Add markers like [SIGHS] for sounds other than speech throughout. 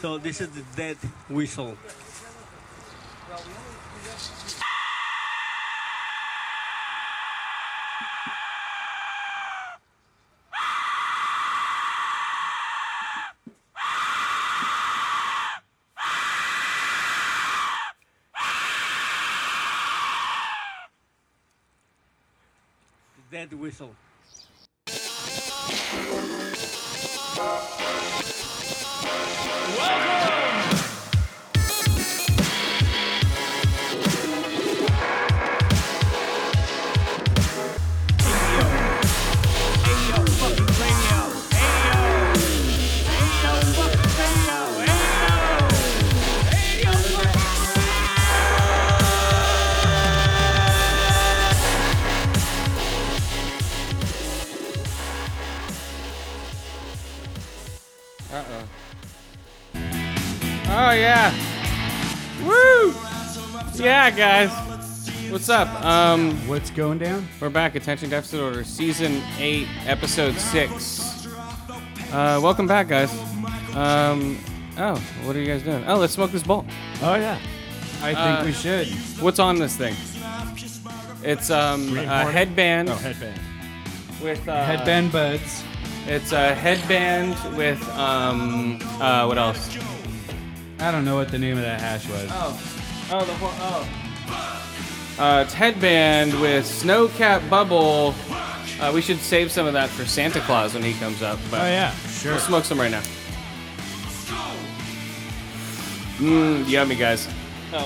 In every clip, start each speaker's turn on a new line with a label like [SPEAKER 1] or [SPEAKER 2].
[SPEAKER 1] So this is the death whistle. Dead whistle.
[SPEAKER 2] Uh oh. Oh yeah. Woo! Yeah, guys. What's up? Um,
[SPEAKER 3] What's going down?
[SPEAKER 2] we're back. Attention Deficit Order, Season Eight, Episode Six. Uh, welcome back, guys. Um, oh, what are you guys doing? Oh, let's smoke this bowl.
[SPEAKER 3] Oh yeah. I think
[SPEAKER 2] Uh,
[SPEAKER 3] we should.
[SPEAKER 2] What's on this thing? It's um, a
[SPEAKER 4] Reinforced?
[SPEAKER 2] headband
[SPEAKER 4] Oh, headband.
[SPEAKER 2] with uh,
[SPEAKER 3] Headband buds.
[SPEAKER 2] It's a headband with um, uh, what else?
[SPEAKER 3] I don't know what the name of that hash was.
[SPEAKER 2] Oh, the whole, oh. Uh, it's headband with snow cap bubble. Uh, we should save some of that for Santa Claus when he comes up. But
[SPEAKER 4] Oh yeah.
[SPEAKER 2] We'll
[SPEAKER 4] Sure.
[SPEAKER 2] smoke some right now. Mmm, yummy, guys. Oh.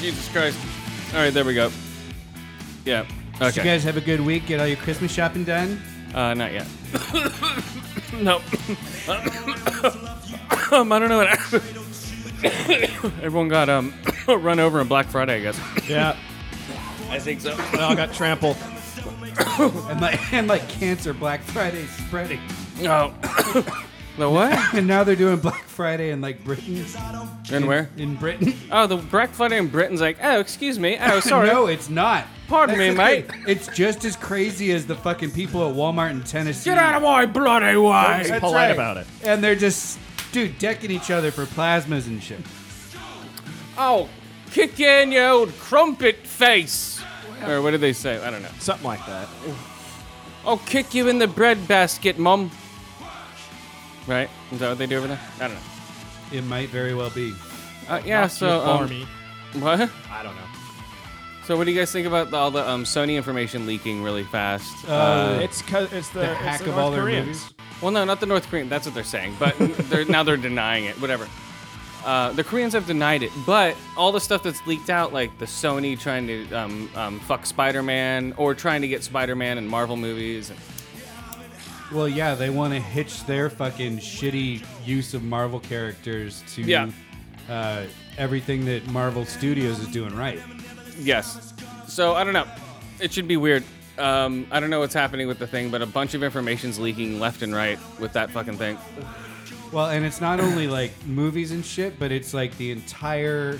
[SPEAKER 2] Jesus Christ. All right, there we go. Yeah.
[SPEAKER 3] Did you
[SPEAKER 2] Okay.
[SPEAKER 3] guys have a good week? Get all your Christmas shopping done?
[SPEAKER 2] Uh, not yet. [COUGHS] no. um, I don't know what happened. [COUGHS] Everyone got um [COUGHS] run over on Black Friday, I guess.
[SPEAKER 4] Yeah.
[SPEAKER 2] I think so.
[SPEAKER 4] They all got trampled.
[SPEAKER 3] [COUGHS] And like, and like cancer, Black Friday spreading.
[SPEAKER 2] [COUGHS] No. the what?
[SPEAKER 3] And now they're doing Black Friday in like Britain.
[SPEAKER 2] And where?
[SPEAKER 3] In Britain?
[SPEAKER 2] Oh, the Black Friday in Britain's like, oh, excuse me. [LAUGHS] Oh, sorry.
[SPEAKER 3] [LAUGHS] no, it's not.
[SPEAKER 2] Pardon me,
[SPEAKER 3] the
[SPEAKER 2] mate.
[SPEAKER 3] thing. It's just as crazy as the fucking people at Walmart in Tennessee.
[SPEAKER 2] Get out of my bloody
[SPEAKER 4] Be
[SPEAKER 2] way.
[SPEAKER 3] That's
[SPEAKER 4] polite
[SPEAKER 3] right.
[SPEAKER 4] about it.
[SPEAKER 3] And they're just, dude, decking each other for plasmas and shit.
[SPEAKER 2] Oh, kick in your old crumpet face. Or what did they say? I don't know.
[SPEAKER 4] Something like that.
[SPEAKER 2] I'll kick you in the bread basket, mum. Right? Is that what they do over there? I don't know.
[SPEAKER 3] It might very well be.
[SPEAKER 2] Uh, yeah. so
[SPEAKER 4] Your
[SPEAKER 2] um,
[SPEAKER 4] army.
[SPEAKER 2] what?
[SPEAKER 4] I don't know.
[SPEAKER 2] So what do you guys think about all the um, Sony information leaking really fast?
[SPEAKER 4] Uh, it's 'cause- it's the,
[SPEAKER 3] the
[SPEAKER 4] it's
[SPEAKER 3] hack of
[SPEAKER 4] the North
[SPEAKER 3] all their
[SPEAKER 4] Koreans.
[SPEAKER 3] movies.
[SPEAKER 2] Well, no, not the North Korean. That's what they're saying, but
[SPEAKER 3] [LAUGHS]
[SPEAKER 2] they're, now they're denying it. Whatever. Uh, the Koreans have denied it, but all the stuff that's leaked out, like the Sony trying to um, um, fuck Spider-Man or trying to get Spider-Man in Marvel movies, and
[SPEAKER 3] Well, yeah, they want to hitch their fucking shitty use of Marvel characters to
[SPEAKER 2] Yeah.
[SPEAKER 3] uh, everything that Marvel Studios is doing right.
[SPEAKER 2] Yes. So I don't know. It should be weird. Um, I don't know what's happening with the thing, but a bunch of information's leaking left and right with that fucking thing.
[SPEAKER 3] Well, and it's not only like movies and shit, but it's like the entire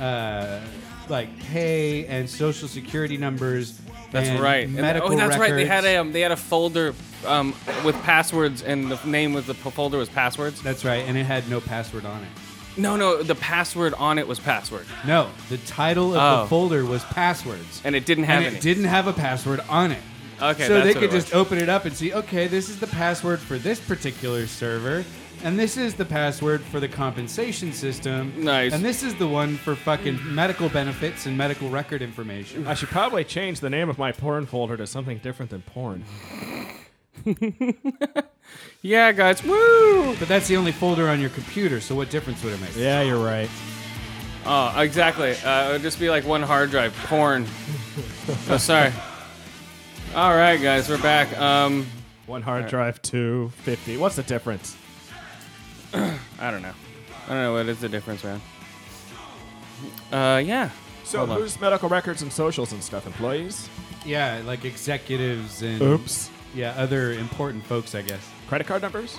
[SPEAKER 3] uh, like pay and social security numbers.
[SPEAKER 2] That's
[SPEAKER 3] and
[SPEAKER 2] right. And-
[SPEAKER 3] Medical
[SPEAKER 2] oh, that's right. They had
[SPEAKER 3] records.
[SPEAKER 2] a um, they had a folder um, with passwords, and the name of the p- folder was passwords.
[SPEAKER 3] That's right, and it had no password on it.
[SPEAKER 2] No, no, the password on it was password,
[SPEAKER 3] No, the title of
[SPEAKER 2] Oh.
[SPEAKER 3] the folder was passwords,
[SPEAKER 2] and it didn't have
[SPEAKER 3] and it
[SPEAKER 2] any.
[SPEAKER 3] didn't have a password on it.
[SPEAKER 2] Okay,
[SPEAKER 3] so
[SPEAKER 2] that's
[SPEAKER 3] they
[SPEAKER 2] what
[SPEAKER 3] could
[SPEAKER 2] it was.
[SPEAKER 3] just open it up and see, okay, this is the password for this particular server, and this is the password for the compensation system.
[SPEAKER 2] Nice.
[SPEAKER 3] And this is the one for fucking medical benefits and medical record information.
[SPEAKER 4] I should probably change the name of my porn folder to something different than porn.
[SPEAKER 2] yeah, guys. Woo!
[SPEAKER 3] But that's the only folder on your computer, so what difference would it make?
[SPEAKER 4] [LAUGHS] Yeah, you're right.
[SPEAKER 2] Oh, exactly. Uh, it would just be like one hard drive, porn. oh, sorry. All right, guys, we're back. Um,
[SPEAKER 4] One hard drive, two fifty. What's the [CLEARS THROAT] difference?
[SPEAKER 2] I don't know. I don't know what is the difference, man. Uh, yeah.
[SPEAKER 4] So
[SPEAKER 2] Hold on.
[SPEAKER 4] who's medical records and socials and stuff? Employees?
[SPEAKER 3] Yeah, like executives and
[SPEAKER 4] Oops.
[SPEAKER 3] yeah, other important folks, I guess.
[SPEAKER 4] Credit card numbers?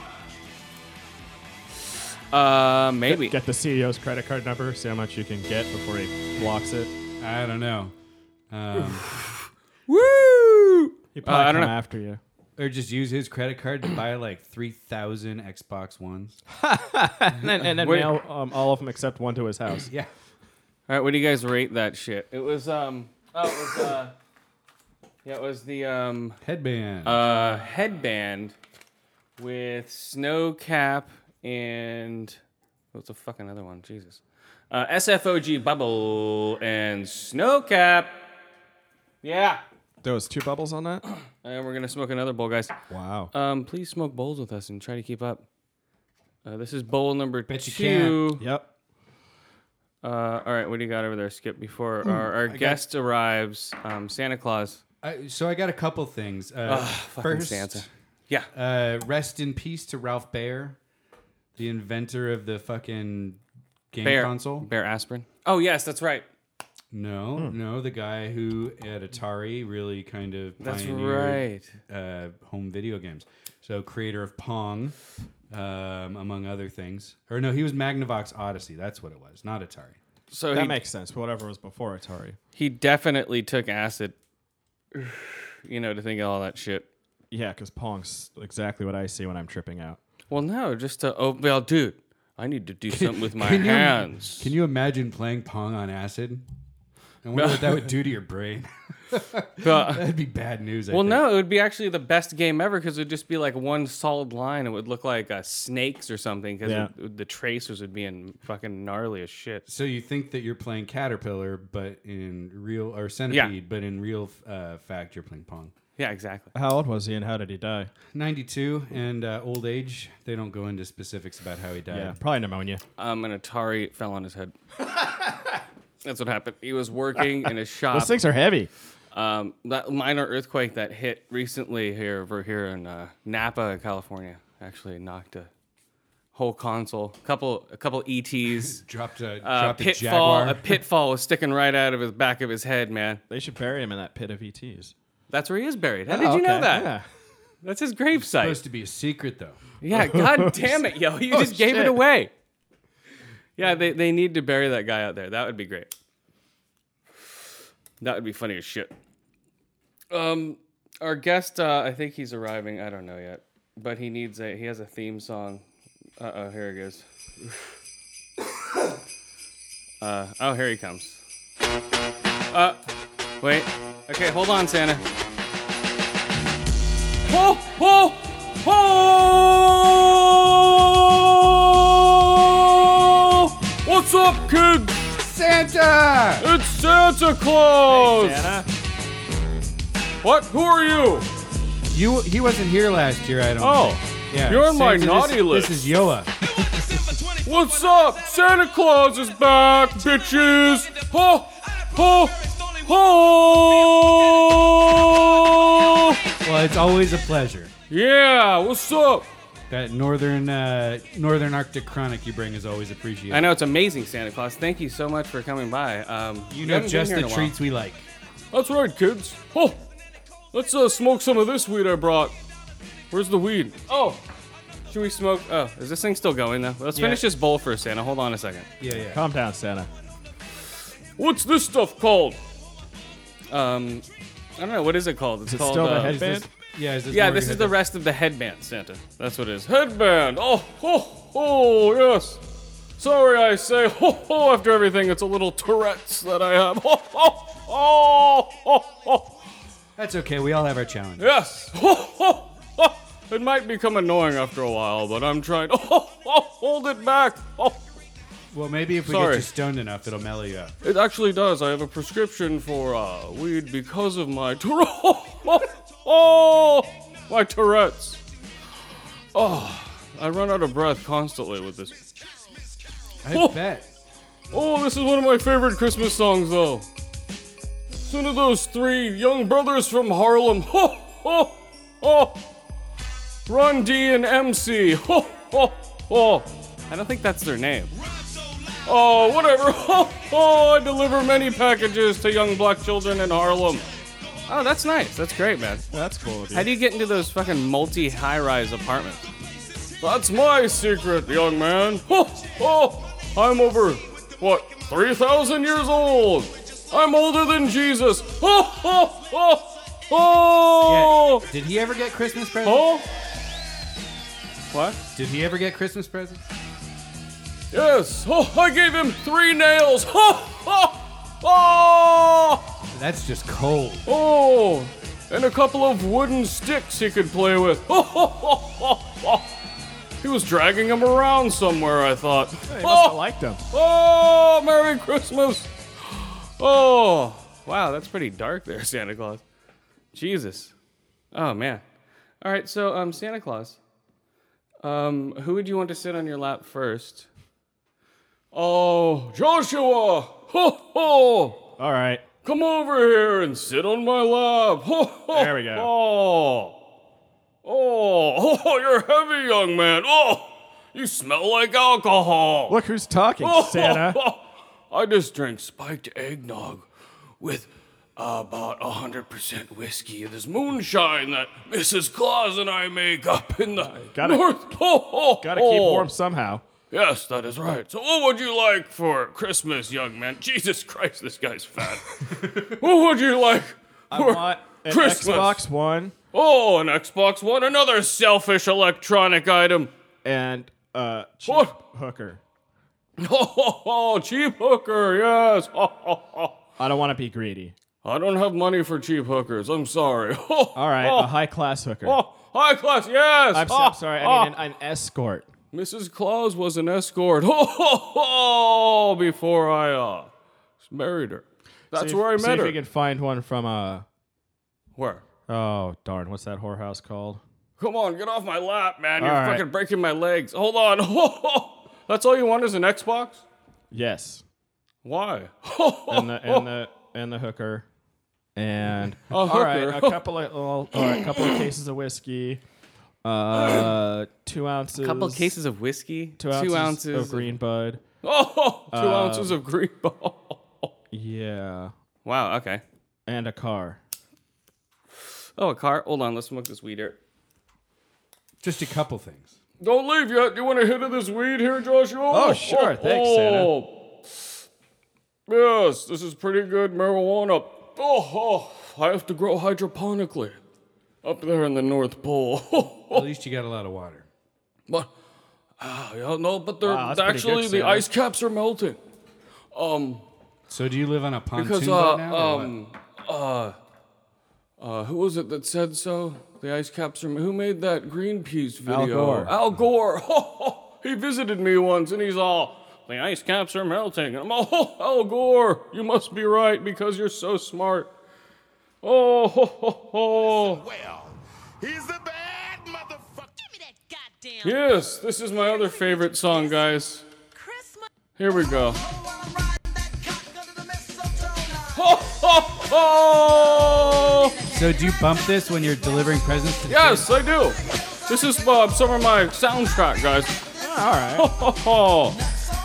[SPEAKER 2] Uh, maybe.
[SPEAKER 4] Get the CEO's credit card number. See how much you can get before he blocks it.
[SPEAKER 3] I don't know. Um,
[SPEAKER 2] Woo! probably
[SPEAKER 4] He probably
[SPEAKER 2] I don't
[SPEAKER 4] come
[SPEAKER 2] come know.
[SPEAKER 4] after you.
[SPEAKER 3] or just use his credit card to buy like three thousand Xbox Ones.
[SPEAKER 4] And then, and then
[SPEAKER 2] Wait.
[SPEAKER 4] mail um, all of them except one to his house.
[SPEAKER 3] Yeah,
[SPEAKER 2] All right, what do you guys rate that shit? It was um, oh, it was uh, yeah, it was the um,
[SPEAKER 3] headband.
[SPEAKER 2] uh, headband with snow cap and what's the fuck another one? Jesus, uh, SFOG bubble and snow cap. Yeah,
[SPEAKER 4] There was two bubbles on that.
[SPEAKER 2] and we're gonna smoke another bowl, guys.
[SPEAKER 4] Wow.
[SPEAKER 2] Um, please smoke bowls with us and try to keep up. Uh, this is bowl number
[SPEAKER 3] Bet you
[SPEAKER 2] two.
[SPEAKER 4] yep.
[SPEAKER 2] Uh, all right, what do you got over there, Skip? Before
[SPEAKER 3] Hmm,
[SPEAKER 2] our, our guest arrives, um, Santa Claus.
[SPEAKER 3] I, so I got a couple things. Uh,
[SPEAKER 2] Fucking
[SPEAKER 3] first,
[SPEAKER 2] Santa. Yeah.
[SPEAKER 3] Uh, rest in peace to Ralph Baer, the inventor of the fucking game
[SPEAKER 2] Bear
[SPEAKER 3] console.
[SPEAKER 2] Bear aspirin. Oh yes, that's right.
[SPEAKER 3] No,
[SPEAKER 2] Hmm.
[SPEAKER 3] no, the guy who at Atari really kind of
[SPEAKER 2] That's
[SPEAKER 3] pioneered,
[SPEAKER 2] right.
[SPEAKER 3] uh, home video games. So creator of Pong, um, among other things. Or no, he was Magnavox Odyssey. That's what it was, not Atari.
[SPEAKER 2] So
[SPEAKER 4] That
[SPEAKER 2] he,
[SPEAKER 4] makes sense. Whatever was before Atari.
[SPEAKER 2] he definitely took acid. You know, to think of all that shit.
[SPEAKER 4] Yeah, because Pong's exactly what I see when I'm tripping out.
[SPEAKER 2] Well, no, just to oh well, dude, I need to
[SPEAKER 3] [LAUGHS]
[SPEAKER 2] do something with my
[SPEAKER 3] Can you- [LAUGHS]
[SPEAKER 2] hands.
[SPEAKER 3] Can you imagine playing Pong on acid? I wonder what that would do to your brain. [LAUGHS]
[SPEAKER 2] But-
[SPEAKER 3] That'd be bad news. I
[SPEAKER 2] Well,
[SPEAKER 3] think.
[SPEAKER 2] no, it would be actually the best game ever because it would just be like one solid line. It would look like uh, snakes or something because
[SPEAKER 4] Yeah.
[SPEAKER 2] the tracers would be in fucking gnarly as shit.
[SPEAKER 3] So you think that you're playing caterpillar, but in real or centipede, but in real uh, fact you're playing Pong.
[SPEAKER 2] Yeah, exactly.
[SPEAKER 4] How old was he and how did he die?
[SPEAKER 3] 92 and uh, old age. They don't go into specifics about how he died.
[SPEAKER 4] Yeah, probably pneumonia.
[SPEAKER 2] Um, an Atari fell on his
[SPEAKER 3] [LAUGHS]
[SPEAKER 2] head. That's what happened. He was working in a
[SPEAKER 4] Those
[SPEAKER 2] shop.
[SPEAKER 4] things are heavy.
[SPEAKER 2] Um, that minor earthquake that hit recently here over here in uh, Napa, California, actually knocked a whole console, couple, a couple
[SPEAKER 3] [LAUGHS]
[SPEAKER 2] ETs.
[SPEAKER 3] Dropped a
[SPEAKER 2] Uh,
[SPEAKER 3] dropped a
[SPEAKER 2] pitfall,
[SPEAKER 3] jaguar.
[SPEAKER 2] a pitfall was sticking right out of his back of his head, man.
[SPEAKER 4] They should bury him in that pit of E ETs.
[SPEAKER 2] That's where he is buried. How did you
[SPEAKER 3] Oh,
[SPEAKER 2] know that? That's his
[SPEAKER 3] supposed
[SPEAKER 2] gravesite.
[SPEAKER 3] to be a secret though.
[SPEAKER 2] Yeah, god damn it, yo. You just gave it
[SPEAKER 4] shit.
[SPEAKER 2] away. Yeah, they, they need to bury that guy out there. That would be great. That would be funny as shit. Um, our guest, uh, I think he's arriving. I don't know yet, but he needs a he has a theme song. Uh oh, here he goes. uh oh, here he comes. Uh, wait. Okay, hold on, Santa. Whoa, whoa, whoa! What's up, kids?
[SPEAKER 3] Santa!
[SPEAKER 2] It's Santa Claus.
[SPEAKER 4] Santa?
[SPEAKER 2] What? Who are you?
[SPEAKER 3] You he wasn't here last year, I don't
[SPEAKER 2] Oh,
[SPEAKER 3] think. Yeah.
[SPEAKER 2] you're on my
[SPEAKER 3] Santa,
[SPEAKER 2] naughty
[SPEAKER 3] this,
[SPEAKER 2] list.
[SPEAKER 3] This is Yoa.
[SPEAKER 2] what's up? Santa Claus is back, bitches. Ho, ho, ho!
[SPEAKER 3] Well, it's always a pleasure.
[SPEAKER 2] Yeah, what's up?
[SPEAKER 3] That northern uh, northern Arctic chronic you bring is always appreciated.
[SPEAKER 2] I know it's amazing, Santa Claus. Thank you so much for coming by. Um,
[SPEAKER 3] You know
[SPEAKER 2] haven't been
[SPEAKER 3] just
[SPEAKER 2] here in
[SPEAKER 3] the
[SPEAKER 2] a while.
[SPEAKER 3] treats we like.
[SPEAKER 2] That's right, kids. Oh, let's uh, smoke some of this weed I brought. Where's the weed? Oh, should we smoke? Oh, is this thing still going though? Let's
[SPEAKER 3] Yeah.
[SPEAKER 2] finish this bowl first, Santa. Hold on a second.
[SPEAKER 3] Yeah, yeah.
[SPEAKER 4] Calm down, Santa.
[SPEAKER 2] What's this stuff called? Um, I don't know. What is it called? It's
[SPEAKER 4] Is it
[SPEAKER 2] called.
[SPEAKER 4] still the
[SPEAKER 2] uh,
[SPEAKER 4] headband?
[SPEAKER 3] Is this- yeah, is this
[SPEAKER 2] Yeah,
[SPEAKER 3] where
[SPEAKER 2] this
[SPEAKER 3] we
[SPEAKER 2] is
[SPEAKER 3] had
[SPEAKER 2] the rest of the headband, Santa. That's what it is. Headband. Oh, oh, oh, yes. Sorry, I say ho ho after everything. It's a little Tourette's that I have. Ho ho oh, ho ho.
[SPEAKER 3] That's okay. We all have our challenges.
[SPEAKER 2] [LAUGHS] Yes. Ho, ho, ho. It might become annoying after a while, but I'm trying. [LAUGHS] Oh, ho, ho, hold it back. [LAUGHS] Oh,
[SPEAKER 3] Well, maybe if we
[SPEAKER 2] Sorry.
[SPEAKER 3] get you stoned enough, it'll mellow
[SPEAKER 2] [LAUGHS]
[SPEAKER 3] you out.
[SPEAKER 2] it actually does. I have a prescription for uh, weed because of my [LAUGHS] Tour- ho, ho, ho, my Tourette's. [SIGHS] Oh, I run out of breath constantly with this.
[SPEAKER 3] I
[SPEAKER 2] Oh.
[SPEAKER 3] bet.
[SPEAKER 2] Oh, this is one of my favorite Christmas songs, though. It's one of those three young brothers from Harlem. Ho, ho, ho. Run D and MC. Ho, ho, ho. I don't think that's their name. Oh, whatever. [LAUGHS] Ho, ho. I deliver many packages to young black children in Harlem. Oh, that's nice. That's great, man.
[SPEAKER 4] Well, that's cool of you.
[SPEAKER 2] How do you get into those fucking multi high rise apartments? That's my secret, young man. Oh, oh, I'm over, what, 3,000 years old? I'm older than Jesus. Oh, oh, oh, Oh!
[SPEAKER 3] Did he ever get Christmas presents?
[SPEAKER 2] Oh! What?
[SPEAKER 3] Did he ever get Christmas presents?
[SPEAKER 2] Yes! Oh, I gave him three nails! Oh! Oh! Oh!
[SPEAKER 3] That's just cold.
[SPEAKER 2] oh. And a couple of wooden sticks he could play with. [LAUGHS] Oh, ho, ho, ho, ho. He was dragging them around somewhere, I thought.
[SPEAKER 4] They must have
[SPEAKER 2] Oh,
[SPEAKER 4] liked him.
[SPEAKER 2] [LAUGHS] oh, Merry Christmas! [GASPS] Oh, wow, that's pretty dark there, [LAUGHS] Santa Claus. Jesus. Oh, man. All right, so, um, Santa Claus, um, who would you want to sit on your lap first? Oh, Joshua! [LAUGHS] Ho, ho!
[SPEAKER 4] All right.
[SPEAKER 2] Come over here and sit on my lap. [LAUGHS] Ho, ho,
[SPEAKER 4] There we go.
[SPEAKER 2] ho. Oh, oh, [LAUGHS] you're heavy, young man. [LAUGHS] Oh, you smell like alcohol.
[SPEAKER 4] Look who's talking,
[SPEAKER 2] Oh. [LAUGHS]
[SPEAKER 4] Santa.
[SPEAKER 2] I just drank spiked eggnog with about 100% whiskey. This moonshine that Mrs. Claus and I make up in the
[SPEAKER 4] Gotta-
[SPEAKER 2] North Pole.
[SPEAKER 4] Gotta keep
[SPEAKER 2] Oh.
[SPEAKER 4] warm somehow.
[SPEAKER 2] Yes, that is right. So, what would you like for Christmas, young man? Jesus Christ, this guy's
[SPEAKER 4] [LAUGHS]
[SPEAKER 2] fat. what would you like?
[SPEAKER 4] I
[SPEAKER 2] for
[SPEAKER 4] want an
[SPEAKER 2] Christmas.
[SPEAKER 4] Xbox One
[SPEAKER 2] Oh, an Xbox One, another selfish electronic item.
[SPEAKER 4] and uh cheap
[SPEAKER 2] What? [LAUGHS]
[SPEAKER 4] hooker.
[SPEAKER 2] Oh, cheap hooker, yes. [LAUGHS]
[SPEAKER 4] I don't want to be greedy.
[SPEAKER 2] I don't have money for cheap hookers. I'm sorry. [LAUGHS]
[SPEAKER 4] All right,
[SPEAKER 2] Oh,
[SPEAKER 4] a high class hooker.
[SPEAKER 2] oh, [LAUGHS] high class, yes.
[SPEAKER 4] I'm, so,
[SPEAKER 2] Ah,
[SPEAKER 4] I'm sorry.
[SPEAKER 2] ah. [LAUGHS]
[SPEAKER 4] I mean, an, an escort.
[SPEAKER 2] Mrs. Claus was an escort. [LAUGHS] Oh, before I uh, married her. That's
[SPEAKER 4] See if-
[SPEAKER 2] where I
[SPEAKER 4] see
[SPEAKER 2] met
[SPEAKER 4] if
[SPEAKER 2] her.
[SPEAKER 4] you can find one from uh
[SPEAKER 2] Where?
[SPEAKER 4] Oh darn, what's that whorehouse called?
[SPEAKER 2] Come on, get off my lap, man. You're
[SPEAKER 4] All right.
[SPEAKER 2] fucking breaking my legs. Hold on. [LAUGHS] That's all you want is an Xbox?
[SPEAKER 4] Yes,
[SPEAKER 2] Why? [LAUGHS] Oh.
[SPEAKER 4] and the and the and the hooker, and
[SPEAKER 2] [LAUGHS] A
[SPEAKER 4] all right,
[SPEAKER 2] hooker.
[SPEAKER 4] a couple of well, all right, a couple of cases of whiskey, uh, two ounces,
[SPEAKER 2] of whiskey,
[SPEAKER 4] two ounces, of green bud.
[SPEAKER 2] Oh,
[SPEAKER 4] Um,
[SPEAKER 2] two ounces of green [LAUGHS] ball.
[SPEAKER 4] Yeah,
[SPEAKER 2] Wow, okay.
[SPEAKER 4] and
[SPEAKER 2] [LAUGHS]
[SPEAKER 4] a car.
[SPEAKER 2] Oh, a car. Hold on, let's smoke this weed here.
[SPEAKER 3] Just a couple things.
[SPEAKER 2] Don't leave yet. You want a hit of this weed here, Joshua?
[SPEAKER 4] Oh, sure. Thanks, Santa.
[SPEAKER 2] Santa. Yes, this is pretty good marijuana. Oh, oh, I have to grow hydroponically up there in the North Pole. [LAUGHS]
[SPEAKER 3] At least you got a lot of water.
[SPEAKER 2] But ah, yeah, no, but they're
[SPEAKER 4] Wow, that's pretty
[SPEAKER 2] actually
[SPEAKER 4] good,
[SPEAKER 2] the
[SPEAKER 4] Santa.
[SPEAKER 2] ice caps are melting. Um,
[SPEAKER 3] So do you live on a pontoon
[SPEAKER 2] because
[SPEAKER 3] boat
[SPEAKER 2] uh,
[SPEAKER 3] now? or what?
[SPEAKER 2] um, uh, uh, who was it that said so? The ice caps are. Who made that Greenpeace video?
[SPEAKER 4] Al Gore.
[SPEAKER 2] Al Gore. [LAUGHS] he visited me once, and he's all. The ice caps are melting. I'm all, [LAUGHS] oh, Al Gore, you must be right because you're so smart. Oh, ho, ho, ho.
[SPEAKER 5] Well, he's a bad motherfucker.
[SPEAKER 6] Give me that goddamn
[SPEAKER 2] [LAUGHS] Yes, this is my other favorite song, guys.
[SPEAKER 6] Christmas.
[SPEAKER 2] Here we go. Ho, ho, ho!
[SPEAKER 3] so do you bump this when you're delivering presents? To
[SPEAKER 2] Oh, Yes, I do. This is uh, some of my soundtrack, guys.
[SPEAKER 4] Ah, All right,
[SPEAKER 2] Ho, ho, ho.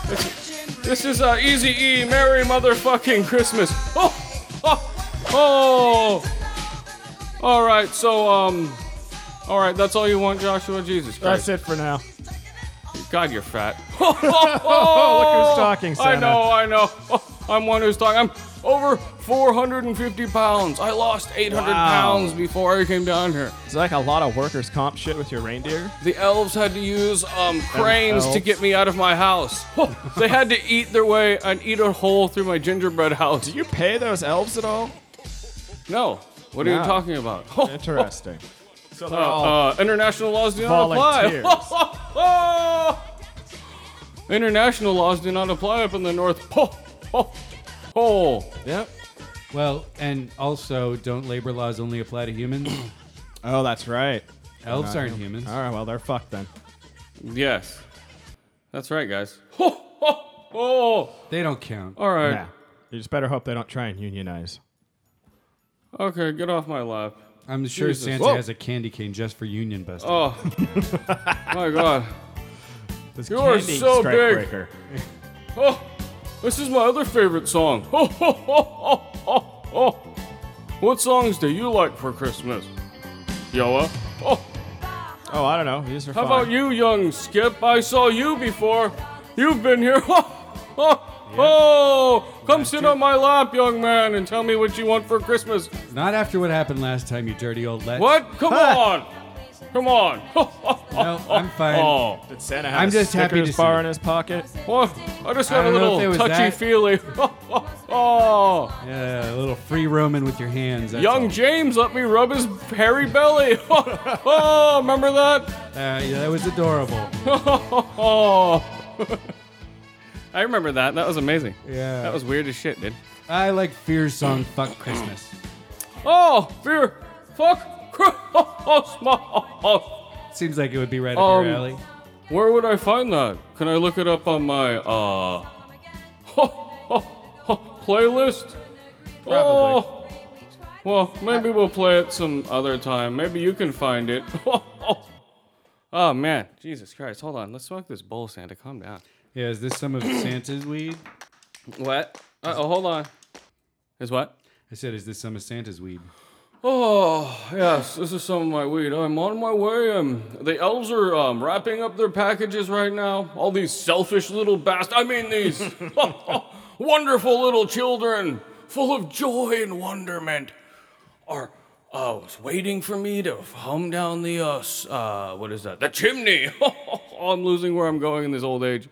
[SPEAKER 2] This- [LAUGHS] This is uh, Easy E, Merry Motherfucking Christmas. [LAUGHS] Oh, oh, oh. All right, so um, all right, that's all you want, Joshua. Jesus Christ.
[SPEAKER 4] that's it for now.
[SPEAKER 2] God, you're fat. Ho, ho, ho.
[SPEAKER 4] Oh, Look who's talking,
[SPEAKER 2] Oh, I
[SPEAKER 4] Santa.
[SPEAKER 2] know, I know. [LAUGHS] Oh, I'm one who's talking. I'm over 450 pounds. I lost 800
[SPEAKER 4] Wow.
[SPEAKER 2] pounds before I came down here.
[SPEAKER 4] It's like a lot of workers' comp shit with your reindeer.
[SPEAKER 2] The elves had to use um, cranes to
[SPEAKER 4] elves.
[SPEAKER 2] get me out of my house. [LAUGHS] they had to eat their way and eat a hole through my gingerbread house.
[SPEAKER 4] Do you pay those elves at all?
[SPEAKER 2] No. What are
[SPEAKER 4] No.
[SPEAKER 2] you talking about? [LAUGHS]
[SPEAKER 4] Interesting.
[SPEAKER 2] Oh.
[SPEAKER 4] So they're all
[SPEAKER 2] uh, international laws do not apply. [LAUGHS] international laws do not apply up in the North [LAUGHS] Pole. Oh,
[SPEAKER 4] Yep.
[SPEAKER 3] Well, and also, don't labor laws only apply
[SPEAKER 2] [COUGHS]
[SPEAKER 3] to humans?
[SPEAKER 4] Oh, that's right.
[SPEAKER 3] Elves aren't humans.
[SPEAKER 4] All right, well they're fucked then.
[SPEAKER 2] yes. That's right, guys. [LAUGHS] Oh,
[SPEAKER 3] They don't count.
[SPEAKER 2] all right.
[SPEAKER 4] Yeah. You just better hope they don't try and unionize.
[SPEAKER 2] Okay, get off my lap.
[SPEAKER 3] I'm sure
[SPEAKER 2] Jesus.
[SPEAKER 3] Santa
[SPEAKER 2] Whoa.
[SPEAKER 3] has a candy cane just for union busting.
[SPEAKER 2] Oh, [LAUGHS] my God.
[SPEAKER 4] This
[SPEAKER 2] You are
[SPEAKER 4] candy
[SPEAKER 2] so
[SPEAKER 4] strike
[SPEAKER 2] big.
[SPEAKER 4] breaker.
[SPEAKER 2] Oh, this is my other favorite song. Oh, ho, ho, ho, ho, ho. What songs do you like for Christmas? Yoa. Oh,
[SPEAKER 4] Oh, I don't know. These are
[SPEAKER 2] how
[SPEAKER 4] fine.
[SPEAKER 2] [LAUGHS] about you, young Skip? I saw you before. You've been here. Oh, oh, Oh, come sit on my lap, young man, and tell me what you want for Christmas.
[SPEAKER 3] Not after what happened last time, you dirty old let.
[SPEAKER 2] What? Come on. Come on. [LAUGHS]
[SPEAKER 3] No, I'm fine.
[SPEAKER 2] Oh,
[SPEAKER 4] Did Santa have
[SPEAKER 3] I'm
[SPEAKER 4] a
[SPEAKER 3] just happy to
[SPEAKER 4] Snickers
[SPEAKER 3] see
[SPEAKER 4] bar
[SPEAKER 3] it.
[SPEAKER 4] in his pocket?
[SPEAKER 2] what? I just got
[SPEAKER 3] I
[SPEAKER 2] a
[SPEAKER 3] don't know if
[SPEAKER 2] little
[SPEAKER 3] it was
[SPEAKER 2] touchy
[SPEAKER 3] that.
[SPEAKER 2] feely. [LAUGHS] oh,
[SPEAKER 3] Yeah, a little free roaming with your hands. that's
[SPEAKER 2] young
[SPEAKER 3] all.
[SPEAKER 2] James let me rub his hairy belly. [LAUGHS] oh, remember that?
[SPEAKER 3] Uh, yeah, that was adorable.
[SPEAKER 2] Oh. [LAUGHS] I remember that. That was amazing.
[SPEAKER 3] Yeah.
[SPEAKER 2] That was weird as shit, dude.
[SPEAKER 3] I like Fear's song "Fuck Christmas."
[SPEAKER 2] Oh, fear. Fuck. [LAUGHS] Christmas.
[SPEAKER 3] Seems like it would be right up
[SPEAKER 2] Um,
[SPEAKER 3] your alley.
[SPEAKER 2] Where would I find that? Can I look it up on my uh [LAUGHS] playlist? Oh, well, maybe we'll play it some other time. Maybe you can find it. [LAUGHS] oh man, Jesus Christ! Hold on, let's smoke this bowl, Santa. Calm down.
[SPEAKER 3] Yeah, is this some of Santa's weed?
[SPEAKER 2] What? Uh oh, hold on. Is what?
[SPEAKER 3] I said, is this some of Santa's weed?
[SPEAKER 2] Oh, yes, this is some of my weed. I'm on my way. Um, the elves are um, wrapping up their packages right now. All these selfish little bastards. I mean, these [LAUGHS] wonderful little children, full of joy and wonderment, are uh, was waiting for me to hum down the, uh, s- uh what is that? The chimney. [LAUGHS] I'm losing where I'm going in this old age.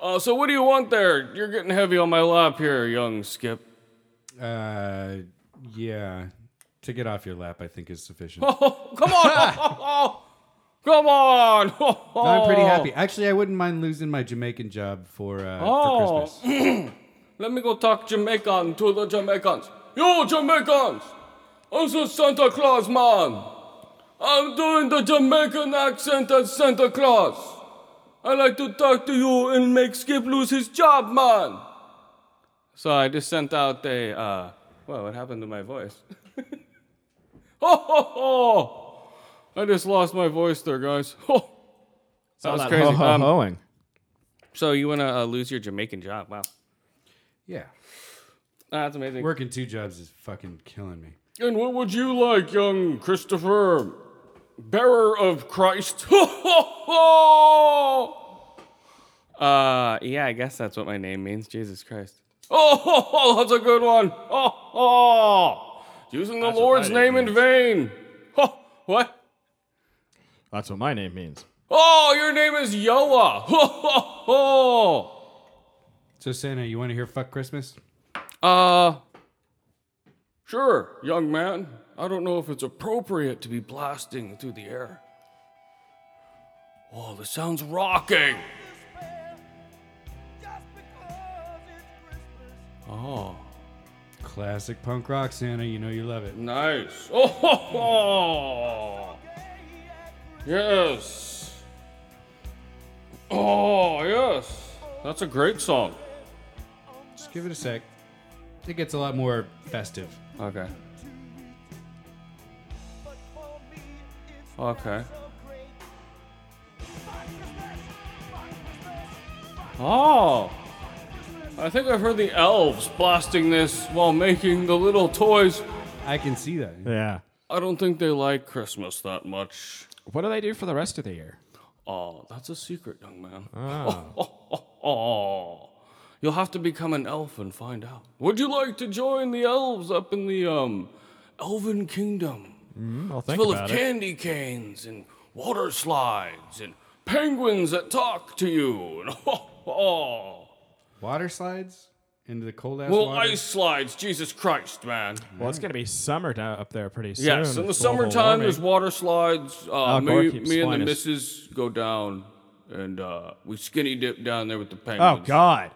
[SPEAKER 2] Uh, so, what do you want there? You're getting heavy on my lap here, young Skip.
[SPEAKER 3] Uh, yeah. To get off your lap, I think is sufficient.
[SPEAKER 2] Come on! Come on! [LAUGHS]
[SPEAKER 3] I'm pretty happy. Actually, I wouldn't mind losing my Jamaican job for uh,
[SPEAKER 2] Oh.
[SPEAKER 3] for Christmas.
[SPEAKER 2] Let me go talk Jamaican to the Jamaicans. Yo, Jamaicans! I'm the Santa Claus, man. I'm doing the Jamaican accent as Santa Claus. I like to talk to you and make Skip lose his job, man. So I just sent out a, uh, well, what happened to my voice? [LAUGHS] ho, ho, ho! I just lost my voice there, guys. [LAUGHS] Ho! That was crazy.
[SPEAKER 4] Ho, ho,
[SPEAKER 2] Um,
[SPEAKER 4] hoing.
[SPEAKER 2] So you want to uh, lose your Jamaican job? Wow,
[SPEAKER 3] Yeah,
[SPEAKER 2] Ah, that's amazing.
[SPEAKER 3] working two jobs is fucking killing me.
[SPEAKER 2] And what would you like, young Christopher, bearer of Christ? [LAUGHS] uh, yeah, I guess that's what my name means. Jesus Christ. Uh, [LAUGHS] Oh, ho, ho, that's a good one. Oh, ho. using the
[SPEAKER 4] That's what
[SPEAKER 2] Lord's
[SPEAKER 4] my name
[SPEAKER 2] name in vain. Ho, what?
[SPEAKER 4] That's what my name means.
[SPEAKER 2] Oh, your name is Yoa. Ho, ho, ho.
[SPEAKER 3] So Santa, you want to hear "Fuck Christmas"?
[SPEAKER 2] Uh, sure, young man. I don't know if it's appropriate to be blasting through the air. Oh, this sounds rocking. Oh,
[SPEAKER 3] Classic punk rock, Santa. You know you love it.
[SPEAKER 2] nice. [LAUGHS] Oh, ho, ho. yes. Oh, yes. That's a great song.
[SPEAKER 3] Just give it a sec. It gets a lot more festive.
[SPEAKER 2] Okay. Okay. Oh! I think I've heard the elves blasting this while making the little toys.
[SPEAKER 3] I can see that.
[SPEAKER 4] Yeah.
[SPEAKER 2] I don't think they like Christmas that much.
[SPEAKER 4] What do they do for the rest of the year?
[SPEAKER 2] Oh, that's a secret, young man. [LAUGHS] Oh. You'll have to become an elf and find out. Would you like to join the elves up in the um Elven Kingdom?
[SPEAKER 4] I'll think
[SPEAKER 2] full of
[SPEAKER 4] about it.
[SPEAKER 2] candy canes and water slides and penguins that talk to you. And [LAUGHS] oh,
[SPEAKER 3] Water slides into the cold ass
[SPEAKER 2] well,
[SPEAKER 3] water.
[SPEAKER 2] ice slides, Jesus Christ, man.
[SPEAKER 4] Well, it's gonna be summer down up there pretty soon.
[SPEAKER 2] Yes, in the
[SPEAKER 4] It's global
[SPEAKER 2] summertime, there's
[SPEAKER 4] warming. Oh,
[SPEAKER 2] water slides. Uh,
[SPEAKER 4] Al Gore
[SPEAKER 2] me
[SPEAKER 4] keeps
[SPEAKER 2] me and the
[SPEAKER 4] flying us.
[SPEAKER 2] missus go down and uh, we skinny dip down there with the
[SPEAKER 4] Oh
[SPEAKER 2] penguins. [LAUGHS]
[SPEAKER 4] God.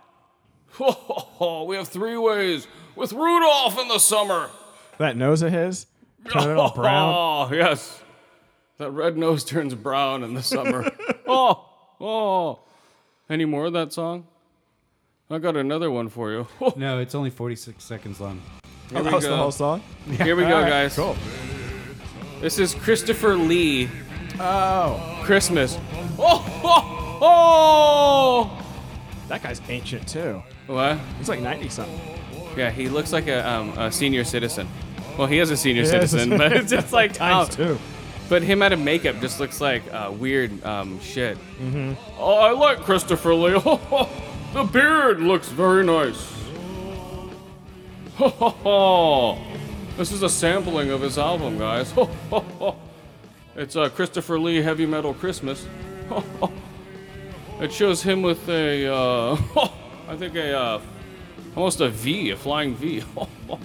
[SPEAKER 2] God. we have three ways with Rudolph in the summer.
[SPEAKER 4] That nose
[SPEAKER 2] [LAUGHS]
[SPEAKER 4] of his turning all brown.
[SPEAKER 2] Oh, yes. That red nose turns brown in the
[SPEAKER 4] [LAUGHS]
[SPEAKER 2] summer. oh, oh. Any more of that song? I got another one for you. [LAUGHS]
[SPEAKER 3] no, it's only 46 seconds long.
[SPEAKER 2] Here we
[SPEAKER 4] That was the
[SPEAKER 2] go,
[SPEAKER 4] whole song.
[SPEAKER 2] Here we go
[SPEAKER 4] All right,
[SPEAKER 2] guys.
[SPEAKER 4] Cool.
[SPEAKER 2] This is Christopher Lee,
[SPEAKER 4] Oh,
[SPEAKER 2] Christmas. [LAUGHS] Oh, oh, oh.
[SPEAKER 4] that guy's ancient too.
[SPEAKER 2] What?
[SPEAKER 4] He's like ninety something.
[SPEAKER 2] Yeah, he looks like a, um, a senior citizen. Well, he is a senior
[SPEAKER 4] He is. [LAUGHS]
[SPEAKER 2] citizen, but [LAUGHS] it's just like
[SPEAKER 4] Times
[SPEAKER 2] oh,
[SPEAKER 4] two.
[SPEAKER 2] But him out of makeup just looks like uh, weird um, shit. Mm-hmm. Oh, I like Christopher Lee. [LAUGHS] The beard looks very nice. [LAUGHS] Ho ho ho! This is a sampling of his album, guys. [LAUGHS] Ho ho ho! It's uh, Christopher Lee Heavy Metal Christmas. [LAUGHS] Ho ho! It shows him with a, uh, [LAUGHS] I think a, uh, almost a V, a flying V. [LAUGHS] Ho ho!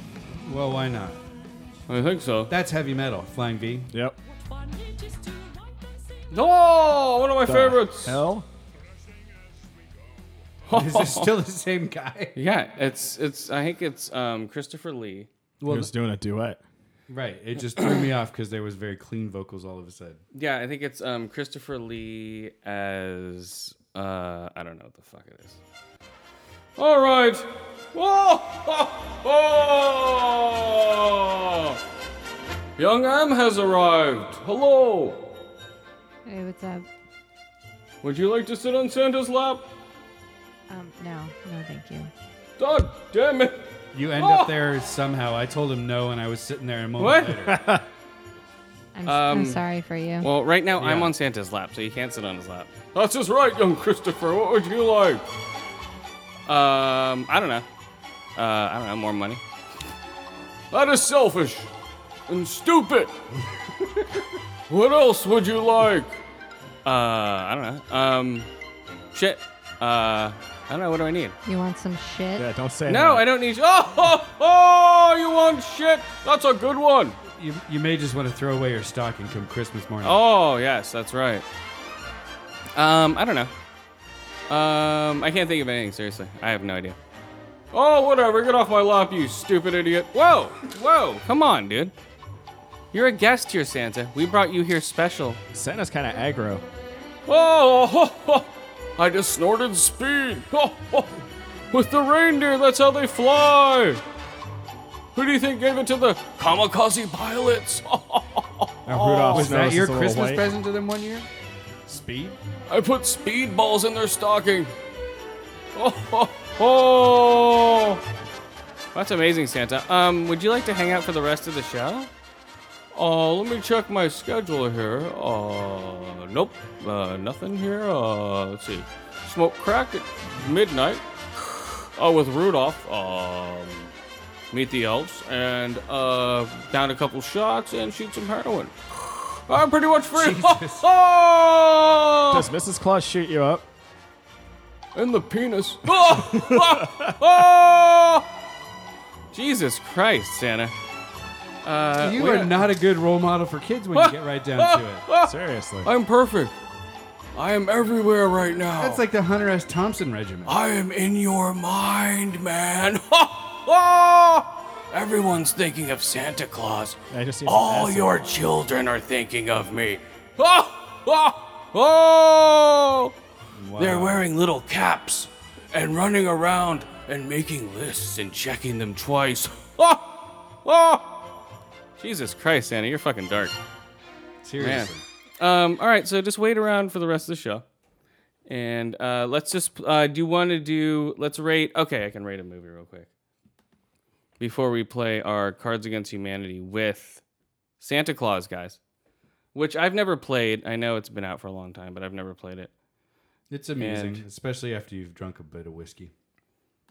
[SPEAKER 3] Well, why not?
[SPEAKER 2] I think so.
[SPEAKER 3] That's heavy metal,
[SPEAKER 2] [LAUGHS]
[SPEAKER 3] Flying V.
[SPEAKER 4] Yep.
[SPEAKER 2] Oh, one of my favorites.
[SPEAKER 4] Uh, Hell.
[SPEAKER 3] Is this still the same guy?
[SPEAKER 2] Yeah, it's it's. I think it's um, Christopher Lee.
[SPEAKER 4] he was doing a duet.
[SPEAKER 3] Right. It just threw me off because there was very clean vocals all of a sudden.
[SPEAKER 2] Yeah, I think it's um, Christopher Lee as uh, I don't know what the fuck it is. All right. Whoa! [LAUGHS] Oh! Young Am has arrived. Hello.
[SPEAKER 6] Hey, what's up?
[SPEAKER 2] Would you like to sit on Santa's lap?
[SPEAKER 6] Um, no, no, thank you.
[SPEAKER 2] God damn it!
[SPEAKER 3] You end
[SPEAKER 2] [LAUGHS]
[SPEAKER 3] up there somehow. I told him no, and I was sitting there a moment
[SPEAKER 2] What?
[SPEAKER 3] later.
[SPEAKER 6] I'm, s am sorry for you.
[SPEAKER 2] Um, Well, right now I'm on Santa's lap, so you can't sit on his lap. That's just right, young Christopher. What would you like? Um, I don't know. Uh, I don't know. More money. That is selfish and stupid. [LAUGHS] what else would you like? Uh, I don't know. Um, shit. Uh, I don't know. What do I need?
[SPEAKER 6] you want some shit?
[SPEAKER 4] Yeah, don't say
[SPEAKER 2] No, I don't need. [LAUGHS] Oh, ho, ho, you want shit? That's a good one.
[SPEAKER 3] You, you may just want to throw away your stocking come Christmas morning.
[SPEAKER 2] Oh yes, that's right. Um, I don't know. Um, I can't think of anything. Seriously, I have no idea. Oh, whatever. Get off my lap, you stupid idiot. Whoa, whoa. Come on, dude. You're a guest here, Santa. We brought you here special.
[SPEAKER 4] Santa's kind of aggro.
[SPEAKER 2] Oh, [LAUGHS] ho, ho. I just snorted speed. [LAUGHS] Ho, ho. With the reindeer, that's how they fly. Who do you think gave it to the kamikaze pilots? [LAUGHS] Ho, ho, ho.
[SPEAKER 4] Now Rudolph's
[SPEAKER 3] was
[SPEAKER 4] nose
[SPEAKER 3] that
[SPEAKER 4] is
[SPEAKER 3] your
[SPEAKER 4] a little
[SPEAKER 3] Christmas
[SPEAKER 4] white.
[SPEAKER 3] present to them one year? Speed?
[SPEAKER 2] I put speed balls in their stocking. [LAUGHS] Oh, ho, ho. That's amazing, Santa. Um, would you like to hang out for the rest of the show? Uh, let me check my schedule here. Uh, nope. Uh, nothing here. Uh, let's see. Smoke crack at midnight. Uh, with Rudolph. Um, meet the elves and uh, down a couple shots and shoot some heroin. I'm pretty much free. [LAUGHS]
[SPEAKER 3] [LAUGHS] Jesus.
[SPEAKER 2] Ho, ho!
[SPEAKER 4] Does Mrs. Claus shoot
[SPEAKER 2] [LAUGHS]
[SPEAKER 4] you up?
[SPEAKER 2] And the
[SPEAKER 3] [LAUGHS]
[SPEAKER 2] penis. [LAUGHS] Oh! Oh! Oh! Jesus Christ, Santa. Uh,
[SPEAKER 3] You
[SPEAKER 2] we-
[SPEAKER 3] are not a good role model for kids when you get right down to
[SPEAKER 2] [LAUGHS]
[SPEAKER 3] it.
[SPEAKER 2] Oh.
[SPEAKER 4] Seriously.
[SPEAKER 2] I'm perfect. I am everywhere right now.
[SPEAKER 3] That's like the Hunter S. Thompson regiment.
[SPEAKER 2] I am in your mind, man. [LAUGHS] Oh! Oh! Everyone's thinking of Santa Claus.
[SPEAKER 4] I just see some
[SPEAKER 2] All
[SPEAKER 4] acid.
[SPEAKER 2] your children are thinking of me. [LAUGHS] Oh! Oh! Oh! They're wearing little caps and running around and making lists and checking them twice. [LAUGHS] Oh! Oh! Jesus Christ, Anna, you're fucking dark. Man.
[SPEAKER 3] Seriously.
[SPEAKER 2] Um, all right, so just wait around for the rest of the show. And uh, let's just uh, do you want to do let's rate okay, I can rate a movie real quick. Before we play our Cards Against Humanity with Santa Claus guys. Which I've never played. I know it's been out for a long time, but I've never played it.
[SPEAKER 3] It's amazing,
[SPEAKER 2] And-
[SPEAKER 3] especially after you've drunk a bit of whiskey.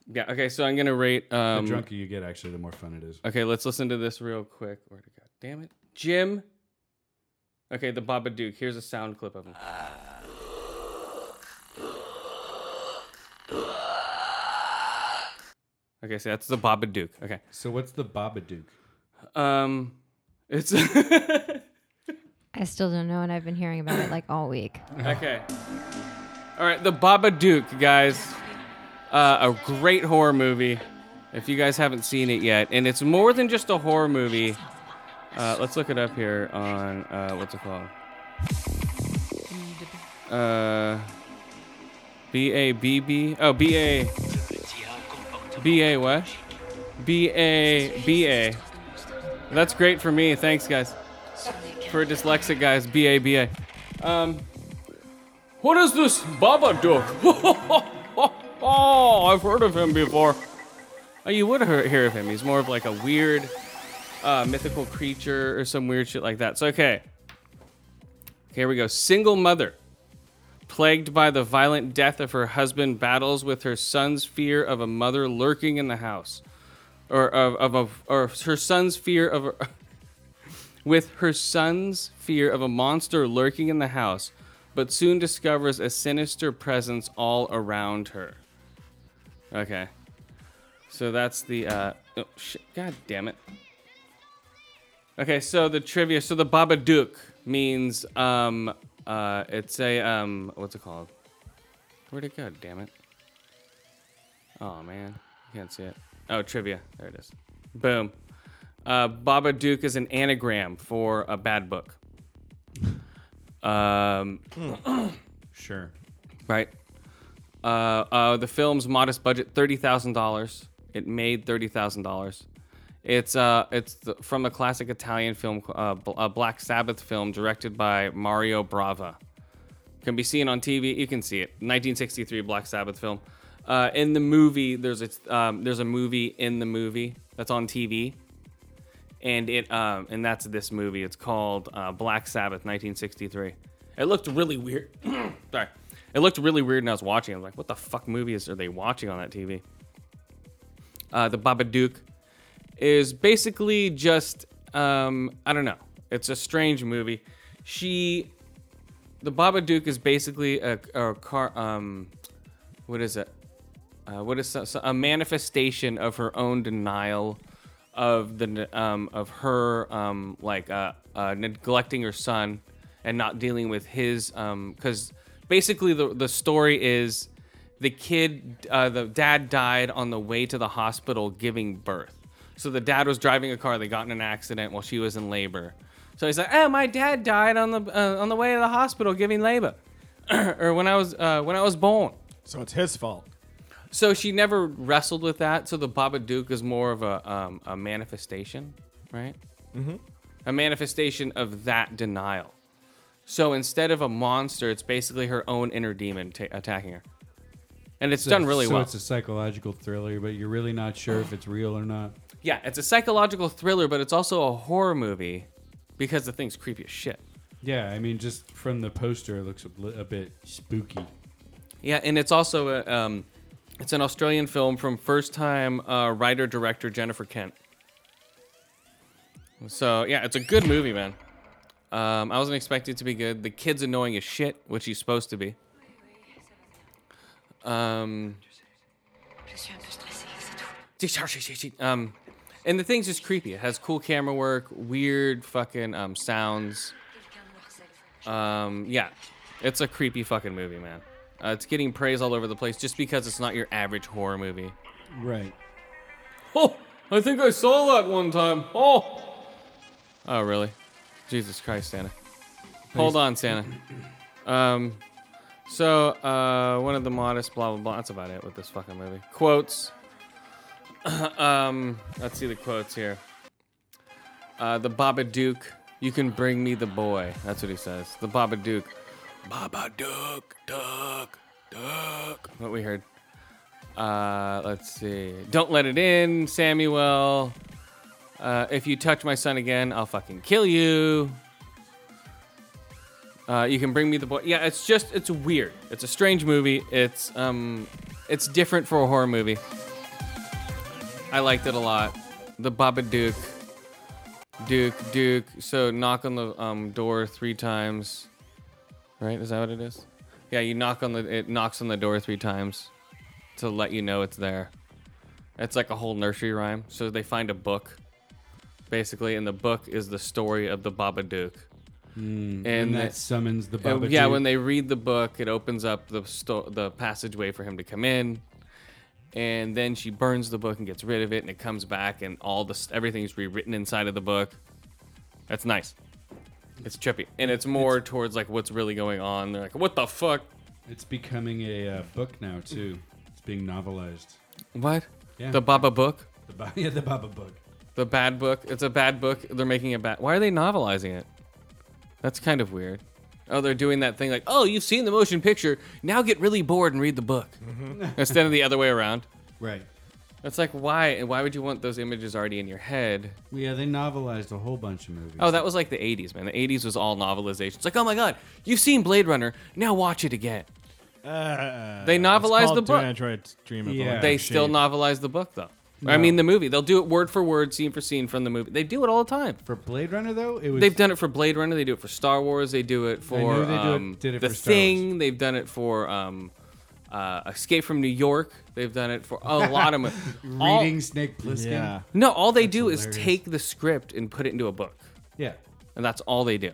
[SPEAKER 2] Yeah, okay, so I'm gonna rate
[SPEAKER 3] The
[SPEAKER 2] um,
[SPEAKER 3] drunker you get, actually, the more fun it is.
[SPEAKER 2] Okay, let's listen to this real quick. Where to go? Damn it, Jim. Okay, the Babadook. Here's a sound clip of him. Okay, so that's the Babadook. Okay,
[SPEAKER 3] So, what's the Babadook?
[SPEAKER 2] um, it's [LAUGHS]
[SPEAKER 6] I still don't know, and I've been hearing about it like all week.
[SPEAKER 2] okay. All right, the Babadook, guys. Uh, a great horror movie. If you guys haven't seen it yet, and it's more than just a horror movie. Uh, let's look it up here on uh, what's it called? Uh, B A B B. Oh, B A. B A what? B A B A. That's great for me. Thanks, guys. For dyslexic guys, B A B A. Um, what is this Babadook? oh, [LAUGHS] I've heard of him before. Oh, you would hear hear of him. He's more of like a weird uh, mythical creature or some weird shit like that. So, okay. Here we go. Single mother Plagued by the violent death of her husband, battles with her son's fear of a mother lurking in the house, or of, of, of or her son's fear of. a- with her son's fear of a monster lurking in the house, but soon discovers a sinister presence all around her. Okay. So that's the uh oh shit god damn it. Okay, so the trivia so the Babadook means um uh it's a um what's it called? Where'd it go, damn it? Oh man, you can't see it. Oh trivia. There it is. Boom. Uh Babadook is an anagram for a bad book. Um
[SPEAKER 3] Sure.
[SPEAKER 2] Right. Uh, uh, the film's modest budget thirty thousand dollars. It made thirty thousand dollars. It's uh, it's the, from a classic Italian film, uh, Bl- a Black Sabbath film, directed by Mario Brava. Can be seen on TV. You can see it. 1963 Black Sabbath film. Uh, in the movie, there's a um, there's a movie in the movie that's on TV, and it um, and that's this movie. It's called uh, Black Sabbath 1963. It looked really weird. [CLEARS THROAT] Sorry. It looked really weird when I was watching. I was like, what the fuck movies are they watching on that TV? Uh, the Babadook is basically just, um, I don't know. It's a strange movie. She, the Babadook is basically a, a car, um, what is it? Uh, what is so- so- a manifestation of her own denial of the um, of her um, like uh, uh, neglecting her son and not dealing with his because basically the the story is the kid uh, the dad died on the way to the hospital giving birth so the dad was driving a car they got in an accident while she was in labor so he's like oh my dad died on the uh, on the way to the hospital giving labor [CLEARS THROAT] or when I was uh, when I was born
[SPEAKER 4] So it's his fault.
[SPEAKER 2] so she never wrestled with that. So the Babadook is more of a um, a manifestation, right? Mm-hmm. A manifestation of that denial. So instead of a monster, it's basically her own inner demon ta attacking her, and it's done really
[SPEAKER 3] so
[SPEAKER 2] well.
[SPEAKER 3] it's a psychological thriller, but you're really not sure if it's real or not.
[SPEAKER 2] yeah, it's a psychological thriller, but it's also a horror movie because the thing's creepy as shit.
[SPEAKER 3] Yeah, I mean, just from the poster, it looks a, li- a bit spooky.
[SPEAKER 2] Yeah, and it's also a, um, it's an Australian film from first-time uh, writer director Jennifer Kent. So yeah, it's a good movie, man. Um, I wasn't expecting it to be good. The kid's annoying as shit, which he's supposed to be. Um, um, and the thing's just creepy. It has cool camera work, weird fucking um, sounds. Um, yeah, it's a creepy fucking movie, man. Uh, it's getting praise all over the place just because it's not your average horror movie.
[SPEAKER 3] Right.
[SPEAKER 2] Oh, I think I saw that one time. Oh, oh, really? Jesus Christ, Santa. Hold on, Santa. Um, so uh, one of the modest blah blah blah. That's about it with this fucking movie. Quotes. [COUGHS] um, let's see the quotes here. Uh, the Babadook. You can bring me the boy. That's what he says. The Babadook. Babadook, duck, duck. What we heard. Uh, let's see. Don't let it in, Samuel. Uh, if you touch my son again, I'll fucking kill you. Uh, you can bring me the boy. Yeah, it's just it's weird. It's a strange movie. It's um, it's different for a horror movie. I liked it a lot. The Babadook, Duke, Duke. So knock on the um, door three times. Right? Is that what it is? Yeah, you knock on the it knocks on the door three times to let you know it's there. It's like a whole nursery rhyme. So they find a book, basically, and the book is the story of the Babadook. and
[SPEAKER 3] Hmm. And
[SPEAKER 2] the-
[SPEAKER 3] that summons the
[SPEAKER 2] uh,
[SPEAKER 3] Babadook.
[SPEAKER 2] yeah, when they read the book, it opens up the sto- the passageway for him to come in, and then she burns the book and gets rid of it, and it comes back, and all the everything's rewritten inside of the book. That's nice. It's trippy, and it's more towards like what's really going on. They're like, "What the fuck?
[SPEAKER 3] It's becoming a uh, book now too. It's being novelized.
[SPEAKER 2] What?
[SPEAKER 3] Yeah.
[SPEAKER 2] The Baba book?
[SPEAKER 3] The ba- [LAUGHS] yeah, the Baba book.
[SPEAKER 2] The bad book? It's a bad book. They're making a bad. Why are they novelizing it? That's kind of weird. Oh, they're doing that thing like, "Oh, you've seen the motion picture. Now get really bored and read the book," instead of the other way around.
[SPEAKER 3] Right.
[SPEAKER 2] It's like why? Why would you want those images already in your head?
[SPEAKER 3] Yeah, they novelized a whole bunch of movies.
[SPEAKER 2] Oh, that was like the 80s, man. The 80s was all novelization. It's like, oh my god, you've seen Blade Runner, now watch it again. they novelized the book.
[SPEAKER 4] I tried to dream of
[SPEAKER 3] Yeah.
[SPEAKER 4] yeah.
[SPEAKER 2] They still novelize the book though. I mean, the movie. They'll do it word for word, scene for scene from the movie. They do it all the time.
[SPEAKER 3] for Blade Runner though. It was
[SPEAKER 2] They've done it for Blade Runner. They do it for Star Wars. They do it for
[SPEAKER 3] knew they do it-
[SPEAKER 2] um,
[SPEAKER 3] did it
[SPEAKER 2] the
[SPEAKER 3] for Star Wars.
[SPEAKER 2] Thing. They've done it for um, uh, Escape from New York. They've done it for a lot of movies.
[SPEAKER 3] [LAUGHS] reading Snake Plissken.
[SPEAKER 4] Yeah.
[SPEAKER 2] No, all they do is
[SPEAKER 3] hilarious.
[SPEAKER 2] take the script and put it into a book,
[SPEAKER 3] yeah.
[SPEAKER 2] and that's all they do.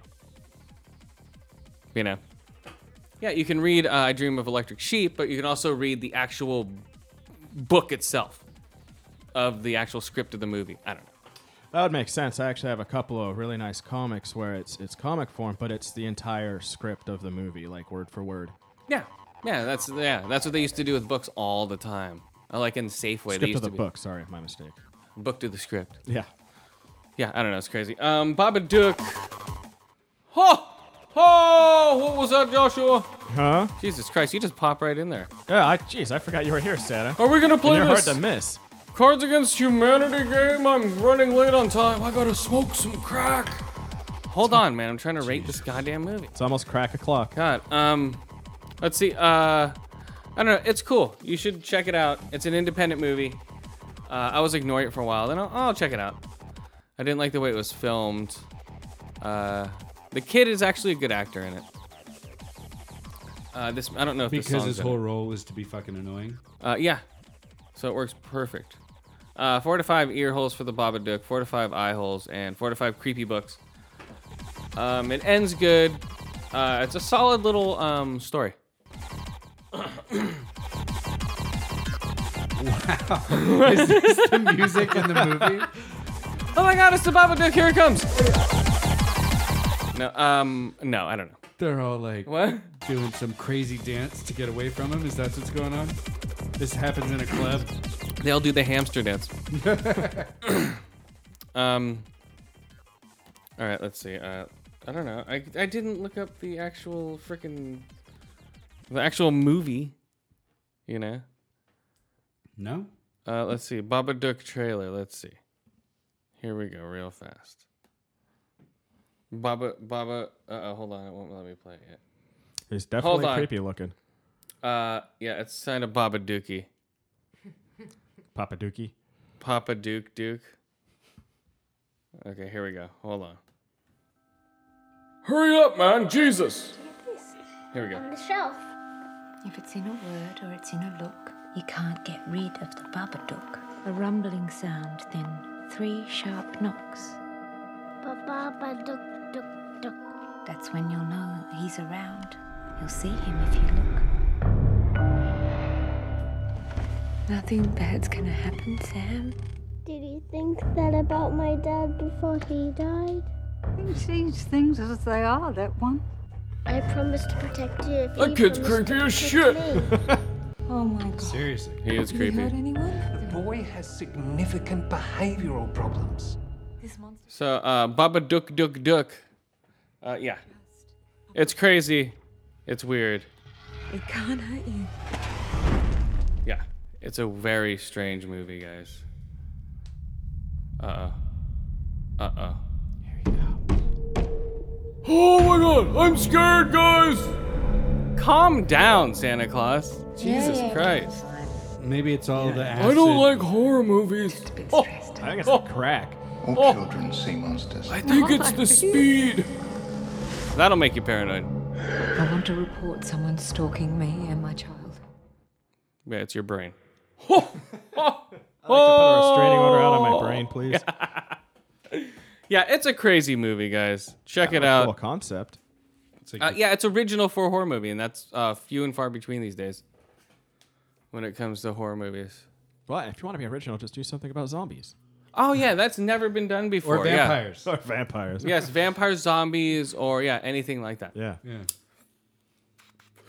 [SPEAKER 2] You know. Yeah, you can read uh, "I Dream of Electric Sheep," but you can also read the actual book itself of the actual script of the movie. I don't know.
[SPEAKER 4] That would make sense. I actually have a couple of really nice comics where it's it's comic form, but it's the entire script of the movie, like word for word.
[SPEAKER 2] Yeah, yeah, that's yeah, that's what they used to do with books all the time. Uh, Like in Safeway, they
[SPEAKER 4] Script
[SPEAKER 2] used
[SPEAKER 4] of the
[SPEAKER 2] to be-
[SPEAKER 4] book. Sorry, my mistake.
[SPEAKER 2] book to the script.
[SPEAKER 4] Yeah.
[SPEAKER 2] Yeah, I don't know, it's crazy. Um, Babadook. Ho, ho! What was that, Joshua?
[SPEAKER 4] Huh?
[SPEAKER 2] Jesus Christ, you just pop right in there.
[SPEAKER 4] Yeah. I, jeez, I forgot you were here, Santa.
[SPEAKER 2] Are we gonna
[SPEAKER 4] And
[SPEAKER 2] play
[SPEAKER 4] you're hard
[SPEAKER 2] this
[SPEAKER 4] to miss.
[SPEAKER 2] Cards Against Humanity game? I'm running late on time. I gotta smoke some crack. Hold on, man. I'm trying to rate this goddamn movie.
[SPEAKER 4] It's almost crack o'clock.
[SPEAKER 2] God. Um, let's see. Uh, I don't know. It's cool. You should check it out. It's an independent movie. Uh, I was ignoring it for a while. Then I'll, I'll check it out. I didn't like the way it was filmed. Uh, the kid is actually a good actor in it. Uh, this I don't know if this
[SPEAKER 3] Because
[SPEAKER 2] song's
[SPEAKER 3] his
[SPEAKER 2] in
[SPEAKER 3] whole
[SPEAKER 2] it.
[SPEAKER 3] role was to be
[SPEAKER 2] [LAUGHS]
[SPEAKER 3] fucking annoying.
[SPEAKER 2] Uh, yeah. So it works perfect. Uh, four to five ear holes for the Babadook, four to five eye holes, and four to five creepy books. Um, it ends good. Uh, it's a solid little um, story.
[SPEAKER 3] the music in the movie.
[SPEAKER 2] Oh my God! It's the Babadook. Here it comes. No, um, no, I don't know.
[SPEAKER 3] [LAUGHS] They're all like
[SPEAKER 2] What?
[SPEAKER 3] doing some crazy dance to get away from him. Is that what's going on? This happens in a club.
[SPEAKER 2] They all do the hamster [LAUGHS] dance. [COUGHS] um. All right, let's see. Uh, I don't know. I, I didn't look up the actual freaking the actual movie. You know.
[SPEAKER 3] No.
[SPEAKER 2] Uh, let's see. Babadook trailer. Let's see. Here we go, real fast. Baba Baba. Uh, hold on, it won't let me play it yet.
[SPEAKER 4] He's
[SPEAKER 2] Hold
[SPEAKER 4] definitely
[SPEAKER 2] on.
[SPEAKER 4] creepy looking.
[SPEAKER 2] Uh, yeah, it's signed of Baba Dookie.
[SPEAKER 4] Papa Dookie.
[SPEAKER 2] Papa Duke Duke. Okay, here we go. Hold on. Hurry up, man! Jesus! Here we go.
[SPEAKER 7] the shelf. If it's in a word or it's in a look, you can't get rid of the Babadook. A rumbling sound, then three sharp knocks.
[SPEAKER 8] Ba-ba-ba-duk, duk, duk.
[SPEAKER 7] That's when you'll know he's around. You'll see him if you look. Nothing bad's gonna happen, Sam.
[SPEAKER 8] Did you think that about my dad before he died?
[SPEAKER 9] He sees things as they are, that one.
[SPEAKER 8] I promised to protect you. If
[SPEAKER 2] That
[SPEAKER 8] you
[SPEAKER 2] kid's
[SPEAKER 8] promised
[SPEAKER 2] creepy
[SPEAKER 8] to
[SPEAKER 2] as shit.
[SPEAKER 8] protect me.
[SPEAKER 9] Oh my god.
[SPEAKER 3] Seriously.
[SPEAKER 2] He is
[SPEAKER 9] Have you hurt
[SPEAKER 2] creepy.
[SPEAKER 9] anyone?
[SPEAKER 10] boy has significant behavioral problems.
[SPEAKER 9] This monster.
[SPEAKER 2] So, uh, Baba Duke Duke Duke. Uh, yeah. It's crazy. It's weird.
[SPEAKER 9] It can't hurt you.
[SPEAKER 2] Yeah. It's a very strange movie, guys. Uh oh. Uh oh. Here we go. Oh my god! I'm scared, guys! Calm down, Santa Claus. Jesus Christ.
[SPEAKER 3] Maybe it's all the acid.
[SPEAKER 2] I don't like horror movies.
[SPEAKER 7] Just a bit
[SPEAKER 2] Oh,
[SPEAKER 7] stressed.
[SPEAKER 4] I think it's the crack.
[SPEAKER 10] All children see monsters.
[SPEAKER 2] I think it's the speed. That'll make you paranoid.
[SPEAKER 7] I want to report someone stalking me and my child.
[SPEAKER 2] Yeah, it's your brain.
[SPEAKER 4] Put a
[SPEAKER 2] Oh.
[SPEAKER 4] restraining order out of my brain, please.
[SPEAKER 2] Yeah, it's a crazy movie, guys. Check it
[SPEAKER 4] Cool
[SPEAKER 2] out.
[SPEAKER 4] concept.
[SPEAKER 3] It's like
[SPEAKER 2] Uh, yeah, it's original for a horror movie, and that's uh, few and far between these days when it comes to horror movies.
[SPEAKER 4] Well, if you want to be original, just do something about zombies
[SPEAKER 2] Oh
[SPEAKER 3] [LAUGHS]
[SPEAKER 2] yeah, that's never been done before.
[SPEAKER 3] or
[SPEAKER 2] yeah.
[SPEAKER 3] vampires.
[SPEAKER 4] or vampires.
[SPEAKER 2] Yes, vampires, zombies, or yeah, anything like that,
[SPEAKER 4] Yeah.
[SPEAKER 3] Yeah.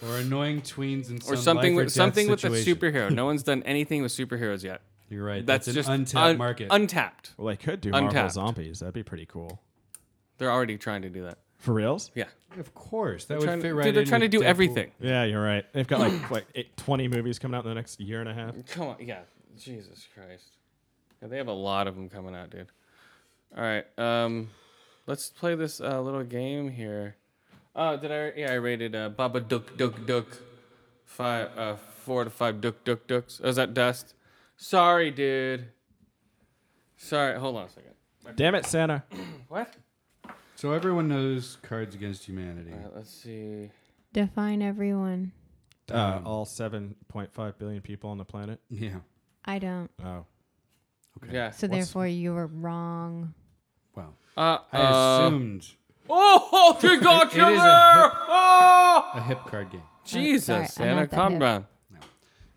[SPEAKER 3] Or annoying tweens and
[SPEAKER 2] or something with something with a
[SPEAKER 3] situation.
[SPEAKER 2] superhero.
[SPEAKER 3] [LAUGHS]
[SPEAKER 2] No one's done anything with superheroes yet.
[SPEAKER 3] You're right.
[SPEAKER 2] That's,
[SPEAKER 3] That's, an
[SPEAKER 2] just
[SPEAKER 3] untapped
[SPEAKER 2] un-
[SPEAKER 3] market.
[SPEAKER 2] Untapped.
[SPEAKER 4] Well, they could do Marvel
[SPEAKER 2] Untapped.
[SPEAKER 4] zombies. That'd be pretty cool.
[SPEAKER 2] They're already trying to do that.
[SPEAKER 4] For reals?
[SPEAKER 2] Yeah,
[SPEAKER 3] of course, that would
[SPEAKER 2] Trying-
[SPEAKER 3] fit right.
[SPEAKER 2] dude, they're
[SPEAKER 3] in
[SPEAKER 2] trying to
[SPEAKER 3] with
[SPEAKER 2] do
[SPEAKER 3] Deadpool.
[SPEAKER 2] everything.
[SPEAKER 4] Yeah, you're right. They've got like like eight, 20 movies coming out in the next year and a half.
[SPEAKER 2] Come on, yeah. Jesus Christ. Yeah, they have a lot of them coming out, dude. All right. Um, let's play this uh, little game here. Oh, did I? Yeah, I rated uh, Baba Duck Duck Duck five, uh, four to five Duck Duck Ducks. Oh, is that Dust? Sorry, dude. Sorry. Hold on a second.
[SPEAKER 4] Damn it, Santa.
[SPEAKER 2] What?
[SPEAKER 3] So everyone knows Cards Against Humanity.
[SPEAKER 2] All right, let's see.
[SPEAKER 6] Define everyone.
[SPEAKER 4] Uh, all 7.5 billion people on the planet.
[SPEAKER 3] Yeah.
[SPEAKER 6] I don't.
[SPEAKER 4] Oh.
[SPEAKER 2] Yeah.
[SPEAKER 6] So therefore, you were wrong.
[SPEAKER 3] Wow.
[SPEAKER 2] Uh,
[SPEAKER 3] I
[SPEAKER 2] uh,
[SPEAKER 3] assumed
[SPEAKER 2] Oh, oh, she got
[SPEAKER 3] It- it
[SPEAKER 2] you
[SPEAKER 3] is a
[SPEAKER 2] there!
[SPEAKER 3] hip-
[SPEAKER 2] Oh!
[SPEAKER 3] a hip card game.
[SPEAKER 2] Jesus,
[SPEAKER 6] sorry, I
[SPEAKER 2] Santa,
[SPEAKER 6] meant that
[SPEAKER 2] calm
[SPEAKER 6] hip.
[SPEAKER 2] down.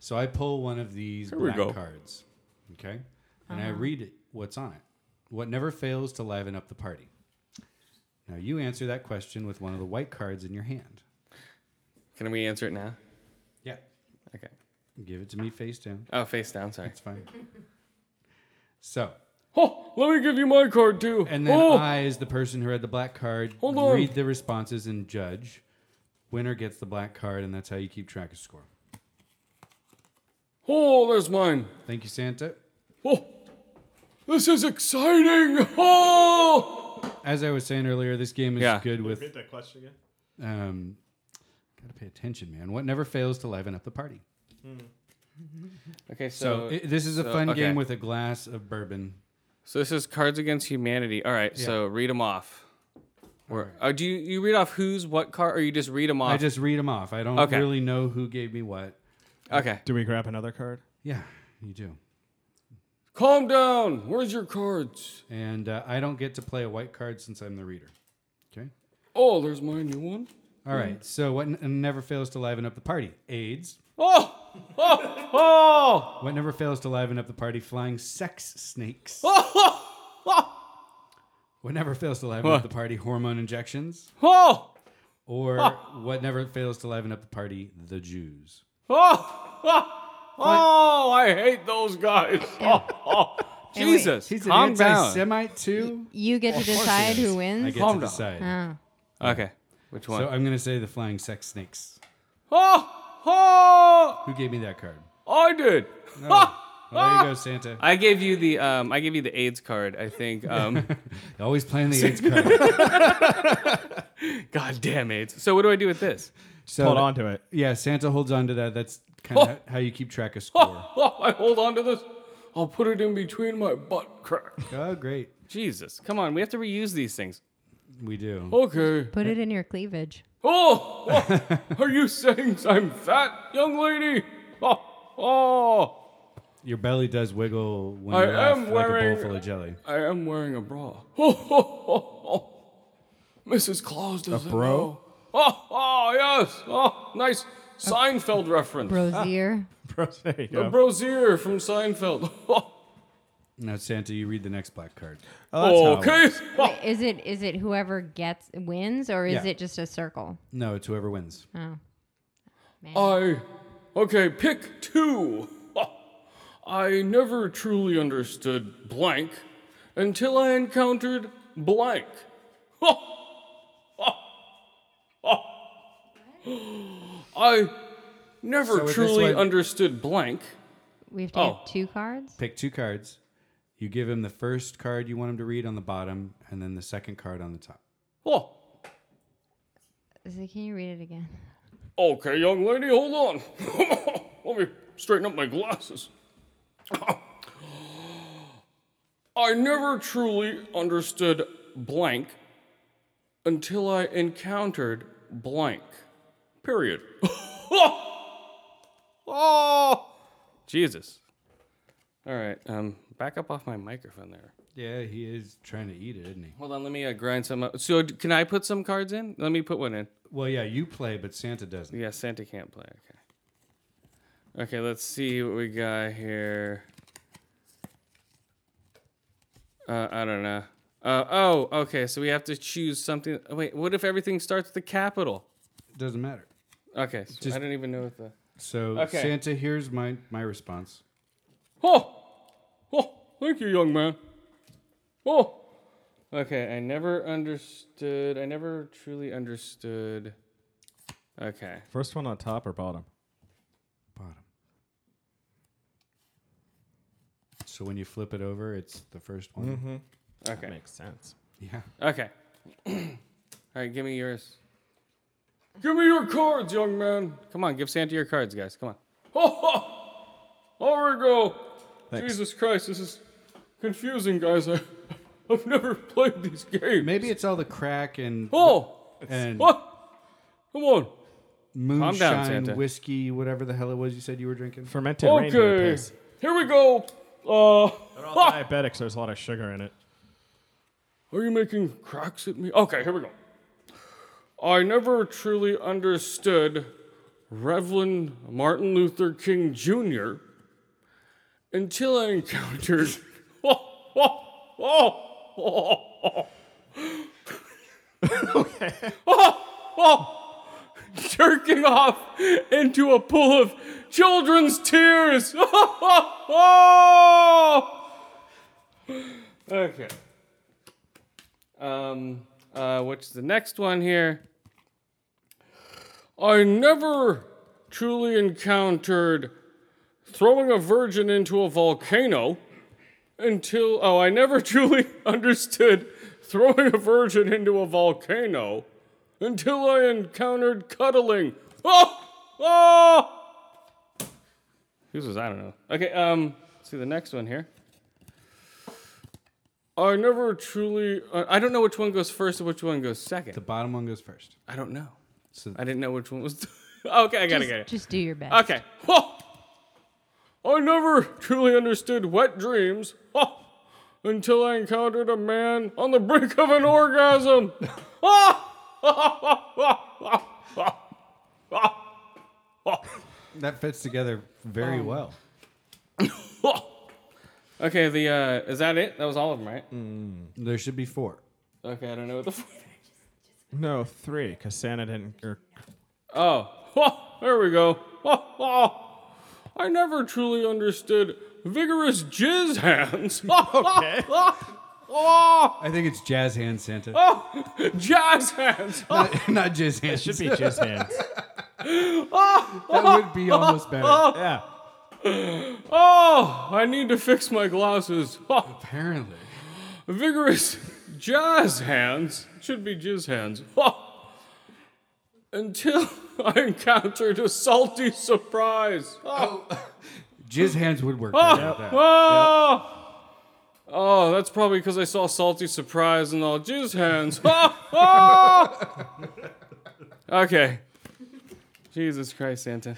[SPEAKER 3] So I pull one of these
[SPEAKER 2] we
[SPEAKER 3] black
[SPEAKER 2] go.
[SPEAKER 3] cards, okay, and I read it, what's on it, what never fails to liven up the party. Now you answer that question with one of the white cards in your hand.
[SPEAKER 2] Can we answer it now?
[SPEAKER 3] Yeah.
[SPEAKER 2] Okay.
[SPEAKER 3] Give it to me face down.
[SPEAKER 2] Oh, face down. Sorry.
[SPEAKER 3] It's fine. So,
[SPEAKER 2] [LAUGHS] Oh, let me give you my card too.
[SPEAKER 3] and then
[SPEAKER 2] oh,
[SPEAKER 3] I, as the person who read the black card,
[SPEAKER 2] Hold on.
[SPEAKER 3] read the responses and judge. Winner gets the black card, and that's how you keep track of score.
[SPEAKER 2] oh, there's mine.
[SPEAKER 3] Thank you, Santa.
[SPEAKER 2] Oh, this is exciting. Oh,
[SPEAKER 3] As I was saying earlier, this game is
[SPEAKER 2] Yeah.
[SPEAKER 3] good with
[SPEAKER 5] that question again.
[SPEAKER 3] um, gotta pay attention, man. What never fails to liven up the party.
[SPEAKER 2] okay.
[SPEAKER 3] So,
[SPEAKER 2] So,
[SPEAKER 3] i this is a
[SPEAKER 2] so-
[SPEAKER 3] fun
[SPEAKER 2] okay.
[SPEAKER 3] game with a glass of bourbon.
[SPEAKER 2] so this is Cards Against Humanity. All right. So read them off. Or
[SPEAKER 3] Alright.
[SPEAKER 2] uh, do you, you read off who's what card, or you just read them off?
[SPEAKER 3] I just read them off. I don't
[SPEAKER 2] Okay.
[SPEAKER 3] really know who gave me what.
[SPEAKER 2] okay.
[SPEAKER 4] Do we grab another card?
[SPEAKER 3] Yeah, you do.
[SPEAKER 2] Calm down. Where's your cards?
[SPEAKER 3] And uh, I don't get to play a white card since I'm the reader. Okay.
[SPEAKER 2] Oh, there's my new one.
[SPEAKER 3] All right. So what n- never fails to liven up the party? AIDS.
[SPEAKER 2] Oh, [LAUGHS] oh, oh,
[SPEAKER 3] What never fails to liven up the party? Flying sex
[SPEAKER 2] [LAUGHS]
[SPEAKER 3] snakes.
[SPEAKER 2] oh, oh,
[SPEAKER 3] What never fails to liven up the party? Hormone injections.
[SPEAKER 2] oh.
[SPEAKER 3] Or what never fails to liven up the party? The Jews.
[SPEAKER 2] Oh, oh, oh, I hate those
[SPEAKER 3] [LAUGHS]
[SPEAKER 2] guys. Oh, oh.
[SPEAKER 6] And
[SPEAKER 2] [LAUGHS]
[SPEAKER 6] wait,
[SPEAKER 2] Jesus,
[SPEAKER 3] He's an
[SPEAKER 2] calm down.
[SPEAKER 3] anti-Semite too.
[SPEAKER 6] You get to decide who
[SPEAKER 3] I
[SPEAKER 6] wins.
[SPEAKER 3] get
[SPEAKER 2] Calm
[SPEAKER 3] to
[SPEAKER 2] down.
[SPEAKER 3] decide.
[SPEAKER 6] Oh.
[SPEAKER 2] Okay, which one?
[SPEAKER 3] So I'm gonna say the flying sex snakes.
[SPEAKER 2] oh,
[SPEAKER 3] Who gave me that card?
[SPEAKER 2] oh, I did.
[SPEAKER 3] Well, there you go, Santa.
[SPEAKER 2] [LAUGHS] Ah! I gave you the um, I gave you the AIDS card. I think. [LAUGHS] Um,
[SPEAKER 3] Always playing
[SPEAKER 2] [LAUGHS]
[SPEAKER 3] the AIDS card.
[SPEAKER 2] God damn AIDS. So what do I do with this?
[SPEAKER 3] So
[SPEAKER 4] Hold on to it.
[SPEAKER 3] Yeah, Santa holds on to that. That's kind of how you keep track of score.
[SPEAKER 2] Oh, [LAUGHS] I hold on to this. I'll put it in between my butt [LAUGHS] crack.
[SPEAKER 3] oh, great.
[SPEAKER 2] Jesus, come on. We have to reuse these things.
[SPEAKER 3] We do.
[SPEAKER 2] Oh. Okay.
[SPEAKER 6] Put it in your cleavage.
[SPEAKER 2] [LAUGHS] Oh, oh, are you saying I'm fat, young lady? [LAUGHS] Oh, oh.
[SPEAKER 3] Your belly does wiggle when
[SPEAKER 2] I
[SPEAKER 3] you're off
[SPEAKER 2] am
[SPEAKER 3] like a
[SPEAKER 2] wearing-
[SPEAKER 3] bowl full of jelly.
[SPEAKER 2] I am wearing a [LAUGHS] bra. Ho, ho, ho, ho. Mrs. oh, Claus doesn't
[SPEAKER 4] bro?
[SPEAKER 2] know. Oh, oh, yes. Oh, nice Seinfeld reference. [LAUGHS] Oh.
[SPEAKER 6] Rosier.
[SPEAKER 4] There you
[SPEAKER 2] The brosier from Seinfeld. [LAUGHS]
[SPEAKER 3] Oh, Now, Santa, you read the next black card.
[SPEAKER 4] Oh, that's how it
[SPEAKER 2] okay. Oh,
[SPEAKER 6] Is it is it whoever gets wins or is
[SPEAKER 3] Yeah.
[SPEAKER 6] it just a circle?
[SPEAKER 3] No, it's whoever wins.
[SPEAKER 6] Oh. Man.
[SPEAKER 2] I. Okay, pick two. [LAUGHS] Oh, I never truly understood blank until I encountered blank. [LAUGHS] Oh, oh, oh. I
[SPEAKER 3] So
[SPEAKER 2] never
[SPEAKER 3] with this
[SPEAKER 2] truly
[SPEAKER 3] one-
[SPEAKER 2] understood blank. [LAUGHS]
[SPEAKER 6] we have to
[SPEAKER 2] oh.
[SPEAKER 6] have two cards.
[SPEAKER 3] Pick two cards. You give him the first card you want him to read on the bottom, and then the second card on the top.
[SPEAKER 2] Oh,
[SPEAKER 6] Is it, can you read it again?
[SPEAKER 2] okay, young lady, hold on. [LAUGHS] Let me straighten up my glasses. [SIGHS] I never truly understood blank until I encountered blank. Period. [LAUGHS] oh, Jesus. All right, um, back up off my microphone there.
[SPEAKER 3] Yeah, he is trying to eat it, isn't he?
[SPEAKER 2] Hold on, let me uh, grind some up. So, d- can I put some cards in? Let me put one in.
[SPEAKER 3] Well, yeah, you play, but Santa doesn't.
[SPEAKER 2] Yeah, Santa can't play. Okay. Okay, let's see what we got here. Uh, I don't know. Uh, oh, okay. So we have to choose something. oh, Wait, what if everything starts with the capital?
[SPEAKER 3] It doesn't matter.
[SPEAKER 2] Okay, so I don't even know what the.
[SPEAKER 3] So,
[SPEAKER 2] Okay.
[SPEAKER 3] Santa, here's my, my response.
[SPEAKER 2] Oh, oh, thank you, young man. Oh, okay. I never understood. I never truly understood. Okay.
[SPEAKER 4] First one on top or bottom?
[SPEAKER 3] Bottom. So when you flip it over, it's the first one.
[SPEAKER 2] Mm-hmm. Okay.
[SPEAKER 4] makes sense.
[SPEAKER 3] Yeah.
[SPEAKER 2] Okay. [CLEARS THROAT] All right, give me yours. Give me your cards, young man. Come on, give Santa your cards, guys. Come on. Oh, There we go. Jesus Christ, this is confusing, guys. I, [LAUGHS] I've never played these games.
[SPEAKER 3] Maybe it's all the
[SPEAKER 2] [LAUGHS]
[SPEAKER 3] crack and
[SPEAKER 2] Oh,
[SPEAKER 3] and
[SPEAKER 2] what? Come on.
[SPEAKER 3] moonshine
[SPEAKER 2] Santa.
[SPEAKER 3] whiskey, whatever the hell it was you said you were drinking.
[SPEAKER 4] Fermented reindeer
[SPEAKER 2] Okay.
[SPEAKER 4] piss.
[SPEAKER 2] Here we go. Uh,
[SPEAKER 4] They're all diabetics. There's a lot of sugar in it.
[SPEAKER 2] Are you making cracks at me? Okay, here we go. I never truly understood Reverend Martin Luther King Jr. until I encountered. [LAUGHS] Jerking off into a pool of children's tears. [LAUGHS] okay. Um, uh, what's the next one here? I never truly encountered throwing a virgin into a volcano until. Oh, I never [LAUGHS] truly understood throwing a virgin into a volcano until I encountered cuddling. [LAUGHS] Oh! Oh! This was, I don't know. Okay, um, let's see the next one here. I never truly. Uh, I don't know which one goes first and which one goes second.
[SPEAKER 3] The bottom one goes first.
[SPEAKER 2] I don't know.
[SPEAKER 3] So
[SPEAKER 2] I didn't know which one was. [LAUGHS] okay, I gotta
[SPEAKER 6] Just,
[SPEAKER 2] get it.
[SPEAKER 6] just do your best.
[SPEAKER 2] Okay. Huh. I never truly understood wet dreams huh, until I encountered a man on the brink of an orgasm.
[SPEAKER 3] that fits together very
[SPEAKER 2] Oh.
[SPEAKER 3] well.
[SPEAKER 2] okay, the uh, is that it? That was all of them, right?
[SPEAKER 3] There should be four.
[SPEAKER 2] Okay, I don't know what the. [LAUGHS] F-
[SPEAKER 4] No, three, because Santa didn't.
[SPEAKER 2] [LAUGHS]
[SPEAKER 4] Or,
[SPEAKER 2] Oh, oh, there we go. Oh, oh. I never truly understood vigorous jizz hands. [LAUGHS]
[SPEAKER 4] [LAUGHS]
[SPEAKER 2] okay.
[SPEAKER 3] I think it's jazz hands, Santa.
[SPEAKER 2] Oh. Jazz hands.
[SPEAKER 3] Not, [LAUGHS] not jazz hands.
[SPEAKER 4] should be jizz hands.
[SPEAKER 3] [LAUGHS] That would
[SPEAKER 2] [LAUGHS]
[SPEAKER 3] be almost better.
[SPEAKER 4] Yeah.
[SPEAKER 2] Oh, I need to fix my glasses. Oh,
[SPEAKER 3] Apparently.
[SPEAKER 2] vigorous jazz hands. Should be jizz hands. [LAUGHS] Oh. Until [LAUGHS] I encountered a salty surprise.
[SPEAKER 3] Jizz hands would work better with that.
[SPEAKER 2] Oh, oh that's probably because I saw Salty Surprise and all jizz hands. Oh, oh. okay. Jesus Christ, Santa.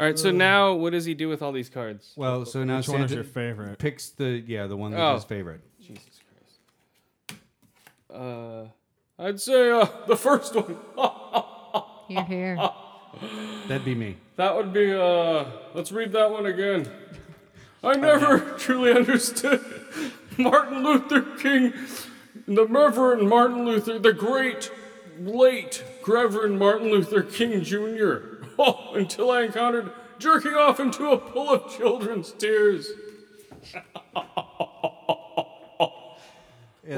[SPEAKER 2] All right, so now what does he do with all these cards?
[SPEAKER 3] Well, so now
[SPEAKER 4] Which one is
[SPEAKER 3] Santa
[SPEAKER 4] your favorite?
[SPEAKER 3] picks the yeah the one that's
[SPEAKER 2] Oh.
[SPEAKER 3] his favorite.
[SPEAKER 2] Jesus Christ. Uh, I'd say uh, the first one.
[SPEAKER 6] You're here.
[SPEAKER 2] Oh,
[SPEAKER 3] That'd be me.
[SPEAKER 2] That would be, uh, let's read that one again. I never [LAUGHS] truly understood [LAUGHS] Martin Luther King, the Reverend Martin Luther, the great, late Reverend Martin Luther King Jr., [LAUGHS] oh, until I encountered jerking off into a pool of children's tears. what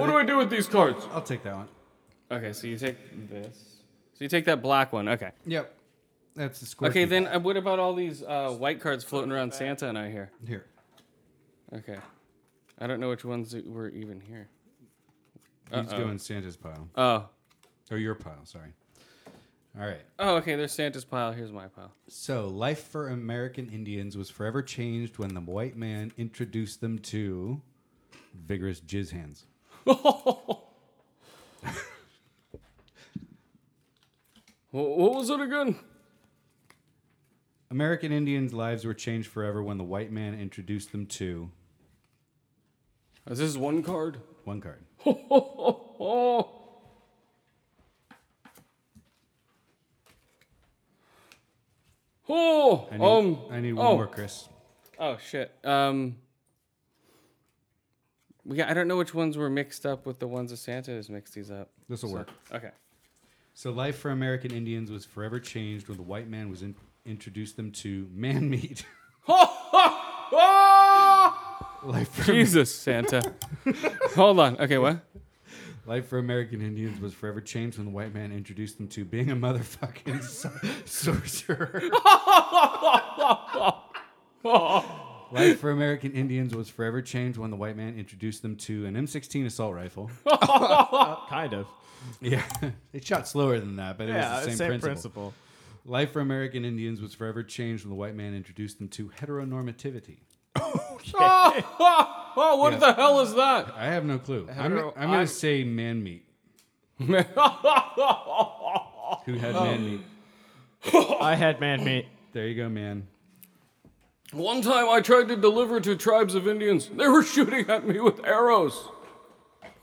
[SPEAKER 2] do I do with these cards?
[SPEAKER 3] I'll take that one.
[SPEAKER 2] Okay, so you take this. So you take that black one, okay.
[SPEAKER 3] Yep. That's the score.
[SPEAKER 2] Okay, then uh, what about all these uh, white cards floating around Santa and I here?
[SPEAKER 3] here.
[SPEAKER 2] Okay, I don't know which ones that were even here. uh,
[SPEAKER 3] He's doing Santa's pile.
[SPEAKER 2] Oh,
[SPEAKER 3] Or your pile, sorry. All right.
[SPEAKER 2] oh, okay. There's Santa's pile. Here's my [LAUGHS] pile.
[SPEAKER 3] So, life for American Indians was forever changed when the white man introduced them to vigorous jizz hands.
[SPEAKER 2] Wh- What was it again?
[SPEAKER 3] American Indians' lives were changed forever when the white man introduced them to
[SPEAKER 2] Is this one card?
[SPEAKER 3] one card.
[SPEAKER 2] Oh. Oh,
[SPEAKER 3] I need,
[SPEAKER 2] um,
[SPEAKER 3] I need one
[SPEAKER 2] oh.
[SPEAKER 3] more, Chris.
[SPEAKER 2] Oh shit. Um, we got, I don't know which ones were mixed up with the ones that Santa has mixed these up.
[SPEAKER 3] This'll work.
[SPEAKER 2] Okay.
[SPEAKER 3] So, life for American Indians was forever changed when the white man was in, introduced them to man [LAUGHS] meat. life, for,
[SPEAKER 2] Jesus, Santa. [LAUGHS] Hold on. Okay, what?
[SPEAKER 3] life for American Indians was forever changed when the white man introduced them to being a
[SPEAKER 2] [LAUGHS]
[SPEAKER 3] [LAUGHS] motherfucking sor- sorcerer. Life for American Indians was forever changed when the white man introduced them to an M16 assault rifle.
[SPEAKER 4] kind of.
[SPEAKER 3] Yeah, it shot slower than that, but it
[SPEAKER 4] Yeah,
[SPEAKER 3] was the same,
[SPEAKER 4] same
[SPEAKER 3] principle. Life for American Indians was forever changed when the white man introduced them to heteronormativity.
[SPEAKER 2] Oh, oh, oh, what
[SPEAKER 3] Yeah.
[SPEAKER 2] the hell is that?
[SPEAKER 3] I have no clue. I'm,
[SPEAKER 2] Hetero-
[SPEAKER 3] I'm going
[SPEAKER 2] I-
[SPEAKER 3] to say man meat. Who had man meat?
[SPEAKER 2] Oh.
[SPEAKER 4] I had
[SPEAKER 2] [LAUGHS]
[SPEAKER 4] man meat.
[SPEAKER 3] There you go, man.
[SPEAKER 2] One time I tried to deliver to tribes of Indians. They were shooting at me with arrows. [LAUGHS]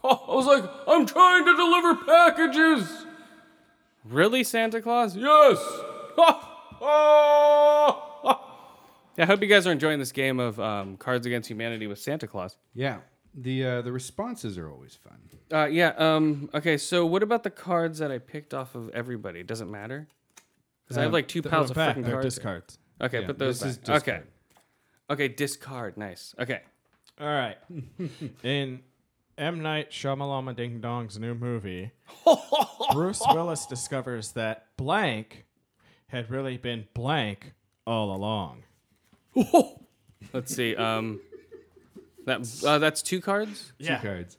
[SPEAKER 2] Oh, I was like, I'm trying to deliver packages. Really, Santa Claus? [LAUGHS] Yes. Yeah, I hope you guys are enjoying this game of um, Cards Against Humanity with Santa Claus.
[SPEAKER 3] Yeah, the uh, the responses are always fun.
[SPEAKER 2] Uh, yeah. Um, okay. So, what about the cards that I picked off of everybody? Does not matter? Because I
[SPEAKER 3] Uh,
[SPEAKER 2] have like two piles of freaking cards. here.
[SPEAKER 4] Discards.
[SPEAKER 2] Okay,
[SPEAKER 3] Yeah,
[SPEAKER 2] put those.
[SPEAKER 3] this is
[SPEAKER 2] back. okay.
[SPEAKER 3] discard.
[SPEAKER 2] Okay, discard. Nice. Okay. [LAUGHS]
[SPEAKER 4] All right. In M. Night Shyamalama Ding Dong's
[SPEAKER 2] [LAUGHS]
[SPEAKER 4] new movie, Bruce Willis discovers that blank had really been blank all along.
[SPEAKER 2] Let's see. Um, that uh, that's two cards.
[SPEAKER 4] Yeah.
[SPEAKER 3] Two cards.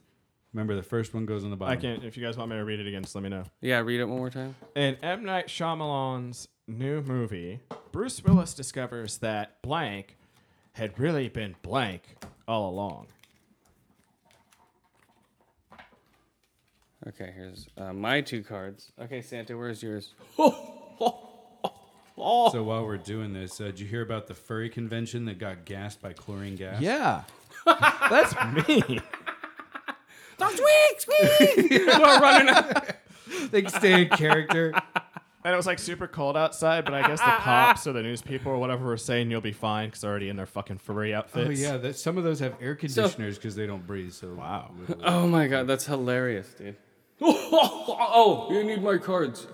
[SPEAKER 3] Remember, the first one goes on the bottom.
[SPEAKER 4] I can. If you guys want me to read it again, just let me know.
[SPEAKER 2] Yeah. Read it one more time.
[SPEAKER 4] In M. Night Shyamalan's new movie, Bruce Willis discovers that blank had really been blank all along.
[SPEAKER 2] Okay. Here's uh, my two cards. Okay, Santa. Where's yours?
[SPEAKER 3] So while we're doing this, uh, did you hear about the furry convention that got gassed by chlorine gas?
[SPEAKER 4] Yeah. [LAUGHS] That's me.
[SPEAKER 2] [LAUGHS]
[SPEAKER 3] they stay in character.
[SPEAKER 4] And it was like super cold outside, but I guess the cops or the news people or whatever were saying you'll be fine because they're already in their fucking furry outfits.
[SPEAKER 3] oh yeah, that, some of those have air conditioners because they don't breathe. So wow.
[SPEAKER 2] Oh my god, that's hilarious, dude. [LAUGHS] Oh, you need my cards.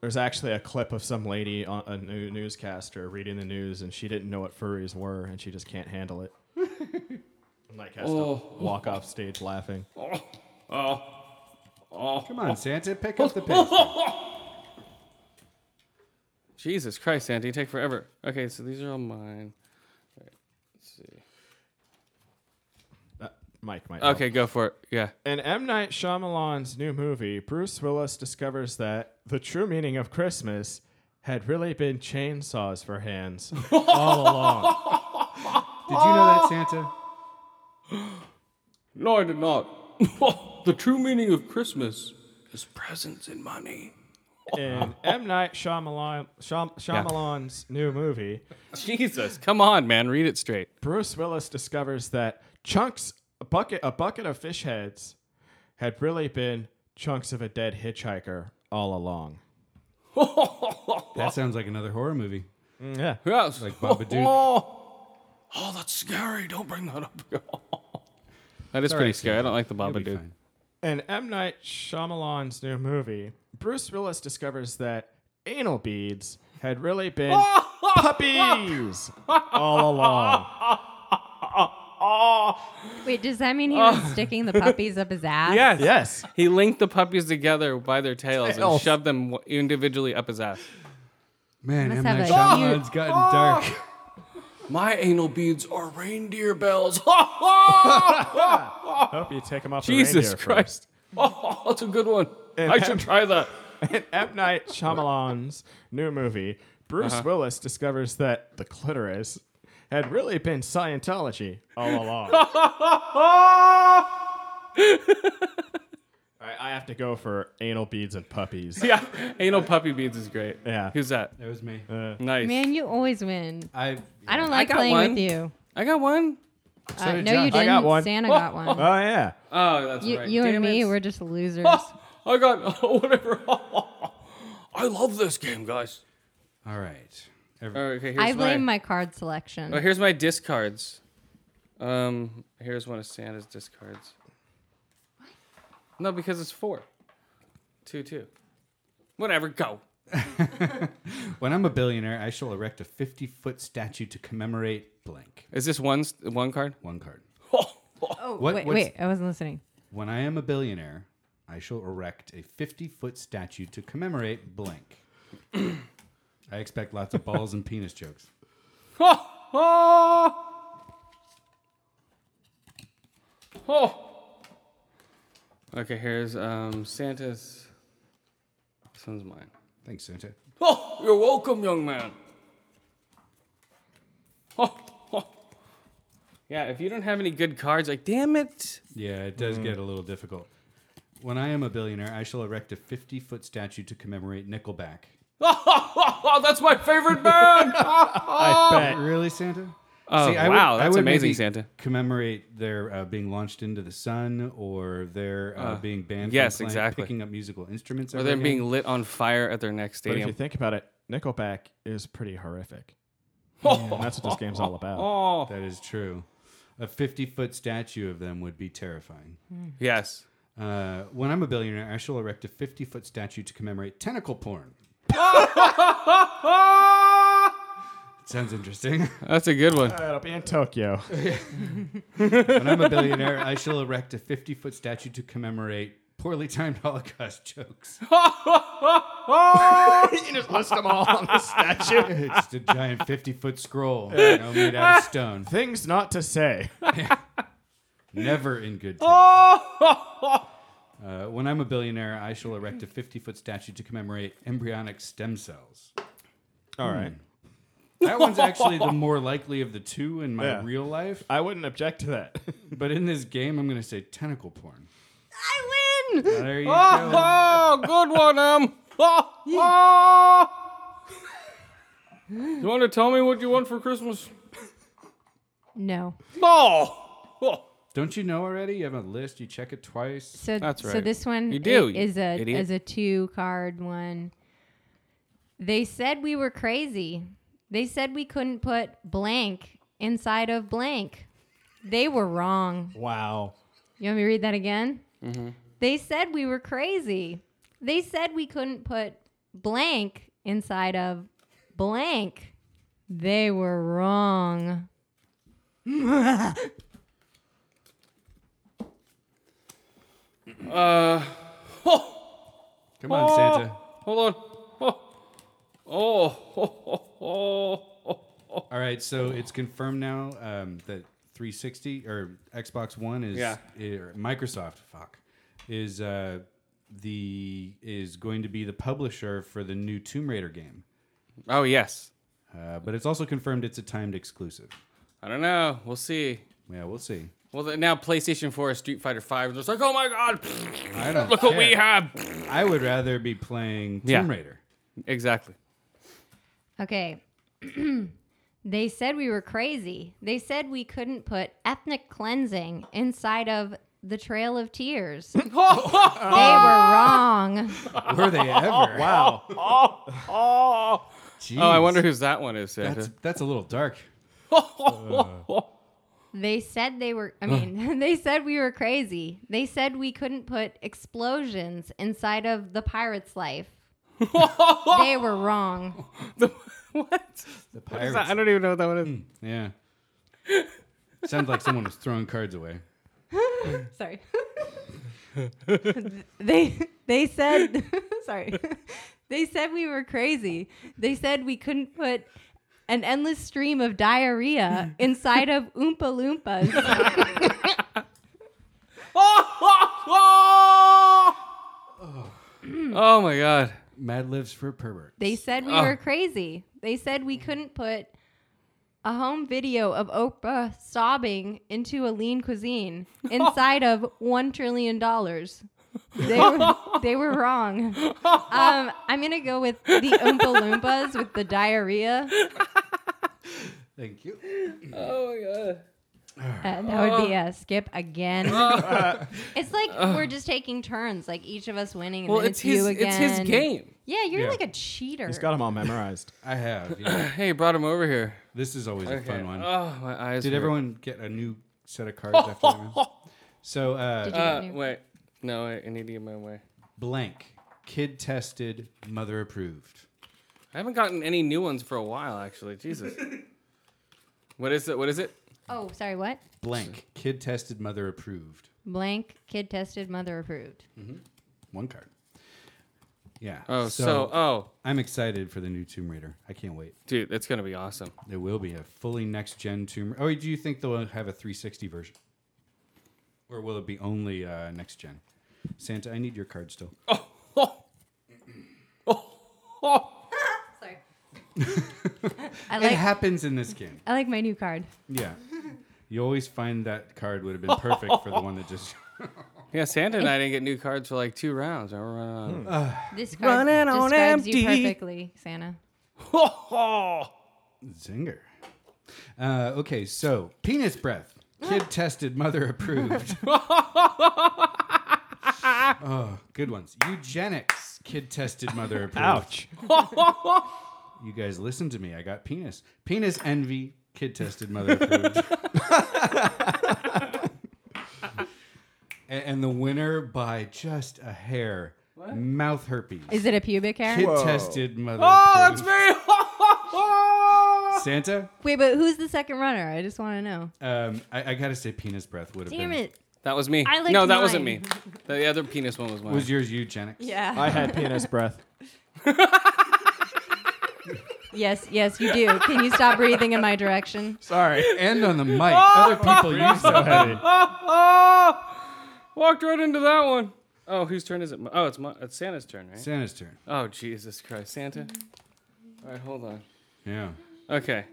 [SPEAKER 4] There's actually a clip of some lady, on a new newscaster, reading the news, and she didn't know what furries were, and she just can't handle it. And, like has
[SPEAKER 2] Oh.
[SPEAKER 4] to walk off stage laughing.
[SPEAKER 3] Come on, Santa, pick up the pick.
[SPEAKER 2] Jesus Christ, Santa, you take forever. Okay, so these are all mine.
[SPEAKER 4] That Mike might. help.
[SPEAKER 2] Okay, go for it. Yeah.
[SPEAKER 4] In M. Night Shyamalan's new movie, Bruce Willis discovers that the true meaning of Christmas had really been chainsaws for hands all along.
[SPEAKER 3] Did you know that, Santa?
[SPEAKER 2] No, I did not. [LAUGHS] the true meaning of Christmas is presents and money.
[SPEAKER 4] In M. Night Shyamalan, Shyam- Shyamalan's new movie,
[SPEAKER 2] Jesus, come on, man, read it straight.
[SPEAKER 4] Bruce Willis discovers that chunks a bucket a bucket of fish heads had really been chunks of a dead hitchhiker all along.
[SPEAKER 3] That sounds like another horror movie.
[SPEAKER 4] Yeah.
[SPEAKER 2] Yes.
[SPEAKER 3] Like Babadook.
[SPEAKER 2] Oh, oh, that's scary. Don't bring that up. [LAUGHS] that is
[SPEAKER 3] all
[SPEAKER 2] pretty
[SPEAKER 3] right,
[SPEAKER 2] scary. I don't like the
[SPEAKER 3] It'll be
[SPEAKER 2] Babadook.
[SPEAKER 3] fine.
[SPEAKER 4] In M. Night Shyamalan's new movie, Bruce Willis discovers that anal beads had really been [LAUGHS] puppies all along.
[SPEAKER 6] Wait, does that mean he
[SPEAKER 2] Oh.
[SPEAKER 6] was sticking the puppies up
[SPEAKER 2] [LAUGHS]
[SPEAKER 6] his ass?
[SPEAKER 2] Yes.
[SPEAKER 4] Yes.
[SPEAKER 2] He linked the puppies together by their tails, and
[SPEAKER 4] Tails.
[SPEAKER 2] shoved them w- individually up his ass.
[SPEAKER 3] Man,
[SPEAKER 6] Must
[SPEAKER 3] M
[SPEAKER 6] have
[SPEAKER 3] Night
[SPEAKER 6] a
[SPEAKER 3] Shyamalan's gotten dark.
[SPEAKER 2] My anal beads are reindeer bells. [LAUGHS]
[SPEAKER 4] Hope you take them off the
[SPEAKER 2] Jesus
[SPEAKER 4] reindeer
[SPEAKER 2] Christ. Oh, that's a good one. I should try that.
[SPEAKER 4] first. In M. Night Shyamalan's new movie, Bruce Willis discovers that the clitoris had really been Scientology all [LAUGHS] along. all right, I have to go for anal beads and puppies.
[SPEAKER 2] Yeah, [LAUGHS] anal puppy beads is great.
[SPEAKER 4] Yeah.
[SPEAKER 2] Who's that?
[SPEAKER 3] That was me.
[SPEAKER 2] Nice.
[SPEAKER 6] Man, you always win.
[SPEAKER 3] I
[SPEAKER 6] I don't like
[SPEAKER 2] got
[SPEAKER 6] playing
[SPEAKER 2] one.
[SPEAKER 6] with you.
[SPEAKER 2] I got one.
[SPEAKER 6] Uh, no,
[SPEAKER 3] did
[SPEAKER 6] you
[SPEAKER 3] Josh.
[SPEAKER 6] didn't.
[SPEAKER 4] I got one.
[SPEAKER 6] Santa got one.
[SPEAKER 4] Oh yeah.
[SPEAKER 2] Oh, that's
[SPEAKER 6] you
[SPEAKER 2] right.
[SPEAKER 6] you and
[SPEAKER 2] Damn
[SPEAKER 6] me,
[SPEAKER 2] it.
[SPEAKER 6] we're just losers.
[SPEAKER 2] I got [LAUGHS] whatever. I love this game, guys.
[SPEAKER 3] All right. Every-
[SPEAKER 2] Okay, here's
[SPEAKER 6] I blame
[SPEAKER 2] my.
[SPEAKER 6] my card selection.
[SPEAKER 2] Oh, here's my discards. Um, here's one of Santa's discards. No, because it's four. Two, two. Whatever, go.
[SPEAKER 3] When I'm a billionaire, I shall erect a 50 foot statue to commemorate blank.
[SPEAKER 2] Is this one s- one card? [LAUGHS]
[SPEAKER 3] One card.
[SPEAKER 6] oh,
[SPEAKER 3] what-
[SPEAKER 6] wait,
[SPEAKER 3] what's-
[SPEAKER 6] wait, I wasn't listening.
[SPEAKER 3] When I am a billionaire, I shall erect a 50 foot statue to commemorate blank. [COUGHS] I expect lots of balls and penis jokes.
[SPEAKER 2] Oh. Okay, here's um, Santa's. This one's mine.
[SPEAKER 3] Thanks, Santa.
[SPEAKER 2] Oh, you're welcome, young man. Oh, oh. Yeah, if you don't have any good cards, like, damn it. [LAUGHS]
[SPEAKER 3] Yeah, it does get a little difficult. When I am a billionaire, I shall erect a 50 foot statue to commemorate Nickelback.
[SPEAKER 2] Oh, that's my favorite [LAUGHS] band.
[SPEAKER 4] Oh.
[SPEAKER 3] I bet. Really, Santa?
[SPEAKER 2] Oh,
[SPEAKER 3] I
[SPEAKER 2] wow,
[SPEAKER 3] I
[SPEAKER 2] that's amazing,
[SPEAKER 3] maybe
[SPEAKER 2] Santa.
[SPEAKER 3] Commemorate their uh, being launched into the sun, or their uh,
[SPEAKER 2] Uh,
[SPEAKER 3] being banned.
[SPEAKER 2] yes,
[SPEAKER 3] from playing,
[SPEAKER 2] exactly.
[SPEAKER 3] Picking up musical instruments,
[SPEAKER 2] or
[SPEAKER 3] every
[SPEAKER 2] they're
[SPEAKER 3] day.
[SPEAKER 2] being lit on fire at their next
[SPEAKER 4] But if
[SPEAKER 2] stadium.
[SPEAKER 4] you think about it, Nickelback is pretty horrific. And that's what this game's all about.
[SPEAKER 2] Oh,
[SPEAKER 3] That is true. A 50 foot statue of them would be terrifying.
[SPEAKER 2] yes.
[SPEAKER 3] Uh, when I'm a billionaire, I shall erect a 50 foot statue to commemorate
[SPEAKER 2] [LAUGHS]
[SPEAKER 3] tentacle porn. Sounds interesting. [LAUGHS]
[SPEAKER 2] That's a good one.
[SPEAKER 4] That'll be in Tokyo.
[SPEAKER 3] when I'm a billionaire, I shall erect a 50 foot statue to commemorate poorly timed Holocaust
[SPEAKER 9] [LAUGHS]
[SPEAKER 3] jokes.
[SPEAKER 4] you just list them all [LAUGHS] on the statue.
[SPEAKER 3] it's a giant 50 foot scroll you know, made out of stone.
[SPEAKER 4] Things not to say.
[SPEAKER 3] Never in good taste.
[SPEAKER 2] Oh,
[SPEAKER 9] Oh.
[SPEAKER 3] Uh, when I'm a billionaire, I shall erect a 50 foot statue to commemorate embryonic stem cells. Hmm.
[SPEAKER 4] All right.
[SPEAKER 3] That one's
[SPEAKER 9] [LAUGHS]
[SPEAKER 3] actually the more likely of the two in my
[SPEAKER 4] Yeah.
[SPEAKER 3] real life.
[SPEAKER 4] I wouldn't object to that.
[SPEAKER 3] But in this game, I'm going to say tentacle porn.
[SPEAKER 9] I win!
[SPEAKER 3] There you go.
[SPEAKER 2] Oh, good one, Em. Oh, oh. You want to tell me what you want for Christmas?
[SPEAKER 6] No.
[SPEAKER 2] Oh. oh.
[SPEAKER 3] Don't you know already? You have a list. You check it twice.
[SPEAKER 6] So
[SPEAKER 2] That's
[SPEAKER 6] So
[SPEAKER 2] right.
[SPEAKER 6] this one
[SPEAKER 2] You do,
[SPEAKER 6] i- is
[SPEAKER 2] you
[SPEAKER 6] a
[SPEAKER 2] idiot.
[SPEAKER 6] is a two card one. They said we were crazy. They said we couldn't put blank inside of blank. They were wrong.
[SPEAKER 4] wow.
[SPEAKER 6] You want me to read that again? They said we were crazy. They said we couldn't put blank inside of blank. They were wrong.
[SPEAKER 3] Come on,
[SPEAKER 9] Oh.
[SPEAKER 3] Santa.
[SPEAKER 2] Hold on. Oh. Oh. [LAUGHS] Oh. Oh. Oh. Oh.
[SPEAKER 3] All right. So it's confirmed now um, that 360 or Xbox One is
[SPEAKER 2] Yeah.
[SPEAKER 3] i- or Microsoft. Fuck. Is uh, the is going to be the publisher for the new Tomb Raider game.
[SPEAKER 2] Oh, yes.
[SPEAKER 3] Uh, but it's also confirmed it's a timed exclusive.
[SPEAKER 2] I don't know. We'll see.
[SPEAKER 3] Yeah, we'll see.
[SPEAKER 2] Well, then now PlayStation 4 is Street Fighter 5. It's just like, oh my God, [LAUGHS]
[SPEAKER 3] I don't
[SPEAKER 2] look what we
[SPEAKER 3] care.
[SPEAKER 2] have. [LAUGHS]
[SPEAKER 3] I would rather be playing Tomb
[SPEAKER 2] Yeah.
[SPEAKER 3] Raider.
[SPEAKER 2] Exactly.
[SPEAKER 6] Okay. [CLEARS THROAT] they said we were crazy. They said we couldn't put ethnic cleansing inside of the Trail of Tears. they were wrong.
[SPEAKER 3] Were
[SPEAKER 2] [LAUGHS]
[SPEAKER 3] they ever? wow.
[SPEAKER 2] Oh, I wonder whose that one is, Santa. [LAUGHS]
[SPEAKER 3] That's that's a little dark.
[SPEAKER 6] They said they were, I mean, [LAUGHS] they said we were crazy. They said we couldn't put explosions inside of the pirate's life. they were wrong.
[SPEAKER 2] what?
[SPEAKER 3] The
[SPEAKER 2] What is
[SPEAKER 3] pirates.
[SPEAKER 2] that? I don't even know what that one
[SPEAKER 4] Mm.
[SPEAKER 2] is.
[SPEAKER 3] Yeah. Sounds like someone was throwing cards away.
[SPEAKER 6] Sorry. [LAUGHS] they they said [LAUGHS] sorry. they said we were crazy. They said we couldn't put an endless stream of diarrhea inside of Oompa Loompas.
[SPEAKER 2] Oh my God.
[SPEAKER 3] Mad lives for pervert.
[SPEAKER 6] They said
[SPEAKER 2] Ah.
[SPEAKER 6] we were crazy. They said we couldn't put a home video of Oprah sobbing into a lean
[SPEAKER 2] [LAUGHS]
[SPEAKER 6] cuisine inside of one trillion dollars.
[SPEAKER 2] [LAUGHS]
[SPEAKER 6] They were, they were wrong. Um, I'm gonna go with
[SPEAKER 2] [LAUGHS]
[SPEAKER 6] the Oompa Loompas with the diarrhea.
[SPEAKER 3] Thank you.
[SPEAKER 2] Oh my God.
[SPEAKER 6] Uh, that would be a skip
[SPEAKER 2] [LAUGHS]
[SPEAKER 6] again. [LAUGHS] it's like we're just taking turns, like each of us winning. And
[SPEAKER 2] Well,
[SPEAKER 6] then
[SPEAKER 2] it's his,
[SPEAKER 6] you
[SPEAKER 2] it's
[SPEAKER 6] again.
[SPEAKER 2] his game.
[SPEAKER 6] Yeah, you're
[SPEAKER 3] Yeah.
[SPEAKER 6] like a cheater.
[SPEAKER 4] He's got them all memorized.
[SPEAKER 3] I have. yeah.
[SPEAKER 2] [COUGHS] Hey, brought him over here.
[SPEAKER 3] This is always a fun one.
[SPEAKER 2] Oh, my eyes.
[SPEAKER 3] Did
[SPEAKER 2] hurt.
[SPEAKER 3] everyone get a new set of cards after that?
[SPEAKER 2] [LAUGHS]
[SPEAKER 3] round? So uh,
[SPEAKER 6] Did you-
[SPEAKER 2] Uh, wait. No, I, I need to get my way.
[SPEAKER 3] blank. Kid tested, mother approved.
[SPEAKER 2] I haven't gotten any new ones for a while, actually. Jesus. what is it? What is it?
[SPEAKER 6] oh, sorry, what?
[SPEAKER 3] Blank. Kid tested, mother approved.
[SPEAKER 6] Blank, kid tested, mother approved.
[SPEAKER 3] One card. Yeah.
[SPEAKER 2] Oh, so, oh,
[SPEAKER 3] I'm excited for the new Tomb Raider. I can't wait.
[SPEAKER 2] dude, that's gonna be awesome.
[SPEAKER 3] There will be a fully next gen Tomb. Oh, do you think they'll have a 360 version? Or will it be only uh, next gen? Santa, I need your card still.
[SPEAKER 6] Oh, [LAUGHS] Sorry. I
[SPEAKER 3] it
[SPEAKER 6] like
[SPEAKER 3] happens in this game.
[SPEAKER 6] I like my new card.
[SPEAKER 3] Yeah. You always find that card would have been perfect for the one that just. [LAUGHS]
[SPEAKER 2] Yeah, Santa and I didn't get new cards for like two rounds. I run out of-
[SPEAKER 6] This card
[SPEAKER 2] Running on
[SPEAKER 6] describes
[SPEAKER 2] empty.
[SPEAKER 6] you perfectly, Santa.
[SPEAKER 3] Zinger. Uh, okay, so penis breath. Kid tested, mother approved. oh, good ones. Eugenics. Kid tested, mother approved.
[SPEAKER 4] Ouch.
[SPEAKER 3] You guys listen to me. I got penis. Penis envy. Kid tested, mother approved. A- and, the winner by just a hair. Mouth herpes.
[SPEAKER 6] Is it a pubic hair?
[SPEAKER 3] Kid tested, mother
[SPEAKER 2] Oh,
[SPEAKER 3] approved.
[SPEAKER 2] that's me! [LAUGHS]
[SPEAKER 3] Santa,
[SPEAKER 6] Wait, but who's the second runner? I just want to know.
[SPEAKER 3] um, I, I gotta say, penis breath would have
[SPEAKER 6] Damn
[SPEAKER 3] been.
[SPEAKER 6] it.
[SPEAKER 2] that was me.
[SPEAKER 6] I liked
[SPEAKER 2] no, that wasn't me.
[SPEAKER 6] mine.
[SPEAKER 2] The other penis one was mine.
[SPEAKER 3] Was yours eugenics?
[SPEAKER 6] Yeah.
[SPEAKER 4] I had penis breath.
[SPEAKER 6] yes, yes, you do. Can you stop breathing in my direction?
[SPEAKER 3] Sorry. And on
[SPEAKER 2] [LAUGHS]
[SPEAKER 3] the mic. Other people use that.
[SPEAKER 2] Ah! Walked right into that one. Oh, whose turn is it? Oh, it's my, it's Santa's turn, right?
[SPEAKER 3] Santa's turn.
[SPEAKER 2] oh, Jesus Christ, Santa. All right, hold on.
[SPEAKER 3] Yeah.
[SPEAKER 2] Okay.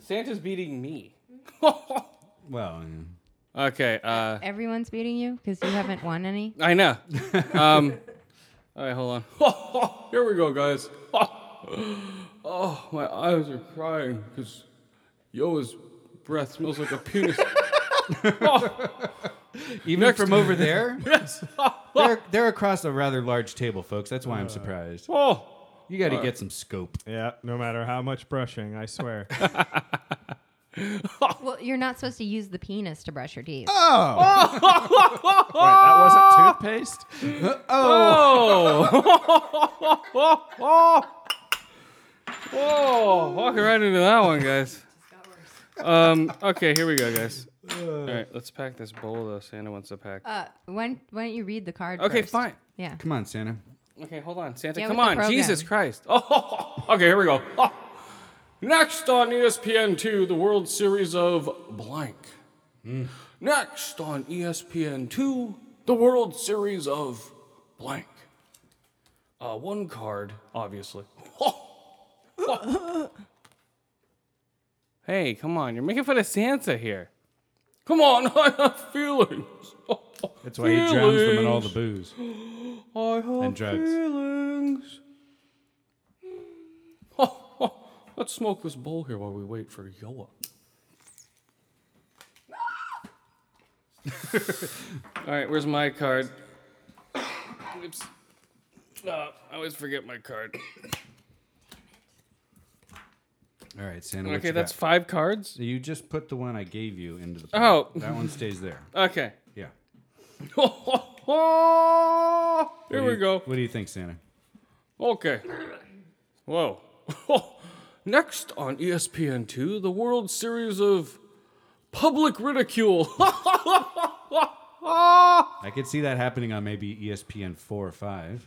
[SPEAKER 2] Santa's beating me.
[SPEAKER 3] Well, yeah.
[SPEAKER 2] okay. Uh,
[SPEAKER 6] Everyone's beating you because you haven't won any.
[SPEAKER 2] I know. Um, [LAUGHS] all right, hold on. [LAUGHS] Here we go, guys. Oh, my eyes are crying because Yoa's breath smells like a [LAUGHS] penis.
[SPEAKER 3] even from over there,
[SPEAKER 2] [LAUGHS] yes.
[SPEAKER 3] they're, they're across a rather large table, folks. That's
[SPEAKER 2] Uh,
[SPEAKER 3] why I'm surprised.
[SPEAKER 2] Oh.
[SPEAKER 3] You got to get some scope.
[SPEAKER 4] Yeah, no matter how much brushing, I swear.
[SPEAKER 6] Well, you're not supposed to use the penis to brush your teeth.
[SPEAKER 2] Ah!
[SPEAKER 4] Wait, that wasn't toothpaste?
[SPEAKER 2] Whoa, walking right into that one, guys. Um, okay, here we go, guys. All right, let's pack this bowl though. Santa wants to pack.
[SPEAKER 6] Uh, why, why don't you read the card?
[SPEAKER 2] okay,
[SPEAKER 6] first?
[SPEAKER 2] fine.
[SPEAKER 6] Yeah.
[SPEAKER 3] Come on, Santa.
[SPEAKER 2] Okay, hold on, Santa.
[SPEAKER 6] Yeah,
[SPEAKER 2] come
[SPEAKER 6] with the
[SPEAKER 2] on,
[SPEAKER 6] program.
[SPEAKER 2] Jesus Christ. Oh, [LAUGHS] okay, here we go. Oh. Next on E ESPN2, the World Series of blank. Next on E ESPN2, the World Series of blank. Uh, one card, obviously. [LAUGHS] Oh. hey, come on, you're making fun of Santa here. Come on, [LAUGHS] I have feelings.
[SPEAKER 3] That's why he drowns them in all the booze.
[SPEAKER 2] I have
[SPEAKER 3] And drugs.
[SPEAKER 2] [LAUGHS] feelings. Let's smoke this bowl here while we wait for Yoa. [LAUGHS] All right, where's my card? Oops. Uh, I always forget my card.
[SPEAKER 3] All right, Santa. what
[SPEAKER 2] Okay,
[SPEAKER 3] you
[SPEAKER 2] that's
[SPEAKER 3] got?
[SPEAKER 2] five cards.
[SPEAKER 3] So you just put the one I gave you into the.
[SPEAKER 2] Oh.
[SPEAKER 3] That one stays there.
[SPEAKER 2] Okay.
[SPEAKER 3] Yeah.
[SPEAKER 2] Here
[SPEAKER 3] What do
[SPEAKER 2] Oh, we
[SPEAKER 3] you-
[SPEAKER 2] go.
[SPEAKER 3] What do you think, Santa?
[SPEAKER 2] Okay. Whoa. [LAUGHS] Next on E ESPN2, the World Series of Public Ridicule. [LAUGHS]
[SPEAKER 3] I could see that happening on maybe E ESPN four or five.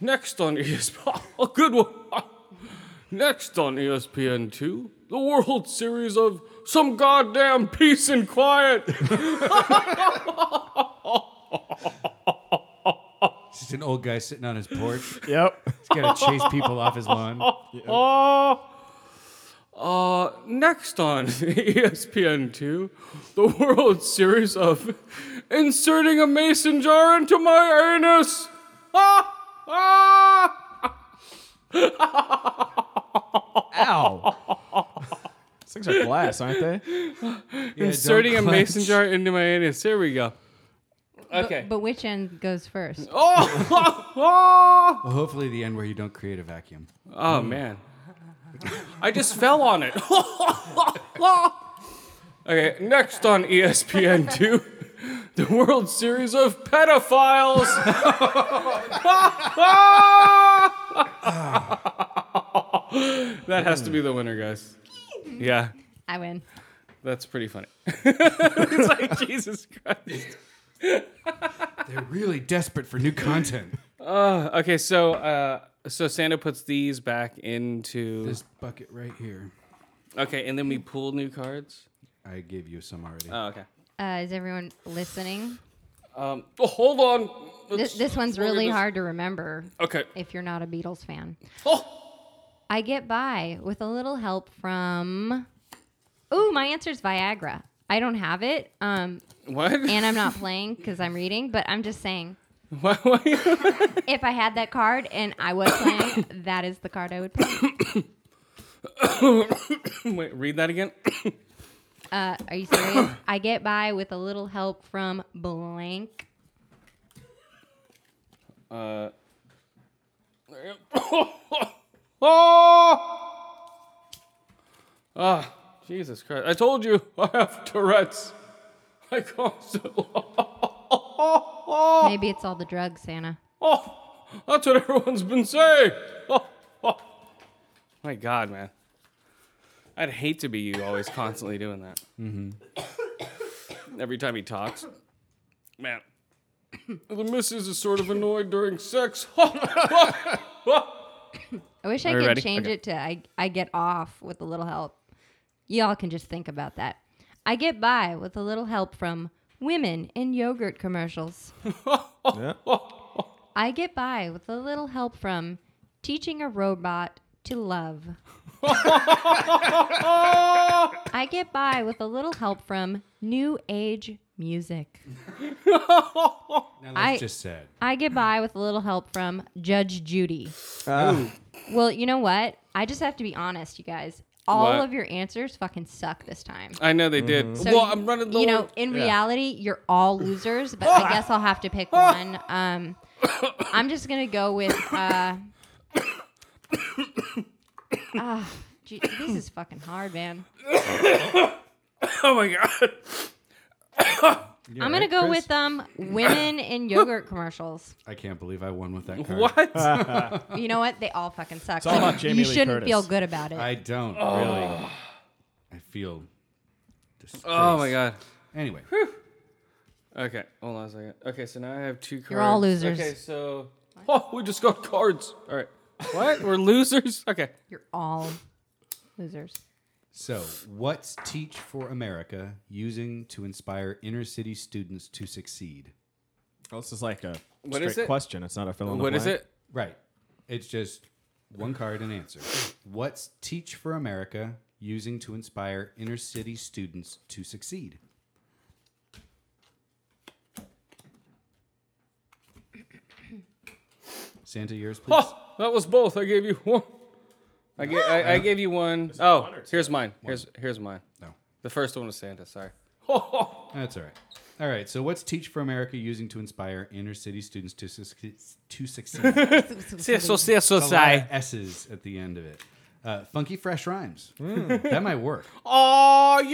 [SPEAKER 2] Next on E ESPN. [LAUGHS] A good one. Next on E ESPN2, the World Series of Some Goddamn Peace and Quiet.
[SPEAKER 3] Just an old guy sitting on his porch.
[SPEAKER 4] Yep.
[SPEAKER 3] He's got to chase people off his lawn.
[SPEAKER 2] Oh. Uh, next on [LAUGHS] E ESPN2, the World Series of inserting a mason jar into my anus. Ah, ah.
[SPEAKER 4] Ow. These things are glass, aren't they?
[SPEAKER 2] inserting a
[SPEAKER 3] clench.
[SPEAKER 2] mason jar into my anus. Here we go. Okay.
[SPEAKER 6] But which end goes first?
[SPEAKER 2] oh,
[SPEAKER 3] Well, hopefully the end where you don't create a vacuum.
[SPEAKER 2] oh man. I just fell on it. [LAUGHS] okay, next on E ESPN2, the World Series of Pedophiles. [LAUGHS] that has to be the winner, guys. Yeah,
[SPEAKER 6] I win.
[SPEAKER 2] that's pretty funny. [LAUGHS] it's like Jesus Christ.
[SPEAKER 3] They're really desperate for new content.
[SPEAKER 2] Okay, so uh, so Santa puts these back into
[SPEAKER 3] this bucket right here.
[SPEAKER 2] Okay, and then we pull new cards.
[SPEAKER 3] I gave you some already.
[SPEAKER 2] Oh, okay.
[SPEAKER 6] Uh, is everyone listening?
[SPEAKER 2] Um, oh, hold on.
[SPEAKER 6] This,
[SPEAKER 2] Let's-
[SPEAKER 6] this one's
[SPEAKER 2] we're gonna
[SPEAKER 6] really
[SPEAKER 2] just-
[SPEAKER 6] hard to remember.
[SPEAKER 2] Okay.
[SPEAKER 6] If you're not a Beatles fan.
[SPEAKER 2] Oh!
[SPEAKER 6] I get by with a little help from. Ooh, my answer is Viagra. I don't have it. Um,
[SPEAKER 2] What?
[SPEAKER 6] And I'm not playing because I'm reading, but I'm just saying.
[SPEAKER 2] [LAUGHS] Why- why- [LAUGHS]
[SPEAKER 6] If I had that card and I was playing, [COUGHS] that is the card I would play.
[SPEAKER 2] Wait, read that again. [LAUGHS]
[SPEAKER 6] Uh, are you serious? I get by with a little help from blank.
[SPEAKER 2] Uh, oh! Ah, Jesus Christ. I told you [LAUGHS] I have Tourette's. I can't. [LAUGHS]
[SPEAKER 6] Maybe it's all the drugs, Santa.
[SPEAKER 2] Oh, that's what everyone's been saying. Oh, oh. My God, man. I'd hate to be you always constantly doing that.
[SPEAKER 3] Mm-hmm.
[SPEAKER 2] Every time he talks. Man. The missus is sort of annoyed during sex. Oh,
[SPEAKER 6] I wish
[SPEAKER 2] Are
[SPEAKER 6] I
[SPEAKER 2] we
[SPEAKER 6] could
[SPEAKER 2] ready?
[SPEAKER 6] change
[SPEAKER 2] Okay.
[SPEAKER 6] it to I, I get off with a little help. Y'all can just think about that. I get by with a little help from women in
[SPEAKER 2] [LAUGHS]
[SPEAKER 6] yogurt commercials. I get by with a little help from teaching a robot
[SPEAKER 2] [LAUGHS]
[SPEAKER 6] to love. I get by with a little help from new age music.
[SPEAKER 3] Now
[SPEAKER 6] I-
[SPEAKER 3] that's just sad.
[SPEAKER 6] I get by with a little help from Judge Judy.
[SPEAKER 3] Ah.
[SPEAKER 6] Well, you know what? I just have to be honest, you guys. All
[SPEAKER 2] What?
[SPEAKER 6] of your answers fucking suck this time.
[SPEAKER 3] Uh,
[SPEAKER 2] I know they did.
[SPEAKER 6] Mm-hmm. So
[SPEAKER 2] Well,
[SPEAKER 6] you-
[SPEAKER 2] I'm running low.
[SPEAKER 6] You know, in
[SPEAKER 2] Yeah.
[SPEAKER 6] reality, you're all losers, but I guess I'll have
[SPEAKER 3] [LAUGHS]
[SPEAKER 6] to pick one. Um, I'm just gonna go with. Uh, [COUGHS] ah, gee, this is fucking hard, man.
[SPEAKER 2] Oh my God.
[SPEAKER 6] I'm gonna go with um, women in yogurt commercials.
[SPEAKER 3] I can't believe I won with that card.
[SPEAKER 2] [LAUGHS]
[SPEAKER 6] Ah,
[SPEAKER 2] What?
[SPEAKER 6] You know what? They all fucking suck.
[SPEAKER 3] It's all about Jamie
[SPEAKER 6] you
[SPEAKER 3] Lee
[SPEAKER 6] shouldn't
[SPEAKER 3] Curtis.
[SPEAKER 6] feel good about it.
[SPEAKER 3] I don't
[SPEAKER 6] Oh.
[SPEAKER 3] really. I feel. Disgrace.
[SPEAKER 2] Oh my God.
[SPEAKER 3] Anyway,
[SPEAKER 2] Okay, hold on a second. Okay, so now I have two cards.
[SPEAKER 6] You're all losers.
[SPEAKER 2] Okay, so. Oh, we just got cards. All right. What? We're [LAUGHS] losers? Okay.
[SPEAKER 6] You're all losers.
[SPEAKER 3] so what's Teach for America using to inspire inner city students to succeed?
[SPEAKER 4] Well, this is like a
[SPEAKER 2] What
[SPEAKER 4] straight
[SPEAKER 2] is it?
[SPEAKER 4] question. It's not a fill in the
[SPEAKER 2] What is
[SPEAKER 4] blank.
[SPEAKER 2] it?
[SPEAKER 3] Right. It's just one card and answer. What's Teach for America using to inspire inner city students to succeed? Santa, yours, please.
[SPEAKER 2] Oh, that was both. I gave you [LAUGHS] one. I, ga- I, I gave you one. Oh, here's mine. Here's here's mine.
[SPEAKER 3] No.
[SPEAKER 2] The first one was Santa. [LAUGHS] Sorry. Oh,
[SPEAKER 3] That's all right. All right. So, what's Teach for America using to inspire inner city students to succeed? To succeed.
[SPEAKER 2] Yes, so- yes, so
[SPEAKER 3] It's a lot of
[SPEAKER 2] say.
[SPEAKER 3] S's at the end of it. Uh, funky fresh rhymes. that might work.
[SPEAKER 2] Oh yeah.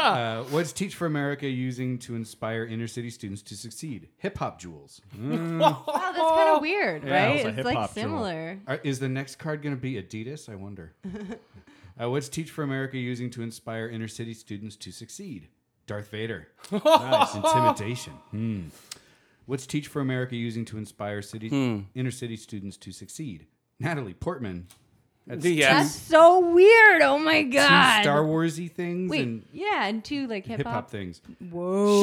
[SPEAKER 3] Uh, what's Teach for America using to inspire inner city students to succeed? Hip hop jewels.
[SPEAKER 2] Mm-hmm.
[SPEAKER 3] Mm.
[SPEAKER 6] Oh, that's kind of weird,
[SPEAKER 3] Yeah,
[SPEAKER 6] right?
[SPEAKER 3] it's a
[SPEAKER 6] It's,
[SPEAKER 3] hip-hop jewel.
[SPEAKER 6] like similar.
[SPEAKER 3] Are- Is the next card going to be Adidas?
[SPEAKER 2] [LAUGHS]
[SPEAKER 3] I wonder. Uh, what's Teach for America using to inspire inner city students to succeed? Darth Vader.
[SPEAKER 2] [LAUGHS]
[SPEAKER 3] nice. Intimidation. Hmm. What's Teach for America using to inspire city
[SPEAKER 2] Hmm.
[SPEAKER 3] inner city students to succeed? Natalie Portman. That's
[SPEAKER 6] That's so weird. Oh my
[SPEAKER 3] two
[SPEAKER 6] god.
[SPEAKER 3] Star Warsy things
[SPEAKER 6] Wait,
[SPEAKER 3] and
[SPEAKER 6] yeah, and two like hip
[SPEAKER 3] hip hop
[SPEAKER 6] hop.
[SPEAKER 3] things.
[SPEAKER 6] Whoa.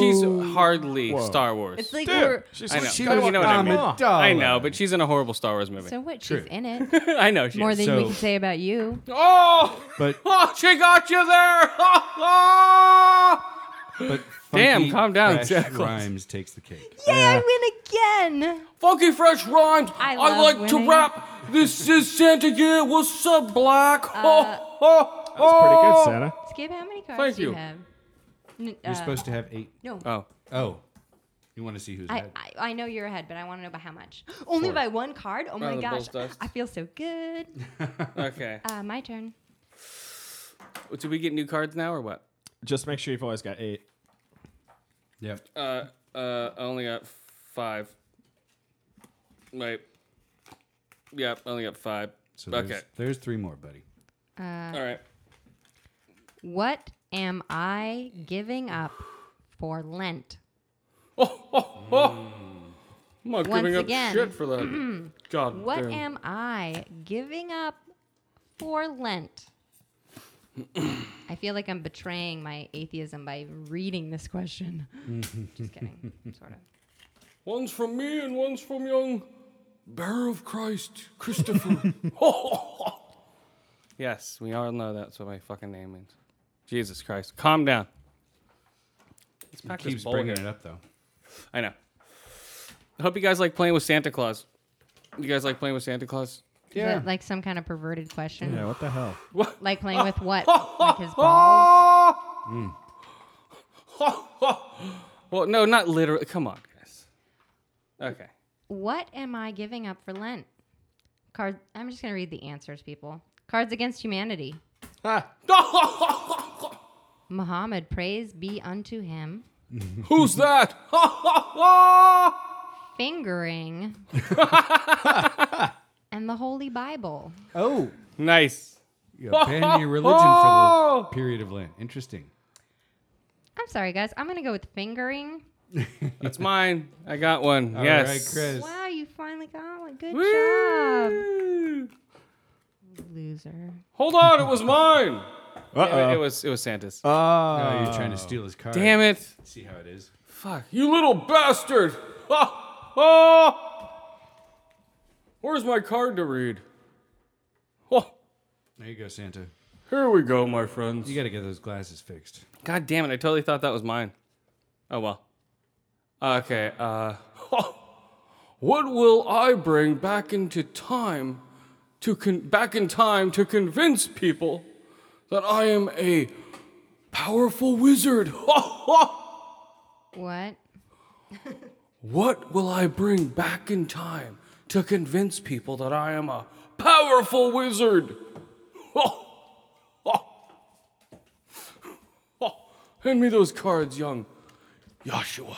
[SPEAKER 2] [LAUGHS] She's hardly
[SPEAKER 3] Whoa.
[SPEAKER 2] Star Wars.
[SPEAKER 6] It's like we're,
[SPEAKER 2] I know.
[SPEAKER 3] she
[SPEAKER 2] but
[SPEAKER 3] was
[SPEAKER 2] you know what I mean.
[SPEAKER 3] Amidala.
[SPEAKER 2] I know, but she's in a horrible Star Wars movie.
[SPEAKER 6] so what? She's
[SPEAKER 3] [LAUGHS]
[SPEAKER 6] in it.
[SPEAKER 2] [LAUGHS] I know she
[SPEAKER 6] More
[SPEAKER 2] is.
[SPEAKER 6] than
[SPEAKER 3] So-
[SPEAKER 6] we can say about you.
[SPEAKER 2] Oh, [LAUGHS]
[SPEAKER 3] But
[SPEAKER 2] oh, she got you there. [LAUGHS] Oh, oh. [LAUGHS]
[SPEAKER 3] but
[SPEAKER 2] Damn,
[SPEAKER 3] Funky
[SPEAKER 2] calm down,
[SPEAKER 3] Fresh
[SPEAKER 2] Jack.
[SPEAKER 3] Rhymes takes the cake.
[SPEAKER 6] Yay! I win again.
[SPEAKER 2] Funky fresh rhymes.
[SPEAKER 6] I
[SPEAKER 2] I
[SPEAKER 6] love
[SPEAKER 2] like to
[SPEAKER 6] winning.
[SPEAKER 2] rap. This is Santa Gear. What's up, [LAUGHS] Black?
[SPEAKER 6] Uh,
[SPEAKER 2] oh, oh,
[SPEAKER 4] That was
[SPEAKER 2] oh.
[SPEAKER 4] pretty good, Santa.
[SPEAKER 6] Skip, how many cards
[SPEAKER 2] Thank
[SPEAKER 6] do you,
[SPEAKER 2] you.
[SPEAKER 6] have? N-
[SPEAKER 3] You're
[SPEAKER 6] uh,
[SPEAKER 3] supposed to have eight.
[SPEAKER 6] No.
[SPEAKER 2] Oh,
[SPEAKER 3] Oh, you want to see who's
[SPEAKER 6] I,
[SPEAKER 3] ahead?
[SPEAKER 6] I, I know you're ahead, but I want to know by how much. [GASPS] Only
[SPEAKER 3] Four.
[SPEAKER 6] by one card? Oh my
[SPEAKER 2] Round of
[SPEAKER 6] gosh.
[SPEAKER 2] balls dust.
[SPEAKER 6] I feel so
[SPEAKER 3] [LAUGHS]
[SPEAKER 6] good.
[SPEAKER 2] Oh, okay.
[SPEAKER 6] Uh, my turn.
[SPEAKER 2] [LAUGHS] Do we get new cards now or what?
[SPEAKER 4] Just make sure you've always got eight.
[SPEAKER 3] Yep.
[SPEAKER 2] Uh, uh, I only got five. Wait. Yep, I only got five.
[SPEAKER 3] So there's,
[SPEAKER 2] okay.
[SPEAKER 3] there's three more, buddy.
[SPEAKER 6] Uh,
[SPEAKER 2] All right.
[SPEAKER 6] What am I giving up for Lent?
[SPEAKER 2] Oh, oh, oh. I'm not
[SPEAKER 6] Once
[SPEAKER 2] giving up
[SPEAKER 6] again.
[SPEAKER 2] shit for
[SPEAKER 6] [CLEARS THROAT]
[SPEAKER 2] that. God.
[SPEAKER 6] What
[SPEAKER 2] damn.
[SPEAKER 6] am I giving up for Lent? I feel like I'm betraying my atheism by reading this question. Just kidding, sort of.
[SPEAKER 11] One's from me and one's from young Bear of Christ, Christopher. [LAUGHS] oh,
[SPEAKER 2] Yes, we all know that's what my fucking name means. Jesus Christ, calm down. Let's
[SPEAKER 3] He
[SPEAKER 2] pack this
[SPEAKER 3] keeps
[SPEAKER 2] bowl
[SPEAKER 3] bringing
[SPEAKER 2] here.
[SPEAKER 3] it up, though.
[SPEAKER 2] I know. I hope you guys like playing with Santa Claus. You guys like playing with Santa Claus?
[SPEAKER 6] Is it like some kind of perverted question?
[SPEAKER 2] Yeah, what the hell?
[SPEAKER 6] Like playing with what? like his balls?
[SPEAKER 2] Well, no, not literally. Come on, guys. Okay.
[SPEAKER 6] What am I giving up for Lent? Card. I'm just gonna read the answers, people. Cards Against Humanity. Muhammad, praise be unto him.
[SPEAKER 11] [LAUGHS] Who's that? [LAUGHS]
[SPEAKER 4] [LAUGHS]
[SPEAKER 6] Fingering. and the Holy Bible.
[SPEAKER 3] Oh,
[SPEAKER 2] nice.
[SPEAKER 3] You
[SPEAKER 2] [LAUGHS]
[SPEAKER 3] abandon your religion
[SPEAKER 2] Oh!
[SPEAKER 3] for the period of Lent. Interesting.
[SPEAKER 6] I'm sorry, guys. I'm gonna go with fingering.
[SPEAKER 2] That's mine. I got one.
[SPEAKER 3] All
[SPEAKER 2] yes.
[SPEAKER 3] right, Chris.
[SPEAKER 6] Wow, you finally got one. Good job. Loser.
[SPEAKER 2] Hold on, it was mine.
[SPEAKER 3] Uh-oh.
[SPEAKER 2] Damn it, it was it was Santa's.
[SPEAKER 3] Oh. No, you're trying to steal his card.
[SPEAKER 2] Damn it.
[SPEAKER 3] See how it is.
[SPEAKER 2] Fuck.
[SPEAKER 11] You little
[SPEAKER 2] [LAUGHS]
[SPEAKER 11] bastard! Ah, ah. Where's my card to read?
[SPEAKER 3] There you go, Santa.
[SPEAKER 2] Oh, Here we go, my friends.
[SPEAKER 3] You got to get those glasses fixed.
[SPEAKER 2] God damn it! I totally thought that was mine. Oh well. Okay. Uh.
[SPEAKER 11] [LAUGHS] What will I bring back into time to con- back in time to convince people that I am a powerful wizard? [LAUGHS]
[SPEAKER 6] What?
[SPEAKER 11] what will I bring back in time to convince people that I am a powerful wizard? [LAUGHS] Hand me those cards, young [LAUGHS] Joshua.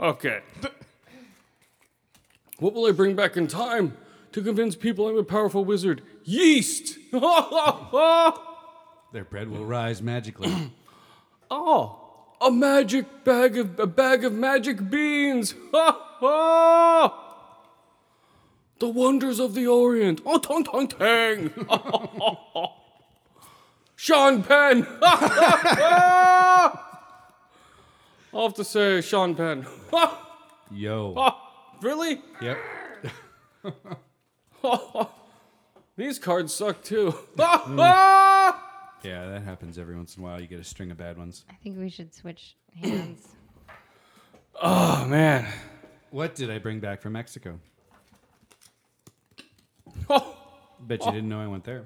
[SPEAKER 2] Okay.
[SPEAKER 11] What will I bring back in time to convince people I'm a powerful wizard? Yeast! [LAUGHS] oh,
[SPEAKER 3] Their bread will rise magically.
[SPEAKER 2] [CLEARS THROAT]
[SPEAKER 3] Oh.
[SPEAKER 11] a magic bag of a bag of magic beans! the wonders of the Orient! Oh, tong tong tang! [LAUGHS] Sean Penn! [LAUGHS] I'll have to say Sean Penn.
[SPEAKER 3] Yo.
[SPEAKER 11] Oh, really?
[SPEAKER 3] Yep.
[SPEAKER 11] These cards suck too.
[SPEAKER 3] Hmm. Yeah, that happens every once in a while. You get a string of bad ones.
[SPEAKER 6] I think we
[SPEAKER 4] [CLEARS THROAT]
[SPEAKER 6] should switch hands.
[SPEAKER 2] Oh man.
[SPEAKER 3] What did I bring back from Mexico? Oh. Bet you didn't know I went there.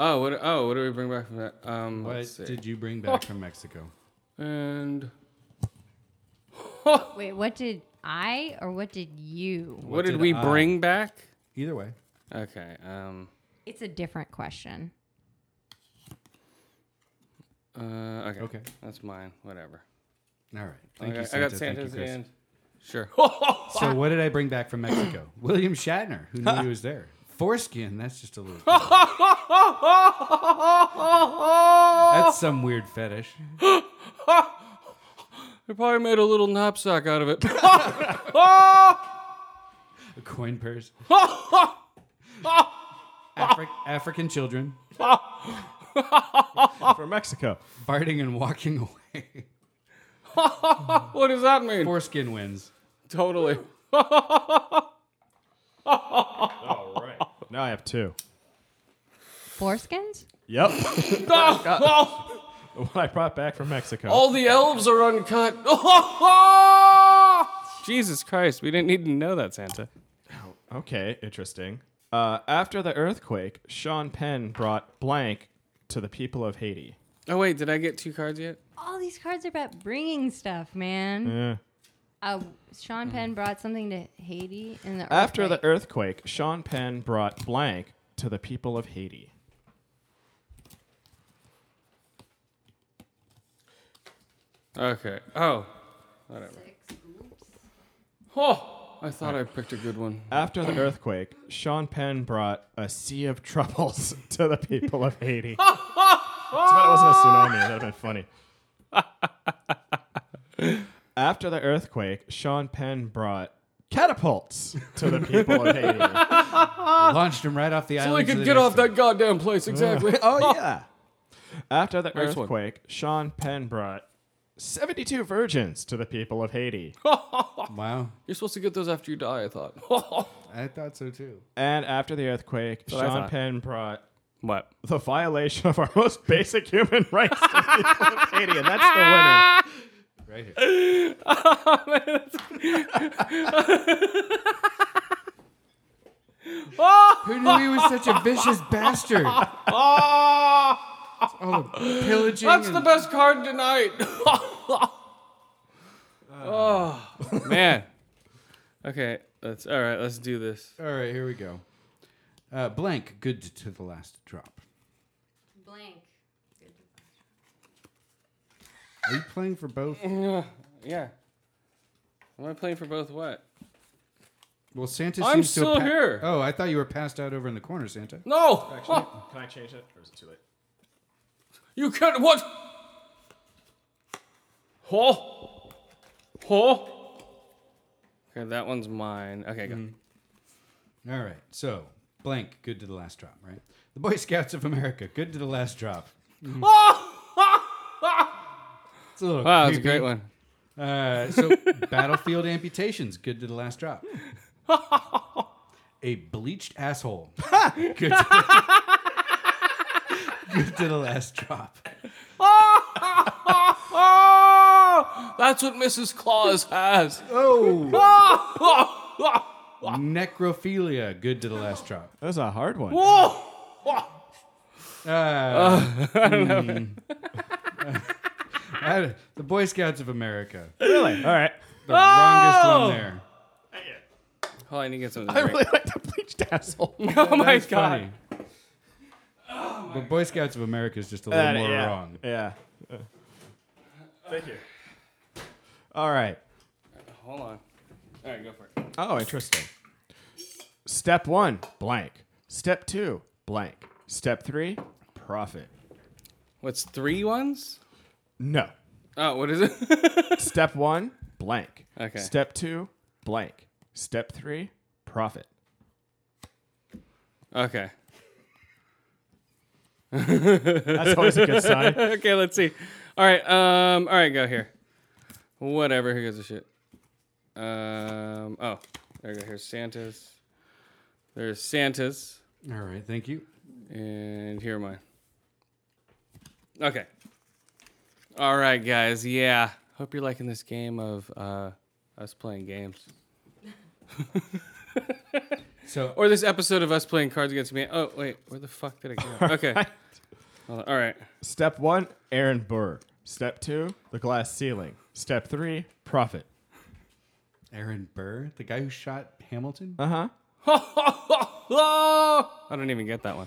[SPEAKER 2] Oh what? Oh what do we bring back from that? Um.
[SPEAKER 3] What
[SPEAKER 2] let's see. Oh.
[SPEAKER 3] did you bring back from Mexico?
[SPEAKER 11] And
[SPEAKER 6] Wait, what did I or what did you?
[SPEAKER 2] What, did, we
[SPEAKER 3] I-
[SPEAKER 2] bring back?
[SPEAKER 3] Either way.
[SPEAKER 2] Okay. Um.
[SPEAKER 6] It's a different question.
[SPEAKER 2] Uh. Okay.
[SPEAKER 3] Okay.
[SPEAKER 2] That's mine. Whatever.
[SPEAKER 3] All right. Thank
[SPEAKER 2] I
[SPEAKER 3] you,
[SPEAKER 2] got-
[SPEAKER 3] Santa.
[SPEAKER 2] I got
[SPEAKER 3] Thank you,
[SPEAKER 2] Santa's
[SPEAKER 3] Chris.
[SPEAKER 2] and.
[SPEAKER 11] [LAUGHS]
[SPEAKER 2] Sure.
[SPEAKER 3] So what did I bring back from [CLEARS THROAT] Mexico? William Shatner, who knew he was there. [LAUGHS] Foreskin, that's just a [LAUGHS] little. that's some weird fetish.
[SPEAKER 11] I probably made a little knapsack out of it. [LAUGHS]
[SPEAKER 3] A coin [LAUGHS] purse. Afri- African children
[SPEAKER 4] From Mexico.
[SPEAKER 3] farting and walking away. [LAUGHS]
[SPEAKER 11] what does that mean?
[SPEAKER 3] Foreskin wins.
[SPEAKER 11] Totally.
[SPEAKER 4] All right. Now I have two.
[SPEAKER 6] Foreskins?
[SPEAKER 4] Yep. [LAUGHS] The one I brought back from Mexico.
[SPEAKER 2] Oh.
[SPEAKER 11] All the elves are uncut. [LAUGHS]
[SPEAKER 2] Jesus Christ! We didn't need to know that Santa.
[SPEAKER 4] Okay, interesting. Uh, after the earthquake, Sean Penn brought blank to the people of Haiti.
[SPEAKER 2] Oh wait, did I get two cards yet?
[SPEAKER 6] All these cards are about bringing stuff, man.
[SPEAKER 4] Yeah.
[SPEAKER 6] Uh, Sean Penn brought something to Haiti in the
[SPEAKER 4] Mm. After
[SPEAKER 6] earthquake.
[SPEAKER 4] the earthquake, Sean Penn brought blank to the people of Haiti.
[SPEAKER 2] Okay. Oh. Whatever.
[SPEAKER 11] Oh, I thought I picked a good one.
[SPEAKER 4] After the earthquake, Sean Penn brought a sea of troubles [LAUGHS] to the people of
[SPEAKER 11] [LAUGHS]
[SPEAKER 4] Haiti. Too bad it wasn't a tsunami. That'd have been funny. After the earthquake, Sean Penn brought catapults to the people of
[SPEAKER 11] [LAUGHS]
[SPEAKER 4] Haiti.
[SPEAKER 3] Launched him right off the
[SPEAKER 11] so
[SPEAKER 3] island.
[SPEAKER 11] they
[SPEAKER 3] to
[SPEAKER 11] could
[SPEAKER 3] the
[SPEAKER 11] get
[SPEAKER 3] next
[SPEAKER 11] off that goddamn place
[SPEAKER 3] [LAUGHS]
[SPEAKER 11] exactly.
[SPEAKER 4] oh yeah. After the
[SPEAKER 11] Nice one.
[SPEAKER 4] earthquake, Sean Penn brought 72 virgins to the people of Haiti.
[SPEAKER 3] one. Wow.
[SPEAKER 11] You're supposed to get those after you die. I thought. [LAUGHS]
[SPEAKER 3] I thought so too.
[SPEAKER 4] and after the earthquake,
[SPEAKER 11] what I
[SPEAKER 4] Sean
[SPEAKER 11] thought.
[SPEAKER 4] Penn brought
[SPEAKER 2] What?
[SPEAKER 4] the violation of our most basic human [LAUGHS] rights to the people of Haiti, and that's the winner.
[SPEAKER 3] Right here. Who knew he was such a vicious bastard? Oh, pillaging.
[SPEAKER 11] That's
[SPEAKER 3] and-
[SPEAKER 11] the best card tonight.
[SPEAKER 2] Oh, Man. Okay, that's all right. Let's do this.
[SPEAKER 3] All right, here we go. Uh, blank, good to the last drop.
[SPEAKER 6] Blank.
[SPEAKER 3] Are you playing for both?
[SPEAKER 2] Yeah. Yeah. Am I playing for both what?
[SPEAKER 3] Well, Santa
[SPEAKER 2] I'm
[SPEAKER 3] seems to have
[SPEAKER 2] still here.
[SPEAKER 3] Oh, I thought you were passed out over in the corner, Santa.
[SPEAKER 11] No.
[SPEAKER 2] [LAUGHS]
[SPEAKER 11] Oh,
[SPEAKER 4] Can I change it, or is it too late?
[SPEAKER 11] you can't. What? Oh. Oh.
[SPEAKER 2] Okay, that one's mine. Okay, go.
[SPEAKER 3] All right, so blank, good to the last drop, right? The Boy Scouts of America, good to the last drop.
[SPEAKER 2] Mm-hmm.
[SPEAKER 3] [LAUGHS] it's a little
[SPEAKER 2] Wow, that's a
[SPEAKER 3] creepy.
[SPEAKER 2] great one.
[SPEAKER 3] Uh, so battlefield amputations, good to the last drop. A bleached asshole. good, to the, [LAUGHS] good to the last drop.
[SPEAKER 11] Oh. That's what Mrs. Claus has.
[SPEAKER 3] Oh,
[SPEAKER 11] Oh.
[SPEAKER 2] [LAUGHS]
[SPEAKER 11] Oh. Oh.
[SPEAKER 3] necrophilia, good to the last drop.
[SPEAKER 4] That was a hard one.
[SPEAKER 11] Oh.
[SPEAKER 2] [LAUGHS]
[SPEAKER 3] Uh, hmm. [LAUGHS] I- the Boy Scouts of America, the
[SPEAKER 4] Really? All right.
[SPEAKER 3] wrongest one there.
[SPEAKER 2] Oh, I need to get something.
[SPEAKER 4] I
[SPEAKER 2] to drink.
[SPEAKER 4] really like the bleached [LAUGHS] asshole.
[SPEAKER 2] [LAUGHS] oh my god.
[SPEAKER 3] That's funny. but Boy Scouts of America is just a little
[SPEAKER 4] That-
[SPEAKER 3] more
[SPEAKER 4] yeah.
[SPEAKER 3] wrong.
[SPEAKER 4] Yeah. Thank you. All right.
[SPEAKER 2] Hold on. All right, go for it.
[SPEAKER 4] Oh, interesting. Step one, blank. Step two, blank. Step three, profit.
[SPEAKER 2] What's three ones?
[SPEAKER 4] No.
[SPEAKER 2] Oh, what is it? [LAUGHS]
[SPEAKER 4] Step one, blank.
[SPEAKER 2] Okay.
[SPEAKER 4] Step two, blank. Step three, profit.
[SPEAKER 2] okay.
[SPEAKER 4] That's always a good sign.
[SPEAKER 2] Okay, let's see. All right, um, all right, go here. Whatever. Who gives a shit? Um, oh, there we go. Here's Santa's. There's Santa's,
[SPEAKER 3] All right, thank you.
[SPEAKER 2] and here are mine. Okay. All right, guys. Yeah. Hope you're liking this game of uh, us playing games.
[SPEAKER 3] So
[SPEAKER 2] Or this episode of us playing Cards Against Humanity. Oh wait, where the fuck did it go? [LAUGHS] Okay. Hold on. All right.
[SPEAKER 4] Step one, Aaron Burr. Step two, the glass ceiling. Step three, profit.
[SPEAKER 3] Aaron Burr, the guy who shot Hamilton.
[SPEAKER 4] Uh huh.
[SPEAKER 2] I don't even get that one.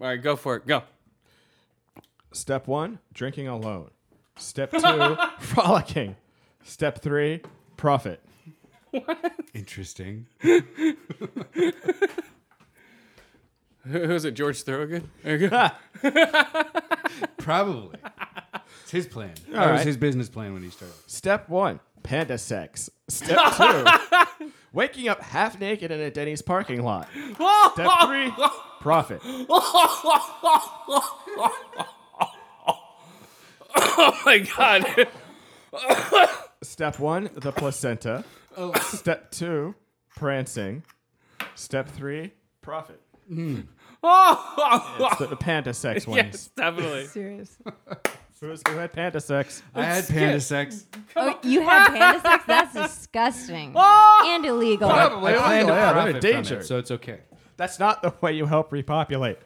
[SPEAKER 2] All right, go for it. Go.
[SPEAKER 4] Step one, drinking alone. Step two, frolicking. Step three, profit.
[SPEAKER 3] Interesting.
[SPEAKER 2] Who- Who's it? George Thorogood. There [LAUGHS] you go.
[SPEAKER 3] Probably. It's his plan. that was
[SPEAKER 4] right.
[SPEAKER 3] his business plan when he started.
[SPEAKER 4] Step one, panda sex. Step two, waking up half naked in a Denny's parking lot. Step three, profit.
[SPEAKER 2] Oh my god. [LAUGHS]
[SPEAKER 4] Step one, the placenta.
[SPEAKER 3] Oh.
[SPEAKER 4] Step two, prancing. Step three,
[SPEAKER 3] [LAUGHS]
[SPEAKER 4] profit. It's the, the panda sex ones.
[SPEAKER 2] yes, definitely.
[SPEAKER 6] Serious.
[SPEAKER 4] Who's, who had panda sex?
[SPEAKER 3] I had panda sex.
[SPEAKER 6] Oh, you had panda sex? That's
[SPEAKER 11] [LAUGHS]
[SPEAKER 6] disgusting.
[SPEAKER 11] Ah!
[SPEAKER 6] and illegal.
[SPEAKER 3] I planned to
[SPEAKER 4] yeah, they're
[SPEAKER 3] profit from it,
[SPEAKER 4] endangered.
[SPEAKER 3] so it's okay.
[SPEAKER 4] That's not the way you help repopulate.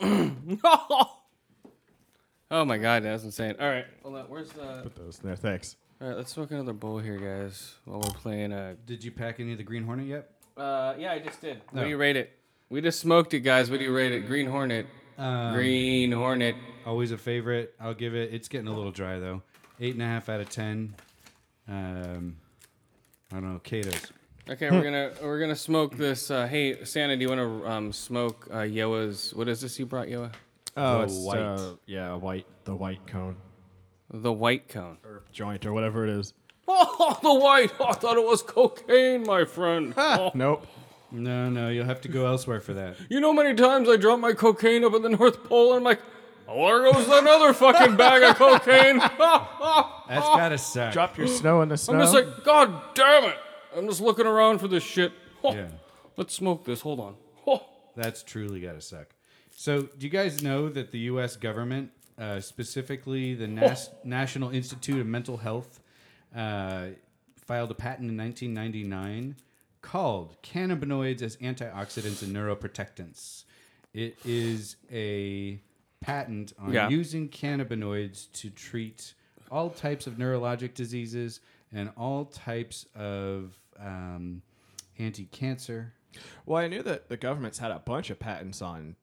[SPEAKER 2] Oh my god, that's insane. All right, hold on. Where's the?
[SPEAKER 4] Put those in there, thanks.
[SPEAKER 2] All right, let's smoke another bowl here, guys. While we're playing uh, a.
[SPEAKER 3] Did you pack any of the Green Hornet yet?
[SPEAKER 2] Uh, yeah, I just did. What
[SPEAKER 3] No.
[SPEAKER 2] do you rate it? We just smoked it, guys. What do you rate it? Green Hornet.
[SPEAKER 3] Um,
[SPEAKER 2] Green Hornet.
[SPEAKER 3] Always a favorite. I'll give it. It's getting a little dry though. Eight and a half out of ten. Um, I don't know. Cato's.
[SPEAKER 2] Okay, we're gonna we're gonna smoke this. Uh, hey, Santa, do you want to um, smoke uh, Yoa's? What is this you brought, Yoa?
[SPEAKER 4] Oh,
[SPEAKER 3] The
[SPEAKER 4] it's
[SPEAKER 3] white.
[SPEAKER 4] uh, yeah, white, the white cone
[SPEAKER 2] The white cone.
[SPEAKER 4] or joint or whatever it is.
[SPEAKER 11] [LAUGHS] Oh, the white. Oh, I thought it was cocaine, my friend. Oh.
[SPEAKER 3] Nope. No, no, you'll have to go elsewhere for that.
[SPEAKER 11] You know how many times I dropped my cocaine up at the North Pole and I'm like, oh, there goes another fucking bag of cocaine. [LAUGHS]
[SPEAKER 3] That's gotta suck.
[SPEAKER 4] Drop your snow in the snow.
[SPEAKER 11] I'm just like, God damn it. I'm just looking around for this shit. [LAUGHS] Oh, Let's smoke this. Hold on. [LAUGHS] Oh.
[SPEAKER 3] That's truly gotta suck. So, do you guys know that the U.S. government, uh, specifically the Nas- [LAUGHS] National Institute of Mental Health, uh, filed a patent in 1999 called "Cannabinoids as Antioxidants and Neuroprotectants." It is a patent on
[SPEAKER 2] Yeah.
[SPEAKER 3] using cannabinoids to treat all types of neurologic diseases and all types of um, anti-cancer.
[SPEAKER 4] Well, I knew that the government's had a bunch of patents on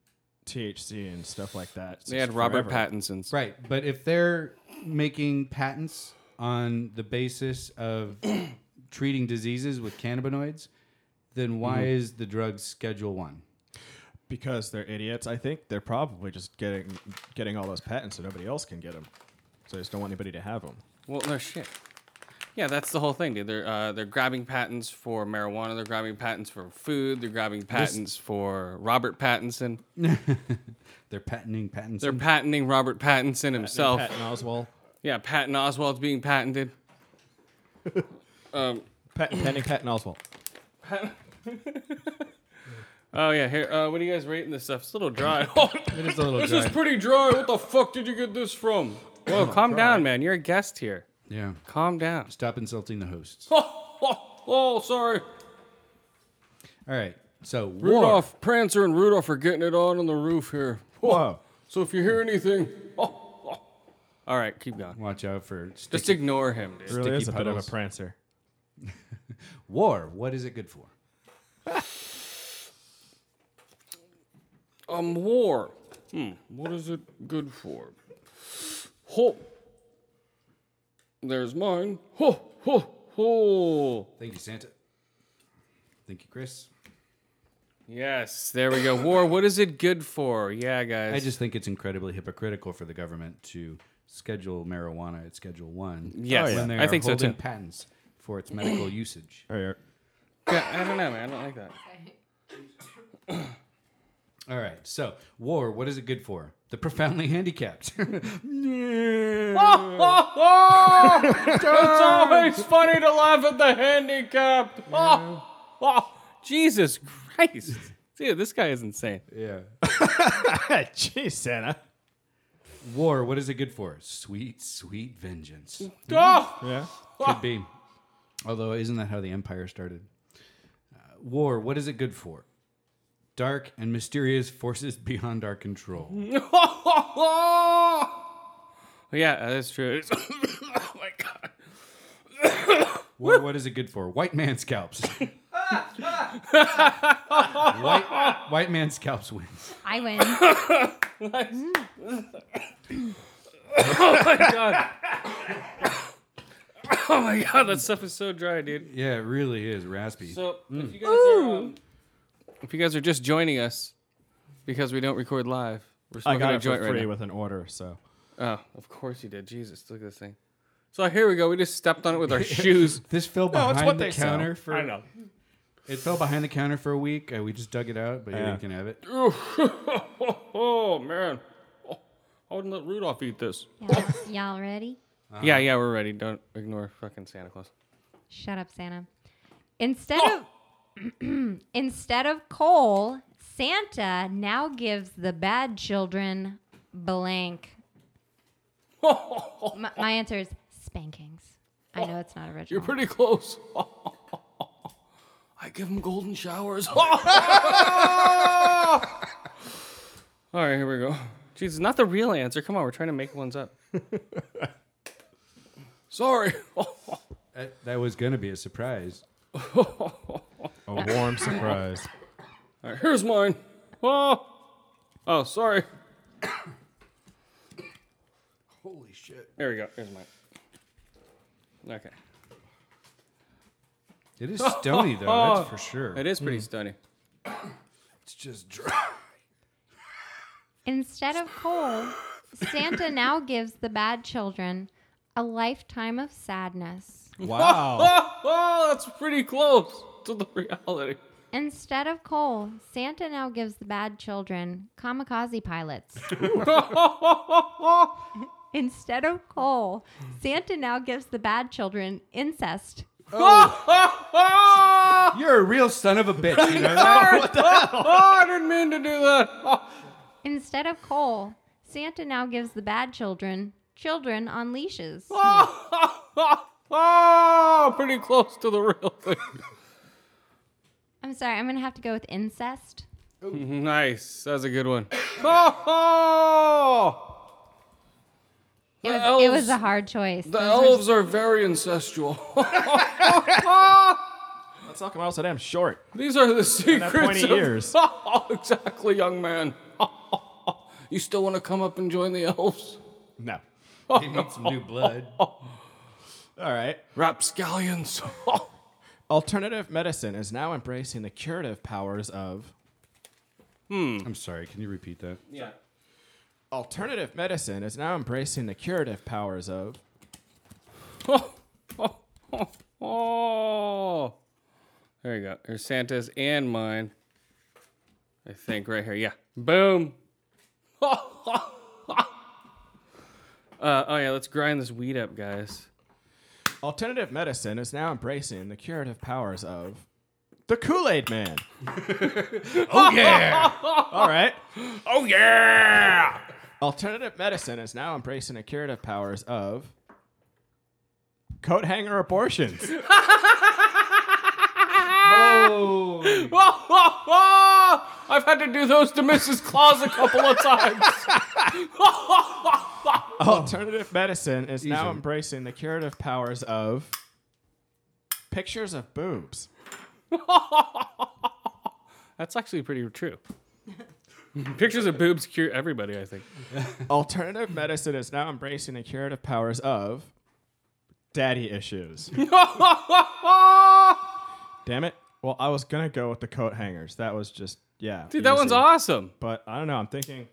[SPEAKER 4] THC and stuff like that.
[SPEAKER 2] They had Robert
[SPEAKER 4] Patton.
[SPEAKER 2] Pattinson's.
[SPEAKER 3] Right, but if they're making patents on the basis of [COUGHS] treating diseases with cannabinoids, then why
[SPEAKER 4] Mhm.
[SPEAKER 3] is the drug Schedule One?
[SPEAKER 4] Because they're idiots, I think they're probably just getting getting all those patents so nobody else can get them. So they just don't want anybody to have them.
[SPEAKER 2] Well, no shit. Yeah, that's the whole thing, dude. They're uh, they're grabbing patents for marijuana. They're grabbing patents for food. They're grabbing patents for Robert Pattinson.
[SPEAKER 3] They're patenting patents.
[SPEAKER 2] They're patenting Robert Pattinson himself.
[SPEAKER 4] Patton Oswald.
[SPEAKER 2] Yeah, Patton Oswald's being patented. um,
[SPEAKER 4] Patent pending Patton Oswald.
[SPEAKER 2] Pat- oh yeah, here. Uh, what are you guys rating this stuff? It's a little dry. [LAUGHS] Oh,
[SPEAKER 3] it is a [LAUGHS] little
[SPEAKER 11] This
[SPEAKER 3] dry.
[SPEAKER 11] is pretty dry. What the fuck did you get this from?
[SPEAKER 2] Whoa, calm down, man. You're a guest here.
[SPEAKER 3] yeah.
[SPEAKER 2] Calm down.
[SPEAKER 3] Stop insulting the hosts.
[SPEAKER 11] Oh, oh, oh, sorry.
[SPEAKER 3] All right. So war.
[SPEAKER 11] Rudolph, Prancer, and Rudolph are getting it on on the roof here.
[SPEAKER 4] Whoa.
[SPEAKER 11] So if you hear anything, oh,
[SPEAKER 2] [LAUGHS] All right, keep going.
[SPEAKER 3] Watch out for sticky,
[SPEAKER 2] Just ignore him, dude.
[SPEAKER 4] Really is a
[SPEAKER 3] Sticky
[SPEAKER 4] bit of
[SPEAKER 3] puddles.
[SPEAKER 4] a prancer.
[SPEAKER 3] war. What is it good for?
[SPEAKER 11] um, war. Hmm, what is it good for? Ho. There's mine. Ho, ho, ho.
[SPEAKER 3] Thank you, Santa. Thank you, Chris.
[SPEAKER 2] Yes, there we go. War. What is it good for? Yeah, guys.
[SPEAKER 3] I just think it's incredibly hypocritical for the government to schedule marijuana at Schedule One.
[SPEAKER 2] Yes. Oh,
[SPEAKER 3] when they
[SPEAKER 2] I
[SPEAKER 3] are
[SPEAKER 2] think so,
[SPEAKER 3] holding
[SPEAKER 2] too.
[SPEAKER 3] patents for its
[SPEAKER 2] [CLEARS THROAT]
[SPEAKER 3] medical usage.
[SPEAKER 4] [LAUGHS]
[SPEAKER 2] Yeah, I don't know, man. I don't like that.
[SPEAKER 3] All right. So, war, what is it good for? The profoundly [LAUGHS] handicapped.
[SPEAKER 11] it's always funny to laugh at the handicapped. Oh, oh.
[SPEAKER 2] Jesus Christ, [LAUGHS] dude, this guy is insane.
[SPEAKER 3] yeah.
[SPEAKER 4] Jeez, Santa.
[SPEAKER 3] War, what is it good for? Sweet, sweet
[SPEAKER 2] [LAUGHS]
[SPEAKER 3] vengeance.
[SPEAKER 11] Oh. [LAUGHS]
[SPEAKER 4] Yeah.
[SPEAKER 3] Could be. Although, isn't that how the empire started? Uh, war, what is it good for? Dark and mysterious forces beyond our control.
[SPEAKER 2] Yeah, that's true. oh my god.
[SPEAKER 3] War, what is it good for? White man scalps. white, white man scalps wins.
[SPEAKER 6] I
[SPEAKER 11] [LAUGHS]
[SPEAKER 6] win.
[SPEAKER 2] [COUGHS] Oh my god, that stuff is so dry, dude.
[SPEAKER 3] Yeah, it really is raspy.
[SPEAKER 2] So if you guys are, um, if you guys are just joining us, because we don't record live, we're
[SPEAKER 4] I
[SPEAKER 2] smoking
[SPEAKER 4] got
[SPEAKER 2] a
[SPEAKER 4] it for
[SPEAKER 2] joint
[SPEAKER 4] free
[SPEAKER 2] right now.
[SPEAKER 4] with an order, so.
[SPEAKER 2] Oh, of course you did. Jesus, look at this thing. So here we go. We just stepped on it
[SPEAKER 4] [LAUGHS]
[SPEAKER 2] with our shoes.
[SPEAKER 3] this fell
[SPEAKER 4] No, it's
[SPEAKER 3] behind
[SPEAKER 4] what
[SPEAKER 3] the
[SPEAKER 4] they sell.
[SPEAKER 3] counter for
[SPEAKER 2] I [LAUGHS] know.
[SPEAKER 3] It fell behind the counter for a week. Uh, we just dug it out, but yeah.
[SPEAKER 4] Yeah.
[SPEAKER 3] you can have it.
[SPEAKER 11] oh, oh, man. Oh, I wouldn't let Rudolph eat this.
[SPEAKER 6] Y'all, y'all ready?
[SPEAKER 4] Uh-huh.
[SPEAKER 2] Yeah, yeah, we're ready. Don't ignore fucking Santa Claus.
[SPEAKER 6] Shut up, Santa. Instead of [CLEARS THROAT] instead of coal, Santa now gives the bad children
[SPEAKER 11] [LAUGHS]
[SPEAKER 6] blank. my, my answer is spankings. I know it's not original.
[SPEAKER 11] You're pretty
[SPEAKER 2] [LAUGHS]
[SPEAKER 11] close. I give him golden
[SPEAKER 2] [LAUGHS]
[SPEAKER 11] showers.
[SPEAKER 2] All right, here we go. Jesus, not the real answer. Come on, we're trying to make ones up. [LAUGHS]
[SPEAKER 11] Sorry.
[SPEAKER 3] That, that was going to be a surprise.
[SPEAKER 4] A warm [LAUGHS] surprise.
[SPEAKER 11] All right, here's mine. Oh, oh, sorry.
[SPEAKER 3] [COUGHS] Holy shit.
[SPEAKER 2] There we go. Here's mine. Okay.
[SPEAKER 3] It is stony, though, that's for sure.
[SPEAKER 2] It is pretty
[SPEAKER 3] Hmm.
[SPEAKER 2] stunning. [LAUGHS]
[SPEAKER 3] It's just [LAUGHS] dry.
[SPEAKER 6] Instead of coal, Santa now gives the bad children a lifetime of sadness.
[SPEAKER 2] [LAUGHS] oh, that's pretty close to the reality.
[SPEAKER 6] Instead of coal, Santa now gives the bad children kamikaze
[SPEAKER 2] [LAUGHS]
[SPEAKER 6] [LAUGHS] pilots. Instead of coal, Santa now gives the bad children incest.
[SPEAKER 2] Ah!
[SPEAKER 3] You're a real son of a bitch. You know that?
[SPEAKER 2] Sorry. I didn't mean to do
[SPEAKER 11] [LAUGHS]
[SPEAKER 2] that.
[SPEAKER 6] Instead of coal, Santa now gives the bad children children
[SPEAKER 2] [LAUGHS]
[SPEAKER 6] on leashes.
[SPEAKER 2] Ah!
[SPEAKER 11] Ah,
[SPEAKER 2] Oh, pretty close to the real thing.
[SPEAKER 6] I'm sorry, I'm going to have to go with incest.
[SPEAKER 2] Nice. That's a good one.
[SPEAKER 6] It
[SPEAKER 2] The
[SPEAKER 6] was, it
[SPEAKER 2] elves-
[SPEAKER 6] was a hard choice.
[SPEAKER 11] [LAUGHS] The
[SPEAKER 6] Those were-
[SPEAKER 11] elves are very ancestral.
[SPEAKER 4] That's how come I was so damn short.
[SPEAKER 11] [LAUGHS] These are the
[SPEAKER 4] that
[SPEAKER 11] secrets
[SPEAKER 4] pointy
[SPEAKER 11] of...
[SPEAKER 4] ears.
[SPEAKER 11] [LAUGHS] exactly, young man. [LAUGHS] you still want to come up and join the elves?
[SPEAKER 4] No.
[SPEAKER 3] They need some new
[SPEAKER 4] [LAUGHS]
[SPEAKER 3] blood.
[SPEAKER 4] All right.
[SPEAKER 11] Rapscallions. [LAUGHS]
[SPEAKER 4] Alternative medicine is now embracing the curative powers of.
[SPEAKER 3] I'm sorry. Can you repeat that?
[SPEAKER 2] yeah.
[SPEAKER 4] Alternative medicine is now embracing the curative powers of.
[SPEAKER 2] [LAUGHS] Oh. There you go. Here's Santa's and mine. I think right here. Yeah. Boom. [LAUGHS] uh, oh, yeah. Let's grind this weed up, guys.
[SPEAKER 4] Alternative medicine is now embracing the curative powers of. The Kool Aid Man.
[SPEAKER 3] [LAUGHS] Oh yeah.
[SPEAKER 4] [LAUGHS] All right.
[SPEAKER 2] Oh, yeah.
[SPEAKER 4] Alternative medicine is now embracing the curative powers of. Coat hanger abortions.
[SPEAKER 3] oh.
[SPEAKER 2] I've had to do those to Mrs. Claus a couple of times.
[SPEAKER 4] Alternative medicine is now
[SPEAKER 3] Easy.
[SPEAKER 4] embracing the curative powers of pictures of boobs.
[SPEAKER 2] [LAUGHS] That's actually pretty true. Pictures of boobs cure everybody, I [LAUGHS] think.
[SPEAKER 4] Alternative medicine is now embracing the curative powers of daddy issues. Damn it. Well, I was going to go with the coat hangers. That was just, yeah.
[SPEAKER 2] Dude, that one's
[SPEAKER 4] easy.
[SPEAKER 2] awesome.
[SPEAKER 4] But I don't know. I'm thinking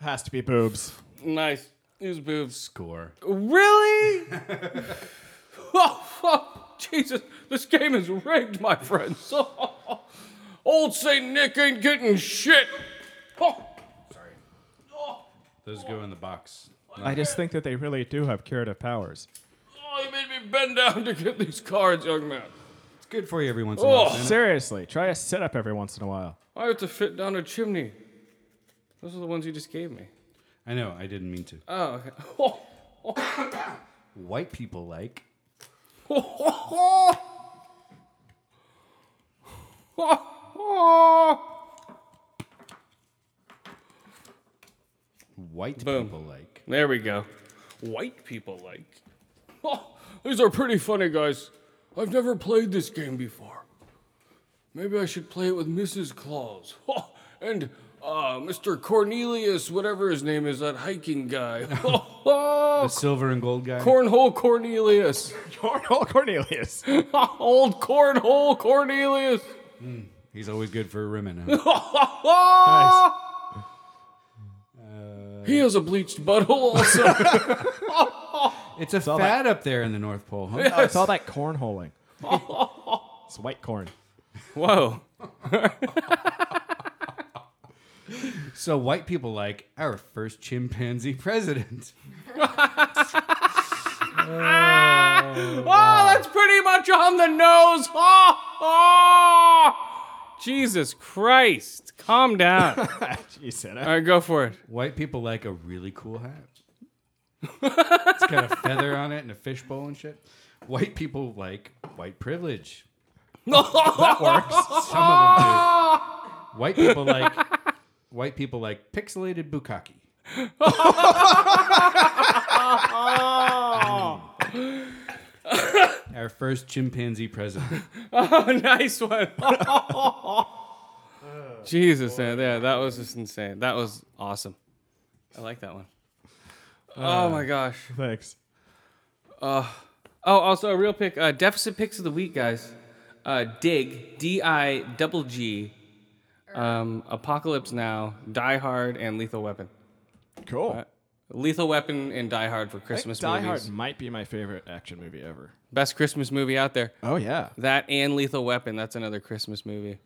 [SPEAKER 4] has to be boobs.
[SPEAKER 2] Nice. These boobs.
[SPEAKER 3] Score.
[SPEAKER 2] Really? [LAUGHS] oh, fuck. Jesus. This game is rigged, my friends. [LAUGHS] Old St. Nick ain't getting shit. [LAUGHS] Oh.
[SPEAKER 3] Those go in the box.
[SPEAKER 4] I just think that they really do have curative powers.
[SPEAKER 11] oh, you made me bend down to get these cards, young man.
[SPEAKER 3] It's good for you every once in a while.
[SPEAKER 11] Oh.
[SPEAKER 3] isn't it?
[SPEAKER 4] Seriously, try a setup every once in a while. [LAUGHS]
[SPEAKER 11] I have to fit down a chimney.
[SPEAKER 2] Those are the ones you just gave me. [LAUGHS]
[SPEAKER 3] I know. I didn't mean to.
[SPEAKER 2] Oh, okay. Oh. [LAUGHS]
[SPEAKER 3] White people like.
[SPEAKER 2] oh, oh.
[SPEAKER 3] White
[SPEAKER 2] Boom.
[SPEAKER 3] people like.
[SPEAKER 2] There we go.
[SPEAKER 11] White people like. [LAUGHS] Oh, these are pretty funny, guys. I've never played this game before. Maybe I should play it with Mrs. Claus. [LAUGHS] Oh, and uh, Mr. Cornelius, whatever his name is, that hiking guy. [LAUGHS] Oh, oh, [LAUGHS]
[SPEAKER 3] The silver and gold guy.
[SPEAKER 11] cornhole Cornelius. [LAUGHS]
[SPEAKER 4] Cornhole Cornelius.
[SPEAKER 11] Old cornhole Cornelius. [LAUGHS]
[SPEAKER 3] He's always good for rimming. Huh?
[SPEAKER 4] Nice.
[SPEAKER 11] Oh, He has a bleached butthole also. [LAUGHS]
[SPEAKER 3] It's a
[SPEAKER 4] all
[SPEAKER 3] fad up there in the North Pole, huh?
[SPEAKER 4] [LAUGHS] Oh, it's all that [LAUGHS] cornholing. it's white corn.
[SPEAKER 2] Whoa.
[SPEAKER 3] So white people like our first chimpanzee [LAUGHS] president.
[SPEAKER 2] Oh, that's pretty much on the nose. Oh, oh. Jesus Christ. Calm [LAUGHS] down. All
[SPEAKER 4] you said
[SPEAKER 2] right, go for [LAUGHS] it.
[SPEAKER 3] White people like a really cool hat. it's got a feather on it and a fishbowl and shit. White people like white privilege.
[SPEAKER 2] Oh,
[SPEAKER 3] that works. Some of them do. White people like white people like pixelated bukkake. Our first chimpanzee president.
[SPEAKER 2] Oh, nice one. [LAUGHS] Jesus, man, yeah, that was just insane. That was awesome. I like that one. oh my gosh.
[SPEAKER 4] [LAUGHS] Thanks.
[SPEAKER 2] Oh, also a real pick. Uh, deficit picks of the week, guys. Uh, Dig, D I double G, um, Apocalypse Now, Die Hard, and Lethal Weapon.
[SPEAKER 4] Cool.
[SPEAKER 2] Uh, Lethal Weapon and Die Hard for Christmas
[SPEAKER 4] Die
[SPEAKER 2] movies.
[SPEAKER 4] Hard might be my favorite action movie ever.
[SPEAKER 2] Best Christmas movie out there.
[SPEAKER 4] Oh yeah.
[SPEAKER 2] That and Lethal Weapon. That's another Christmas movie.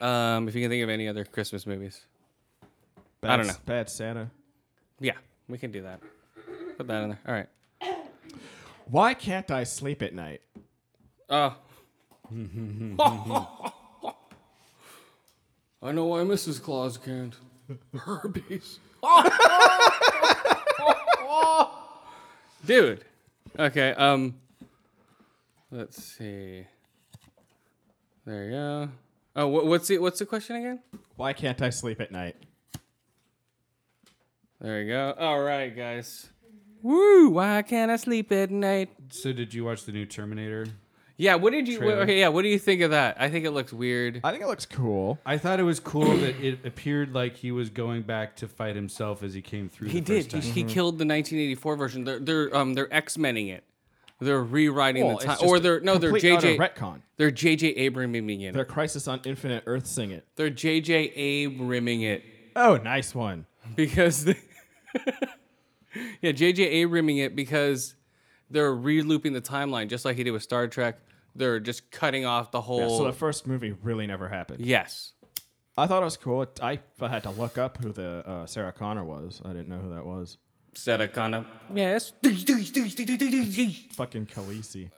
[SPEAKER 2] Um, if you can think of any other Christmas movies, I don't know.
[SPEAKER 4] Bad Santa.
[SPEAKER 2] Yeah, we can do that. Put that in there. All right.
[SPEAKER 4] Why can't I sleep at night?
[SPEAKER 2] [LAUGHS] Uh,
[SPEAKER 11] I know why Mrs. Claus can't. Herpes.
[SPEAKER 2] dude. Okay. Um. Let's see. There you go. Oh, wha- what's the what's the question again?
[SPEAKER 4] Why can't I sleep at night?
[SPEAKER 2] There you go. All right, guys. Woo! Why can't I sleep at night?
[SPEAKER 3] So, did you watch the new Terminator?
[SPEAKER 2] Yeah. What did you? wha-
[SPEAKER 3] Trailer.
[SPEAKER 2] okay. Yeah. What do you think of that? I think it looks weird.
[SPEAKER 4] I think it looks cool.
[SPEAKER 3] I thought it was cool that it appeared like he was going back to fight himself as he came through.
[SPEAKER 2] He
[SPEAKER 3] the first
[SPEAKER 2] did. He,
[SPEAKER 3] time.
[SPEAKER 4] Mm-hmm.
[SPEAKER 2] he killed the 1984 version. They're they're um they're X-mening it. They're rewriting
[SPEAKER 4] Well,
[SPEAKER 2] the
[SPEAKER 4] it's
[SPEAKER 2] time,
[SPEAKER 4] just
[SPEAKER 2] or they're no, they're
[SPEAKER 4] complete utter
[SPEAKER 2] JJ
[SPEAKER 4] retcon.
[SPEAKER 2] They're JJ Abramsing it.
[SPEAKER 4] Their Crisis on Infinite Earth sing it.
[SPEAKER 2] They're JJ Abramming it
[SPEAKER 4] Oh, nice one.
[SPEAKER 2] because they, [LAUGHS] yeah, JJ Abramming it because they're re-looping the timeline just like he did with Star Trek. They're just cutting off the whole.
[SPEAKER 4] Yeah, so the first movie really never happened.
[SPEAKER 2] yes.
[SPEAKER 4] I thought it was cool. It- I I had to look up who the uh, Sarah Connor was. I didn't know who that was.
[SPEAKER 2] Set a kind of
[SPEAKER 11] Yes.
[SPEAKER 4] Fucking Khaleesi.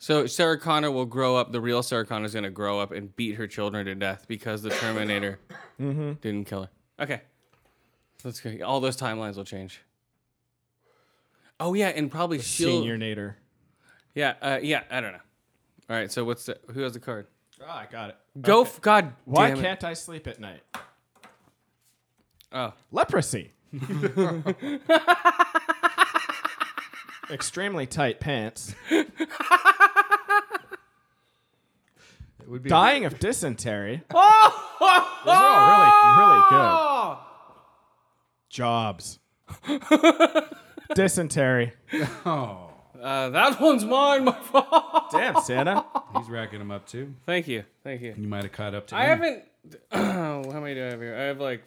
[SPEAKER 2] So Sarah Connor will grow up. The real Sarah Connor is going to grow up and beat her children to death because the Terminator
[SPEAKER 4] Mhm.
[SPEAKER 2] didn't kill her. Okay, let's go. All those timelines will change. Oh yeah, and probably she'll.
[SPEAKER 4] Senior Nader.
[SPEAKER 2] Yeah, uh, yeah. I don't know. All right. So what's the, who has the card?
[SPEAKER 4] Oh, I got it.
[SPEAKER 2] Go.
[SPEAKER 4] Okay.
[SPEAKER 2] F- God
[SPEAKER 4] Why
[SPEAKER 2] damn it.
[SPEAKER 4] can't I sleep at night?
[SPEAKER 2] Oh.
[SPEAKER 4] Leprosy. [LAUGHS] Extremely tight pants.
[SPEAKER 3] It would be
[SPEAKER 4] Dying of [LAUGHS] dysentery.
[SPEAKER 11] Oh!
[SPEAKER 4] Those are all really, really good. Jobs. dysentery.
[SPEAKER 3] Oh,
[SPEAKER 2] Uh, that one's mine. My fault.
[SPEAKER 4] Damn, Santa.
[SPEAKER 3] he's racking him up too.
[SPEAKER 2] Thank you. Thank you.
[SPEAKER 3] You might have caught up to.
[SPEAKER 2] I
[SPEAKER 3] him.
[SPEAKER 2] haven't. [CLEARS THROAT] Oh, how many do I have here? I have like,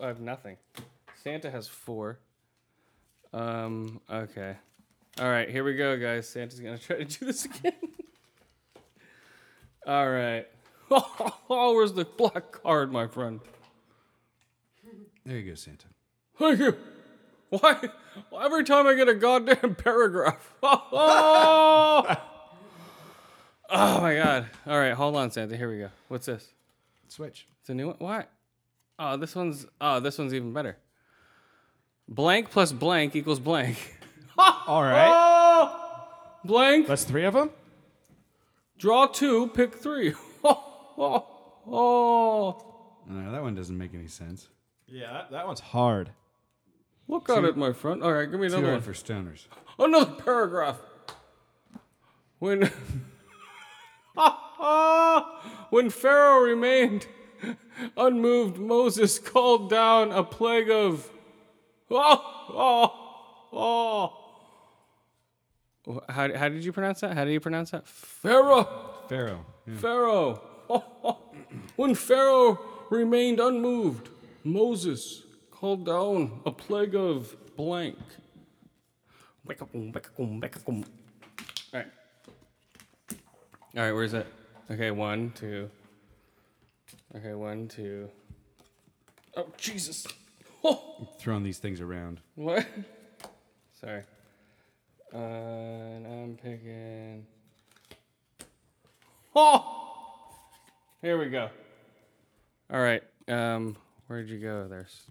[SPEAKER 2] I have nothing. Santa has four. Um. Okay. All right. Here we go, guys. Santa's gonna [LAUGHS] try to do this again. All right. [LAUGHS] Oh, where's the black card, my friend?
[SPEAKER 3] There you go, Santa.
[SPEAKER 2] Thank you. Why? why Every time I get a goddamn [LAUGHS] paragraph. Oh. oh my god. All right. Hold on, Santa. Here we go. What's this?
[SPEAKER 3] Switch.
[SPEAKER 2] It's a new one. Why? Oh, this one's. Oh, this one's even better. Blank plus blank equals blank. [LAUGHS]
[SPEAKER 4] All right.
[SPEAKER 2] Blank.
[SPEAKER 4] That's three of them.
[SPEAKER 2] Draw two. Pick three. [LAUGHS] Oh, oh.
[SPEAKER 3] No, that one doesn't make any sense.
[SPEAKER 4] Yeah, that, that one's hard.
[SPEAKER 2] Look at it, my friend. All right, give me
[SPEAKER 3] Too
[SPEAKER 2] another
[SPEAKER 3] hard
[SPEAKER 2] one.
[SPEAKER 3] for stoners.
[SPEAKER 2] Another paragraph. When. [LAUGHS] when Pharaoh remained unmoved, Moses called down a plague of. Oh, oh, oh. How, how did you pronounce that? How do you pronounce that? Pharaoh.
[SPEAKER 3] Pharaoh. Yeah.
[SPEAKER 2] Pharaoh. [LAUGHS] When Pharaoh remained unmoved, Moses called down a plague of blank. All right. All right, where's that? Okay, one, two. Okay, one, two. Oh, Jesus. [LAUGHS] Oh,
[SPEAKER 3] Throwing these things
[SPEAKER 2] [LAUGHS]
[SPEAKER 3] around.
[SPEAKER 2] what? Sorry. Uh, and I'm picking. Oh! Here we go. All right. Um, where'd you go? There's.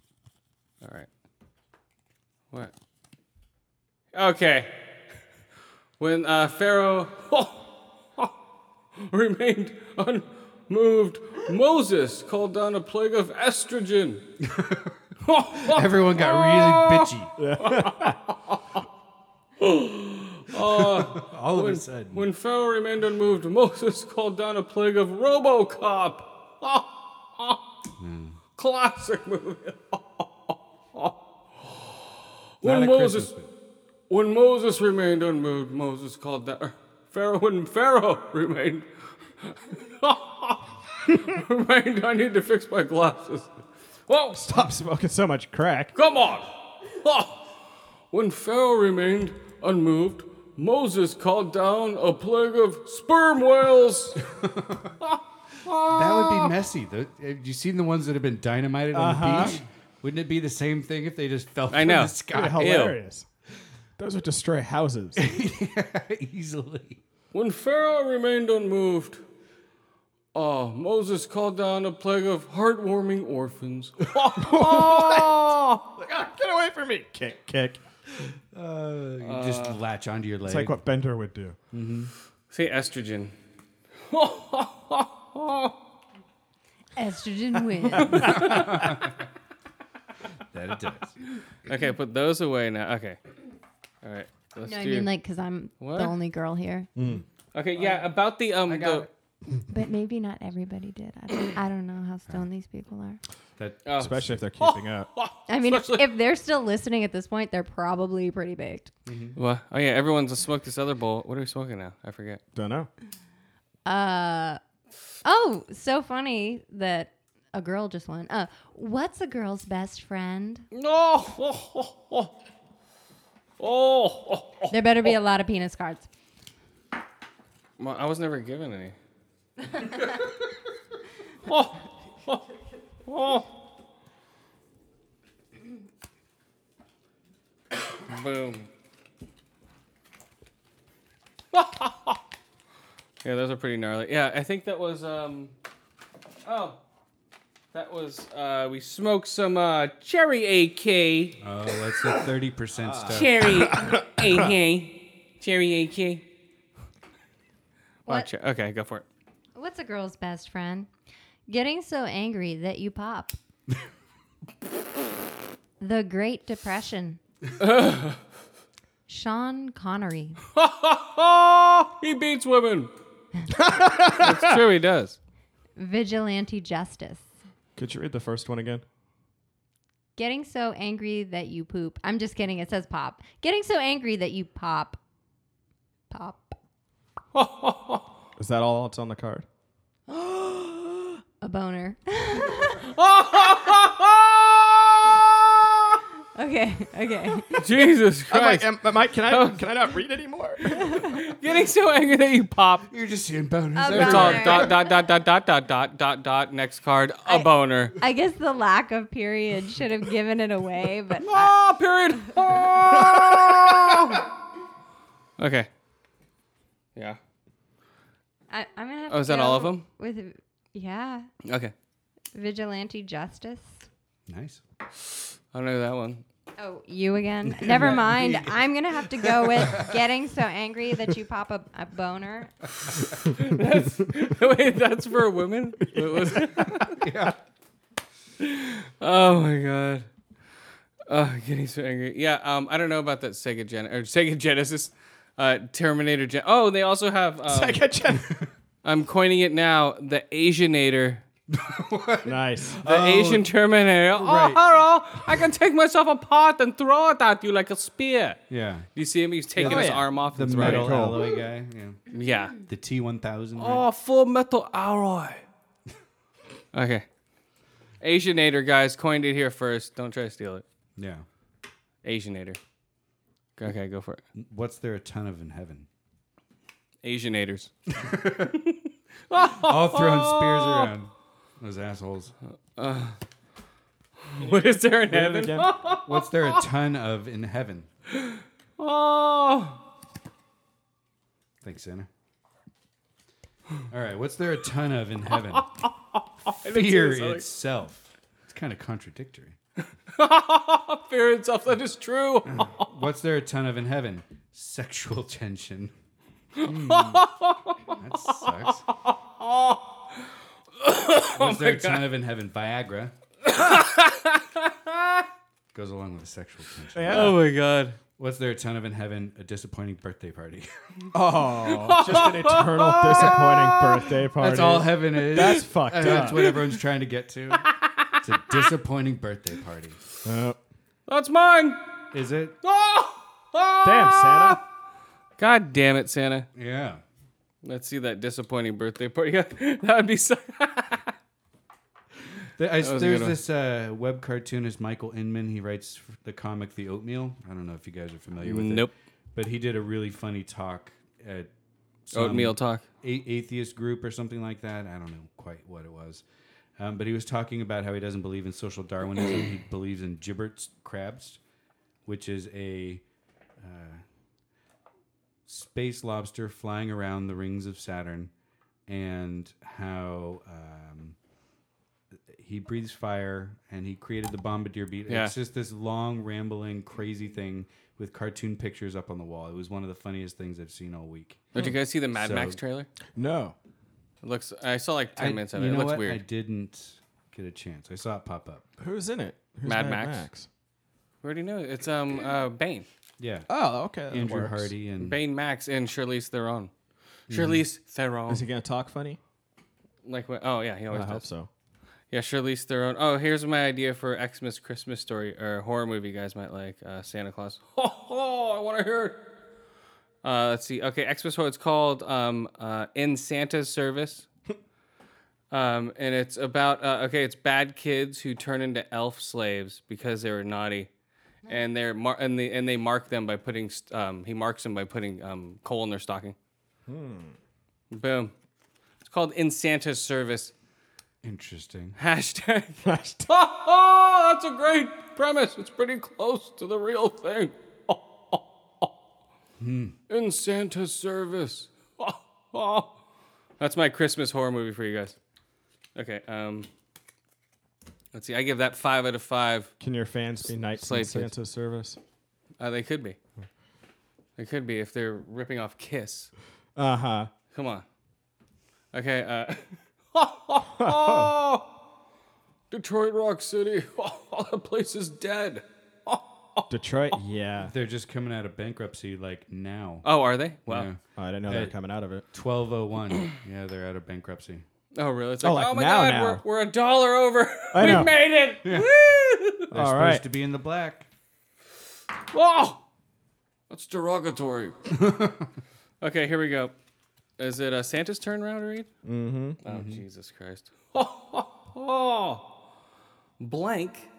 [SPEAKER 2] All right. What? Okay. When uh, Pharaoh [LAUGHS] remained unmoved, Moses called down a plague of estrogen. [LAUGHS]
[SPEAKER 3] Everyone got
[SPEAKER 2] Oh.
[SPEAKER 3] really bitchy. All of a sudden.
[SPEAKER 2] When Pharaoh remained unmoved, Moses [LAUGHS] called down a plague of Robocop. [LAUGHS] Classic movie.
[SPEAKER 3] Not
[SPEAKER 2] when
[SPEAKER 3] a
[SPEAKER 2] Moses,
[SPEAKER 3] Christmas movie.
[SPEAKER 2] when Moses remained unmoved, Moses called down. [LAUGHS] Pharaoh, when Pharaoh remained, [LAUGHS] remained. I need to fix my glasses.
[SPEAKER 11] Whoa!
[SPEAKER 4] Stop smoking so much crack.
[SPEAKER 11] Come on! Ha! When Pharaoh remained unmoved, Moses called down a plague of sperm whales.
[SPEAKER 3] That would be messy. The, have you seen the ones that have been dynamited on
[SPEAKER 4] Uh-huh.
[SPEAKER 3] the beach? Wouldn't it be the same thing if they just fell
[SPEAKER 2] I
[SPEAKER 3] from
[SPEAKER 2] know.
[SPEAKER 3] the sky?
[SPEAKER 4] They're hilarious. Those would destroy [LAUGHS] houses.
[SPEAKER 3] Easily.
[SPEAKER 11] When Pharaoh remained unmoved, ah, Moses called down a plague of heartwarming orphans.
[SPEAKER 4] oh! Get away from me! Kick, kick.
[SPEAKER 3] Uh, you just latch onto your leg.
[SPEAKER 4] It's like what Bender would do.
[SPEAKER 2] Say estrogen. [LAUGHS]
[SPEAKER 6] Estrogen wins.
[SPEAKER 3] that it does.
[SPEAKER 2] Okay, put those away now. Okay. All right. Let's
[SPEAKER 6] no, I
[SPEAKER 2] do-
[SPEAKER 6] mean like because I'm
[SPEAKER 2] What? Mm.
[SPEAKER 6] the only girl here.
[SPEAKER 2] Okay, yeah, about the um the
[SPEAKER 6] But maybe not everybody did. I don't, I don't know how stoned these people are.
[SPEAKER 3] That
[SPEAKER 2] oh,
[SPEAKER 4] Especially [LAUGHS] if they're keeping up.
[SPEAKER 6] I mean, if, if they're still listening at this point, they're probably pretty baked.
[SPEAKER 2] What? Oh yeah, everyone's smoked this other bowl. What are we smoking now? I forget.
[SPEAKER 4] Don't know.
[SPEAKER 6] Uh, oh, so funny that a girl just won. Uh, what's a girl's best friend?
[SPEAKER 11] No! Oh, oh, oh. Oh, [LAUGHS] oh, oh.
[SPEAKER 6] There better be a lot of penis cards.
[SPEAKER 2] Well, I was never given any. Oh, Boom. [LAUGHS] yeah, those are pretty gnarly. Yeah, I think that was um oh. That was uh we smoked some uh cherry AK.
[SPEAKER 3] Oh, that's the thirty percent
[SPEAKER 2] Ah.
[SPEAKER 3] stuff.
[SPEAKER 2] Cherry AK. Cherry AK.
[SPEAKER 6] What-
[SPEAKER 2] Watch it. Okay, go for it.
[SPEAKER 6] What's a girl's best friend? Getting so angry that
[SPEAKER 2] [LAUGHS]
[SPEAKER 6] you pop. the Great
[SPEAKER 2] [LAUGHS]
[SPEAKER 6] Depression. Sean Connery.
[SPEAKER 2] [LAUGHS]
[SPEAKER 11] Oh, he beats women.
[SPEAKER 2] It's true he does.
[SPEAKER 6] Vigilante justice.
[SPEAKER 4] Could you read the first one again?
[SPEAKER 6] Getting so angry that you poop. I'm just kidding. It says pop. Getting so angry that you pop. Pop.
[SPEAKER 4] Is that all that's on the card?
[SPEAKER 6] A boner. [LAUGHS] okay, okay.
[SPEAKER 2] [LAUGHS] Jesus Christ.
[SPEAKER 4] can I [LAUGHS] can I not read anymore?
[SPEAKER 2] Getting so angry that you pop.
[SPEAKER 3] You're just seeing bonus.
[SPEAKER 6] A
[SPEAKER 2] It's all
[SPEAKER 6] boner.
[SPEAKER 2] dot dot dot dot dot dot dot dot dot. Next card, a boner.
[SPEAKER 6] [LAUGHS] I guess the lack of period should have given it away, but
[SPEAKER 2] Ah, period. Ah. okay. Yeah.
[SPEAKER 6] [LAUGHS] I, I'm gonna. Have
[SPEAKER 2] Oh,
[SPEAKER 6] to
[SPEAKER 2] is that
[SPEAKER 6] go
[SPEAKER 2] all of 'em?
[SPEAKER 6] With yeah,
[SPEAKER 2] Okay.
[SPEAKER 6] vigilante justice.
[SPEAKER 3] Nice.
[SPEAKER 2] I don't know that one. [LAUGHS]
[SPEAKER 6] Oh, you again? Never mind. I'm gonna have to go with getting so angry that you pop a, a boner.
[SPEAKER 2] Wait, that's for women? What was it? Oh my god. Oh, getting so angry. Yeah, um, I don't know about that Sega Gen or Sega [LAUGHS] Genesis, uh, Terminator Gen. Oh, they also have. Um, I'm coining it now. The Asianator.
[SPEAKER 4] [LAUGHS] nice.
[SPEAKER 2] The Asian Terminator.
[SPEAKER 3] Oh. right.
[SPEAKER 2] Oh, hello! I can take myself apart and throw it at you like a spear.
[SPEAKER 3] Yeah.
[SPEAKER 2] Do you see him? He's taking
[SPEAKER 3] Oh,
[SPEAKER 2] his
[SPEAKER 3] yeah.
[SPEAKER 2] arm off.
[SPEAKER 3] The
[SPEAKER 2] and throwing
[SPEAKER 3] metal
[SPEAKER 2] it.
[SPEAKER 3] alloy guy. Yeah.
[SPEAKER 2] Yeah.
[SPEAKER 3] The T one thousand.
[SPEAKER 2] Oh, full metal alloy. okay. Asianator, guys, coined it here first. Don't try to steal it.
[SPEAKER 3] Yeah.
[SPEAKER 2] Asianator. Okay, go for it.
[SPEAKER 3] What's there a ton of in heaven? [LAUGHS]
[SPEAKER 2] Asianators.
[SPEAKER 3] All throwing spears around. Those assholes.
[SPEAKER 2] What is there in heaven?
[SPEAKER 4] [LAUGHS]
[SPEAKER 3] What's there a ton of in heaven?
[SPEAKER 2] Oh.
[SPEAKER 3] Thanks, Santa. All right. What's there a ton of in heaven? Fear itself. It's kind of contradictory.
[SPEAKER 2] Fear itself, that is true.
[SPEAKER 3] What's there a ton of in heaven? Sexual [LAUGHS] tension. Hmm. that sucks. Oh What's there a ton of in heaven? [LAUGHS] Viagra. Goes along with the sexual tension.
[SPEAKER 2] Oh my god.
[SPEAKER 3] What's there a ton of in heaven? A disappointing birthday party.
[SPEAKER 4] Oh, just an eternal disappointing birthday
[SPEAKER 3] [LAUGHS]
[SPEAKER 4] party.
[SPEAKER 3] That's all heaven is.
[SPEAKER 4] That's [LAUGHS] fucked
[SPEAKER 3] And [LAUGHS] That's
[SPEAKER 4] up.
[SPEAKER 3] what everyone's trying to get to. It's a disappointing birthday party.
[SPEAKER 4] Uh,
[SPEAKER 2] That's mine. Oh.
[SPEAKER 3] Is it?
[SPEAKER 4] damn, Santa.
[SPEAKER 2] God damn it, Santa.
[SPEAKER 3] Yeah.
[SPEAKER 2] [LAUGHS] Let's see that disappointing birthday party. that would be so.
[SPEAKER 3] The- I-
[SPEAKER 2] That was a
[SPEAKER 3] there's
[SPEAKER 2] good one.
[SPEAKER 3] this uh, web cartoonist Michael Inman. He writes f- the comic The Oatmeal. I don't know if you guys are familiar with it.
[SPEAKER 2] Nope.
[SPEAKER 3] But he did a really funny talk at um,
[SPEAKER 2] Oatmeal talk.
[SPEAKER 3] a- atheist group or something like that. I don't know quite what it was. Um, but he was talking about how he doesn't believe in social Darwinism. he believes in gibbets crabs, which is a uh, space lobster flying around the rings of Saturn, and how um, he breathes fire and he created the bombardier beat.
[SPEAKER 2] Yeah.
[SPEAKER 3] It's just this long, rambling, crazy thing with cartoon pictures up on the wall. It was one of the funniest things I've seen all week.
[SPEAKER 2] Oh, Did you guys see the Mad
[SPEAKER 3] So-
[SPEAKER 2] Max trailer?
[SPEAKER 4] No.
[SPEAKER 2] It looks. I saw like ten
[SPEAKER 3] I-
[SPEAKER 2] minutes of
[SPEAKER 3] you
[SPEAKER 2] it. It
[SPEAKER 3] know
[SPEAKER 2] looks
[SPEAKER 3] what? I
[SPEAKER 2] weird.
[SPEAKER 3] didn't get a chance. I saw it pop up.
[SPEAKER 4] Who's in it? Who's
[SPEAKER 2] Mad Max? We already know it. it's um uh, Bane.
[SPEAKER 3] Yeah.
[SPEAKER 4] Oh, okay. that
[SPEAKER 3] Andrew
[SPEAKER 4] works.
[SPEAKER 3] Hardy and
[SPEAKER 2] Bane Max and Charlize Theron.
[SPEAKER 3] Mm-hmm.
[SPEAKER 2] Charlize Theron.
[SPEAKER 4] Is he gonna talk funny?
[SPEAKER 2] Like what? Oh yeah, he always
[SPEAKER 4] I hope
[SPEAKER 2] does.
[SPEAKER 4] so.
[SPEAKER 2] Yeah, Charlize Theron. Oh, here's my idea for Xmas Christmas story or horror movie. You guys might like uh, Santa Claus. [LAUGHS] Oh, I want to hear. it. Uh, let's see. Okay, Xmas. Horror. It's called um, uh, In Santa's Service. [LAUGHS] Um, and it's about uh, okay, it's bad kids who turn into elf slaves because they were naughty, and they're mar- and they and they mark them by putting st- um, he marks them by putting um, coal in their stocking. Boom. It's called In Santa's Service.
[SPEAKER 3] Interesting.
[SPEAKER 2] Hashtag. Hashtag. [LAUGHS] Oh, that's a great premise. It's pretty close to the real thing. In Santa's service. [LAUGHS] That's my Christmas horror movie for you guys. Okay. Um. Let's see. I give that five out of five.
[SPEAKER 4] Can your fans be knights in
[SPEAKER 2] Slave kids.
[SPEAKER 4] Santa's service?
[SPEAKER 2] Uh, they could be. They could be if they're ripping off Kiss.
[SPEAKER 4] Uh huh.
[SPEAKER 2] Come on. Okay. Uh, [LAUGHS] Detroit Rock City. [LAUGHS] Oh, that place is dead.
[SPEAKER 4] Detroit. Yeah.
[SPEAKER 3] They're just coming out of bankruptcy like now.
[SPEAKER 2] Oh, are they? Wow.
[SPEAKER 3] Yeah.
[SPEAKER 4] Oh, I didn't know they were
[SPEAKER 3] Hey.
[SPEAKER 4] coming out of it.
[SPEAKER 2] [CLEARS THROAT]
[SPEAKER 3] 1201. yeah, they're out of bankruptcy.
[SPEAKER 2] Oh, really? It's
[SPEAKER 4] Oh,
[SPEAKER 2] like, oh,
[SPEAKER 4] like
[SPEAKER 2] my
[SPEAKER 4] now,
[SPEAKER 2] God,
[SPEAKER 4] now.
[SPEAKER 2] We're, we're a dollar over. [LAUGHS]
[SPEAKER 4] I
[SPEAKER 2] we
[SPEAKER 4] know.
[SPEAKER 2] made it.
[SPEAKER 3] Yeah.
[SPEAKER 2] Woo!
[SPEAKER 3] They're
[SPEAKER 4] All
[SPEAKER 3] supposed
[SPEAKER 4] right.
[SPEAKER 3] to be in the black.
[SPEAKER 2] Oh, that's derogatory. [LAUGHS] okay, here we go. Is it uh, Santa's turn round to read?
[SPEAKER 4] Mm-hmm.
[SPEAKER 2] Oh, Jesus Christ. [LAUGHS] Oh, Blank.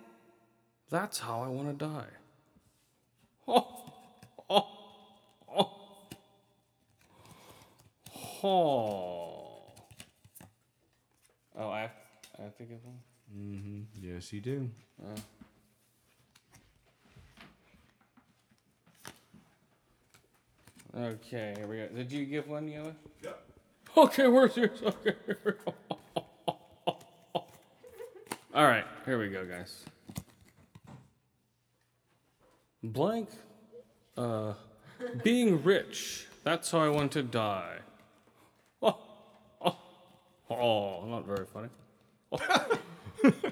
[SPEAKER 2] That's how I want to die. [LAUGHS] Oh, oh, oh. Oh. Oh, I have, I have to give one.
[SPEAKER 3] Yes, you do.
[SPEAKER 2] Okay, here we go. Did you give one, Yoa? Yeah. Okay, where's yours? [LAUGHS] Okay. All right, here we go, guys. Blank, uh, being rich. That's how I want to die. [LAUGHS] Oh, oh, oh not very funny. [LAUGHS]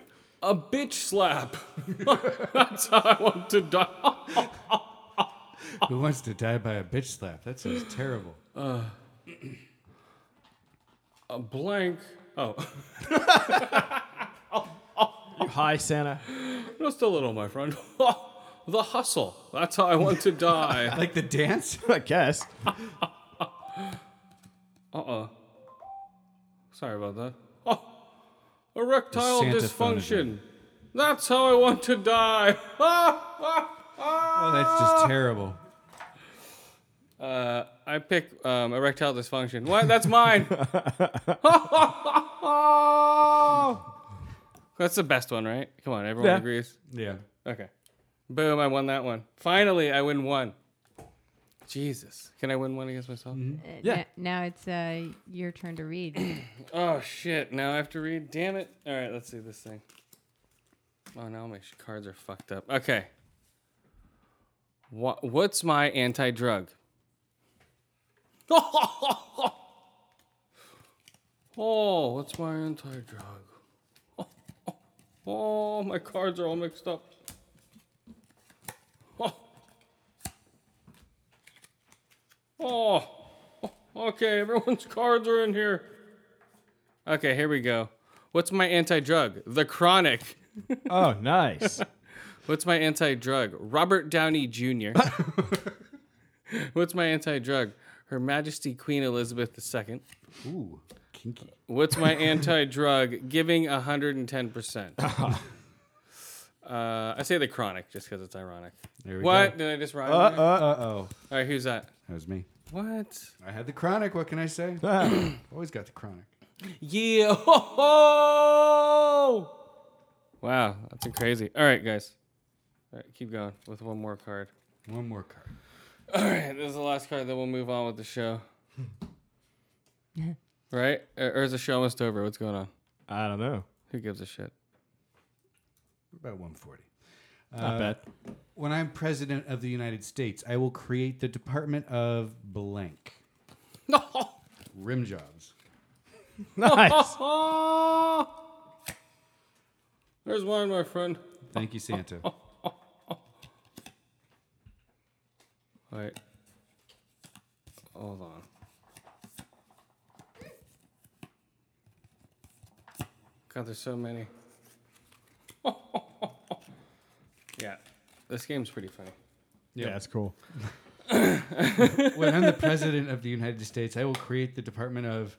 [SPEAKER 2] Oh. A bitch slap. [LAUGHS] That's how I want to die. Oh.
[SPEAKER 3] Who wants to die by a bitch slap? That sounds
[SPEAKER 2] [GASPS]
[SPEAKER 3] terrible.
[SPEAKER 2] A blank. Oh.
[SPEAKER 4] Hi, Santa.
[SPEAKER 2] Just a little, my friend. [LAUGHS] the hustle. That's how I want to
[SPEAKER 3] [LAUGHS]
[SPEAKER 2] die.
[SPEAKER 3] Like
[SPEAKER 2] [LAUGHS]
[SPEAKER 3] the dance?
[SPEAKER 4] [LAUGHS] I guess.
[SPEAKER 2] uh uh Sorry about that. Oh, erectile
[SPEAKER 3] The Santa phone
[SPEAKER 2] dysfunction. That's how I want to die. [LAUGHS] Ah!
[SPEAKER 3] Oh, that's just terrible.
[SPEAKER 2] uh, I pick um, erectile dysfunction. What? That's mine.
[SPEAKER 4] Oh!
[SPEAKER 2] That's the best one, right? Come on, everyone
[SPEAKER 4] Yeah.
[SPEAKER 2] agrees.
[SPEAKER 3] Yeah.
[SPEAKER 2] Okay. Boom, I won that one. Finally, I win one. Jesus. Can I win one against myself?
[SPEAKER 6] Uh,
[SPEAKER 4] Yeah.
[SPEAKER 6] n- now it's uh, your turn to read.
[SPEAKER 2] Oh shit! Now I have to read. Damn it! All right, let's see this thing. Oh, now my sh- cards are fucked up. Okay. Wha what's my anti-drug? [LAUGHS] oh, what's my anti-drug? [LAUGHS] Oh, my cards are all mixed up. [LAUGHS] Oh. Oh. Okay, everyone's cards are in here. Okay, here we go. What's my anti drug? The Chronic.
[SPEAKER 4] Oh, nice.
[SPEAKER 2] What's my anti drug? Robert Downey Jr.
[SPEAKER 3] [LAUGHS]
[SPEAKER 2] What's my anti drug? Her Majesty Queen Elizabeth II.
[SPEAKER 3] Ooh. kinky.
[SPEAKER 2] What's
[SPEAKER 3] [LAUGHS]
[SPEAKER 2] my anti-drug? Giving 110%. uh, I say the chronic just because it's ironic.
[SPEAKER 3] There we
[SPEAKER 2] what?
[SPEAKER 3] go.
[SPEAKER 2] Did I just rhyme?
[SPEAKER 3] Uh,
[SPEAKER 2] there?
[SPEAKER 3] uh, uh-oh.
[SPEAKER 2] All right, who's that?
[SPEAKER 3] That was me.
[SPEAKER 2] What?
[SPEAKER 3] I had the chronic. What can I
[SPEAKER 4] [COUGHS]
[SPEAKER 3] say? Always got the chronic.
[SPEAKER 2] Yeah. Wow, that's crazy. All right, guys. All right, keep going with one more card. [CLEARS THROAT]
[SPEAKER 3] One more card.
[SPEAKER 2] All right, this is the last card. Then we'll move on with the show. right? Or or is the show almost over? What's going on?
[SPEAKER 4] I don't know.
[SPEAKER 2] Who gives a shit?
[SPEAKER 3] About 140.
[SPEAKER 4] Not bad.
[SPEAKER 3] When I'm president of the United States, I will create the Department of Blank. No. Rim jobs.
[SPEAKER 4] [LAUGHS] Nice.
[SPEAKER 2] There's one, my friend.
[SPEAKER 3] Thank you,
[SPEAKER 2] [LAUGHS]
[SPEAKER 3] Santa.
[SPEAKER 2] Wait. Hold on. God, there's so many. [LAUGHS] yeah, this game's pretty funny.
[SPEAKER 4] Yeah, that's cool.
[SPEAKER 3] when I'm the president of the United States, I will create the Department of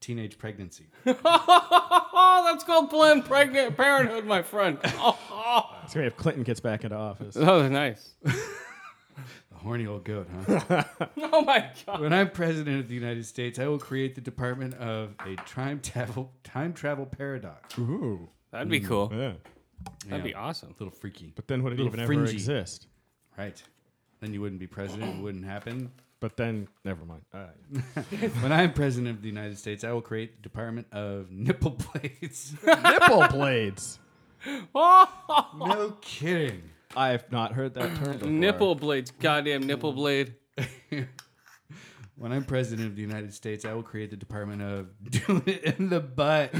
[SPEAKER 3] Teenage Pregnancy.
[SPEAKER 2] Oh, [LAUGHS] that's called Planned Pregnant Parenthood, my [LAUGHS] friend.
[SPEAKER 4] It's gonna be if Clinton gets back into office.
[SPEAKER 2] Oh, nice.
[SPEAKER 3] A horny old goat, huh?
[SPEAKER 2] [LAUGHS] Oh my god.
[SPEAKER 3] when I'm president of the United States, I will create the Department of a time travel time travel paradox.
[SPEAKER 4] Ooh.
[SPEAKER 2] That'd be cool.
[SPEAKER 4] Mm, Yeah.
[SPEAKER 2] That'd be
[SPEAKER 3] Yeah.
[SPEAKER 2] awesome.
[SPEAKER 3] little freaky,
[SPEAKER 4] But then would it
[SPEAKER 3] Little
[SPEAKER 4] even ever
[SPEAKER 3] fringy.
[SPEAKER 4] exist?
[SPEAKER 3] right? Then you wouldn't be president. It wouldn't happen.
[SPEAKER 4] But then, never mind. All right.
[SPEAKER 3] When I'm president of the United States, I will create the Department of
[SPEAKER 2] [LAUGHS]
[SPEAKER 3] Nipple Blades.
[SPEAKER 4] [LAUGHS] Nipple blades.
[SPEAKER 3] no kidding.
[SPEAKER 4] I have not heard that [CLEARS THROAT] term before.
[SPEAKER 2] Nipple blades. Goddamn nipple blade.
[SPEAKER 3] [LAUGHS] When I'm president of the United States, I will create the Department of [LAUGHS] Doing It in the [LAUGHS] Butt.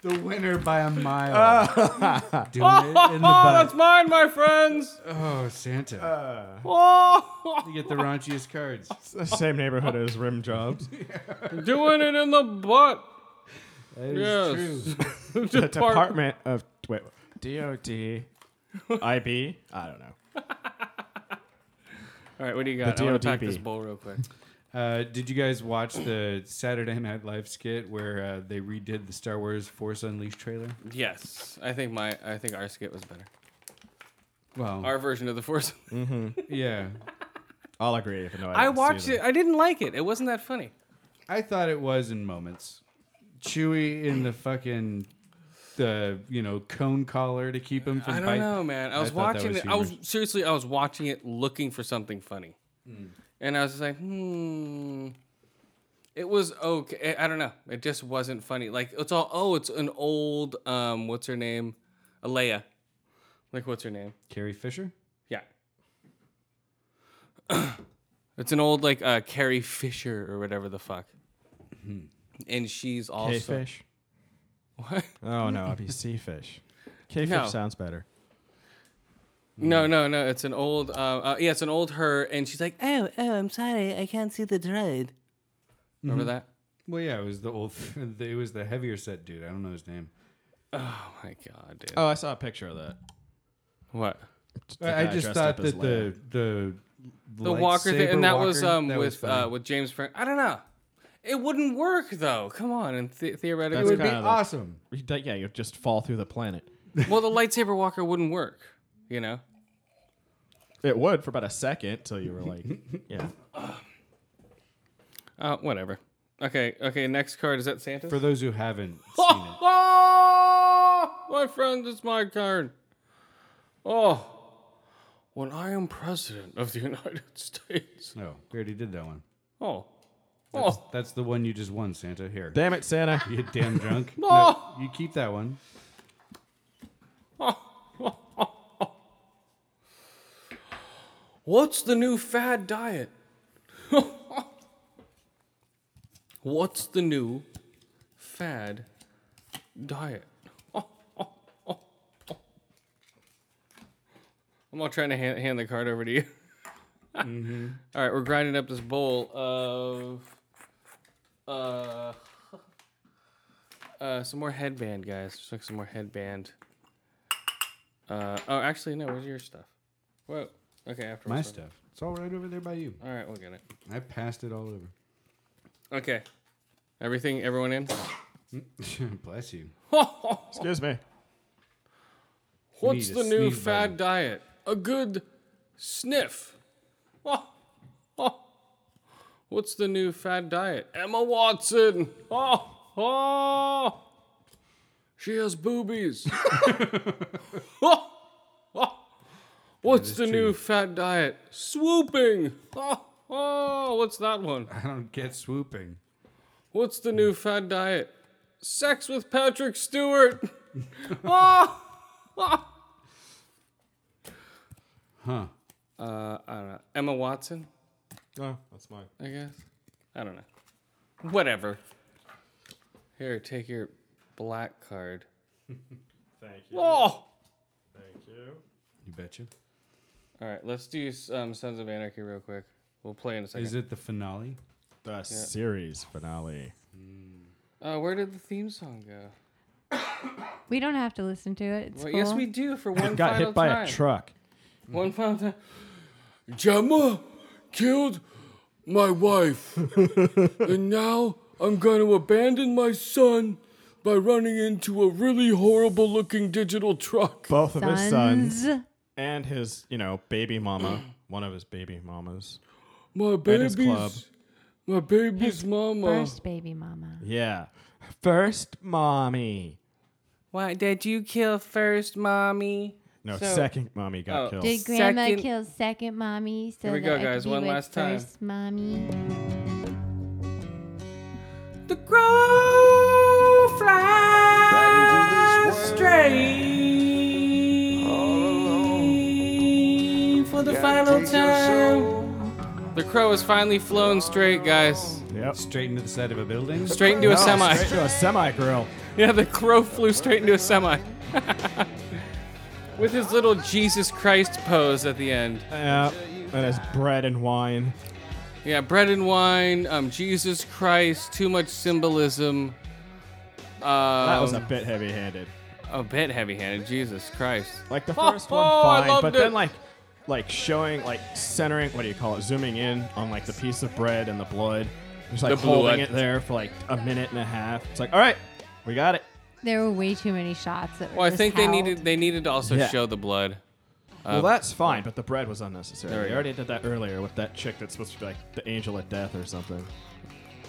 [SPEAKER 3] the winner by a [LAUGHS] mile. Doing it in the
[SPEAKER 2] Oh, that's
[SPEAKER 3] butt.
[SPEAKER 2] mine, my friends.
[SPEAKER 3] [LAUGHS] Oh, Santa.
[SPEAKER 2] Oh,
[SPEAKER 3] you get the raunchiest cards.
[SPEAKER 4] It's the same neighborhood as rim [LAUGHS] jobs.
[SPEAKER 2] doing it in the butt.
[SPEAKER 3] That is
[SPEAKER 2] Yes. [LAUGHS]
[SPEAKER 3] true.
[SPEAKER 4] the Department of wait, DOD, IB. I don't know.
[SPEAKER 2] All right, what do you got?
[SPEAKER 4] The
[SPEAKER 2] I want to pack
[SPEAKER 4] DODB.
[SPEAKER 2] this bowl real quick.
[SPEAKER 3] Uh, did you guys watch the Saturday Night Live skit where uh, they redid the Star Wars Force Unleashed trailer?
[SPEAKER 2] Yes, I think my I think our skit was better.
[SPEAKER 3] Well,
[SPEAKER 2] Our version of the Force.
[SPEAKER 3] yeah.
[SPEAKER 4] I'll agree. Even though I,
[SPEAKER 2] I
[SPEAKER 4] didn't see
[SPEAKER 2] watched
[SPEAKER 4] them.
[SPEAKER 2] it. I didn't like it. It wasn't that funny.
[SPEAKER 3] I thought it was in moments. Chewy in the fucking the you know cone collar to keep him from.
[SPEAKER 2] I don't
[SPEAKER 3] bite-
[SPEAKER 2] know, man. I was
[SPEAKER 3] thought that
[SPEAKER 2] watching it. I
[SPEAKER 3] humor.
[SPEAKER 2] was seriously, I was watching it looking for something funny, and I was just like, hmm. It was okay. I I don't know. It just wasn't funny. Like it's all. Oh, it's an old. Um, what's her name? Alea. Like what's her name?
[SPEAKER 3] Carrie Fisher.
[SPEAKER 2] Yeah. [CLEARS THROAT] it's an old like uh, Carrie Fisher or whatever the fuck. And she's also
[SPEAKER 4] K fish.
[SPEAKER 2] What?
[SPEAKER 4] Oh [LAUGHS] no, it'd be sea fish. K fish
[SPEAKER 2] No.
[SPEAKER 4] sounds better.
[SPEAKER 2] No, no, no. It's an old. Uh, uh, yeah, it's an old her, and she's like, "Oh, oh, I'm sorry, I can't see the droid." Remember
[SPEAKER 3] Mm-hmm.
[SPEAKER 2] that?
[SPEAKER 3] Well, yeah, it was the old. [LAUGHS] It was the heavier set dude. I don't know his name.
[SPEAKER 2] Oh my god, dude.
[SPEAKER 4] Oh, I saw a picture of that.
[SPEAKER 2] What?
[SPEAKER 4] The
[SPEAKER 3] I
[SPEAKER 4] guy
[SPEAKER 3] just
[SPEAKER 4] dressed
[SPEAKER 3] thought
[SPEAKER 4] up as
[SPEAKER 3] that the the
[SPEAKER 2] The Walker thing,
[SPEAKER 3] lightsaber
[SPEAKER 2] and that was
[SPEAKER 3] walker,
[SPEAKER 2] um
[SPEAKER 3] that was
[SPEAKER 2] with
[SPEAKER 3] funny.
[SPEAKER 2] uh, with James Frank. I don't know. It wouldn't work though. Come on, and the
[SPEAKER 3] it
[SPEAKER 2] theoretically,
[SPEAKER 3] would
[SPEAKER 4] That's
[SPEAKER 3] be
[SPEAKER 4] kinda the-
[SPEAKER 3] awesome.
[SPEAKER 4] Leia. Yeah, you'd just fall through the planet.
[SPEAKER 2] well, the lightsaber walker wouldn't work. You know.
[SPEAKER 4] It would for about a second till you were [LAUGHS] like, yeah.
[SPEAKER 2] Uh, whatever. Okay, okay. Next card is that Santa?
[SPEAKER 3] For those who
[SPEAKER 2] [LAUGHS]
[SPEAKER 3] haven't seen it,
[SPEAKER 2] Oh, my friend, it's my turn. Oh, when I am president of the [LAUGHS] United States.
[SPEAKER 3] no, we already did that one.
[SPEAKER 2] Oh,
[SPEAKER 3] That's,
[SPEAKER 2] oh,
[SPEAKER 3] that's the one you just won,
[SPEAKER 2] [LAUGHS]
[SPEAKER 3] Santa. Here,
[SPEAKER 4] Damn it, Santa.
[SPEAKER 3] you damn drunk.
[SPEAKER 2] Oh.
[SPEAKER 3] No, you keep that one.
[SPEAKER 2] what's the new fad diet? what's the new fad diet? Oh, I'm all trying to hand, hand the card over to you. [LAUGHS]
[SPEAKER 3] Mm-hmm.
[SPEAKER 2] All right, we're grinding up this bowl of uh, [LAUGHS] uh, some more headband, guys. Just like some more headband. Uh, oh, actually, no. Where's your stuff? Whoa, Okay, after
[SPEAKER 3] My stuff. It's all right over there by you.
[SPEAKER 2] All right, we'll get it.
[SPEAKER 3] I passed it all over. [LAUGHS]
[SPEAKER 2] Okay. Everything, everyone in?
[SPEAKER 3] Bless you.
[SPEAKER 4] [LAUGHS] Excuse me.
[SPEAKER 11] What's
[SPEAKER 3] Need a
[SPEAKER 11] the new
[SPEAKER 3] sneeze
[SPEAKER 11] fad diet? A good sniff. Oh, oh. What's the new fad diet? Emma Watson. Oh, oh. She has boobies. [LAUGHS] Oh, oh. What's the new fad diet? Swooping. Oh, oh, what's that one?
[SPEAKER 3] I don't get swooping.
[SPEAKER 11] What's the new fad diet? Sex with Patrick Stewart. [LAUGHS] oh, oh.
[SPEAKER 3] Huh.
[SPEAKER 2] Uh, I don't know. Emma Watson,
[SPEAKER 4] Oh, that's mine.
[SPEAKER 2] I guess. I don't know. Whatever. Here, take your black card.
[SPEAKER 4] [LAUGHS] Thank you.
[SPEAKER 11] Oh.
[SPEAKER 4] Thank you.
[SPEAKER 3] You betcha.
[SPEAKER 2] All right, let's do um, Sons of Anarchy real quick. We'll play in a second.
[SPEAKER 3] Is it the finale?
[SPEAKER 4] The series finale.
[SPEAKER 2] Uh, where did the theme song go?
[SPEAKER 6] We don't have to listen to it. It's
[SPEAKER 2] Well, yes,
[SPEAKER 6] cool.
[SPEAKER 2] we do for one
[SPEAKER 4] Got
[SPEAKER 2] final
[SPEAKER 4] hit by
[SPEAKER 2] time.
[SPEAKER 4] a truck.
[SPEAKER 2] One final time.
[SPEAKER 11] Gemma killed my
[SPEAKER 4] [LAUGHS]
[SPEAKER 11] wife. and now I'm going to abandon my son by running into a really horrible looking digital truck.
[SPEAKER 4] Both of his sons
[SPEAKER 6] Sons.
[SPEAKER 4] and his, you know, baby [CLEARS THROAT] mama. one of his baby mamas.
[SPEAKER 11] My
[SPEAKER 4] his club.
[SPEAKER 11] baby's, my baby's mama.
[SPEAKER 6] First baby mama.
[SPEAKER 4] Yeah. First mommy.
[SPEAKER 2] Why did you kill first, mommy?
[SPEAKER 4] No,
[SPEAKER 2] So-
[SPEAKER 4] second mommy got
[SPEAKER 2] Oh.
[SPEAKER 4] killed.
[SPEAKER 6] Did grandma
[SPEAKER 2] Second-
[SPEAKER 6] kill second mommy? So
[SPEAKER 2] Here we
[SPEAKER 6] that
[SPEAKER 2] go,
[SPEAKER 6] I could
[SPEAKER 2] guys,
[SPEAKER 6] be
[SPEAKER 2] one
[SPEAKER 6] with
[SPEAKER 2] last time.
[SPEAKER 6] First mommy.
[SPEAKER 2] The crow flies straight for the final time. The crow has finally flown straight, guys.
[SPEAKER 4] Yep.
[SPEAKER 3] Straight into the side of a building?
[SPEAKER 2] Straight into a semi. [LAUGHS]
[SPEAKER 4] Straight to a semi grill.
[SPEAKER 2] Yeah, the crow flew straight into a semi. [LAUGHS] With his little Jesus Christ pose at the end.
[SPEAKER 4] Yeah. And it's bread and wine.
[SPEAKER 2] Yeah, bread and wine, um, Jesus Christ, too much symbolism. Um,
[SPEAKER 4] That was a bit heavy handed.
[SPEAKER 2] a bit heavy-handed. Jesus Christ. [LAUGHS]
[SPEAKER 4] Like the first one,
[SPEAKER 2] oh, I
[SPEAKER 4] fine,
[SPEAKER 2] loved
[SPEAKER 4] but
[SPEAKER 2] it.
[SPEAKER 4] then like, like showing, like centering, what do you call it? Zooming in on like the piece of bread and the blood, just like
[SPEAKER 2] The blood.
[SPEAKER 4] holding it there for like a minute and a half. It's like, all right, we got it.
[SPEAKER 6] There were way too many shots. That were
[SPEAKER 2] Well, I
[SPEAKER 6] just
[SPEAKER 2] think
[SPEAKER 6] held.
[SPEAKER 2] they needed they needed to also
[SPEAKER 4] Yeah.
[SPEAKER 2] show the blood.
[SPEAKER 4] well, that's fine, but the bread was unnecessary.
[SPEAKER 2] Uh, There we
[SPEAKER 4] we
[SPEAKER 2] go.
[SPEAKER 4] already did that earlier with that chick that's supposed to be like the angel of death or something.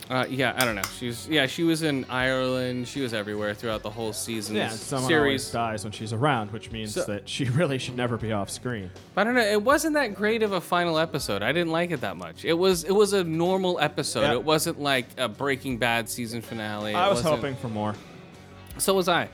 [SPEAKER 2] Uh, yeah, I don't know. She's yeah, she was in Ireland. She was everywhere throughout the whole season
[SPEAKER 4] Yeah, someone always
[SPEAKER 2] series.
[SPEAKER 4] dies when she's around, which means
[SPEAKER 2] So-
[SPEAKER 4] that she [LAUGHS] really should never be off screen.
[SPEAKER 2] But I don't know. It wasn't that great of a final episode. I didn't like it that much. It was it was a normal episode.
[SPEAKER 4] Yeah.
[SPEAKER 2] It wasn't like a Breaking Bad season finale. It
[SPEAKER 4] I was
[SPEAKER 2] wasn't-
[SPEAKER 4] hoping for more.
[SPEAKER 2] So was I.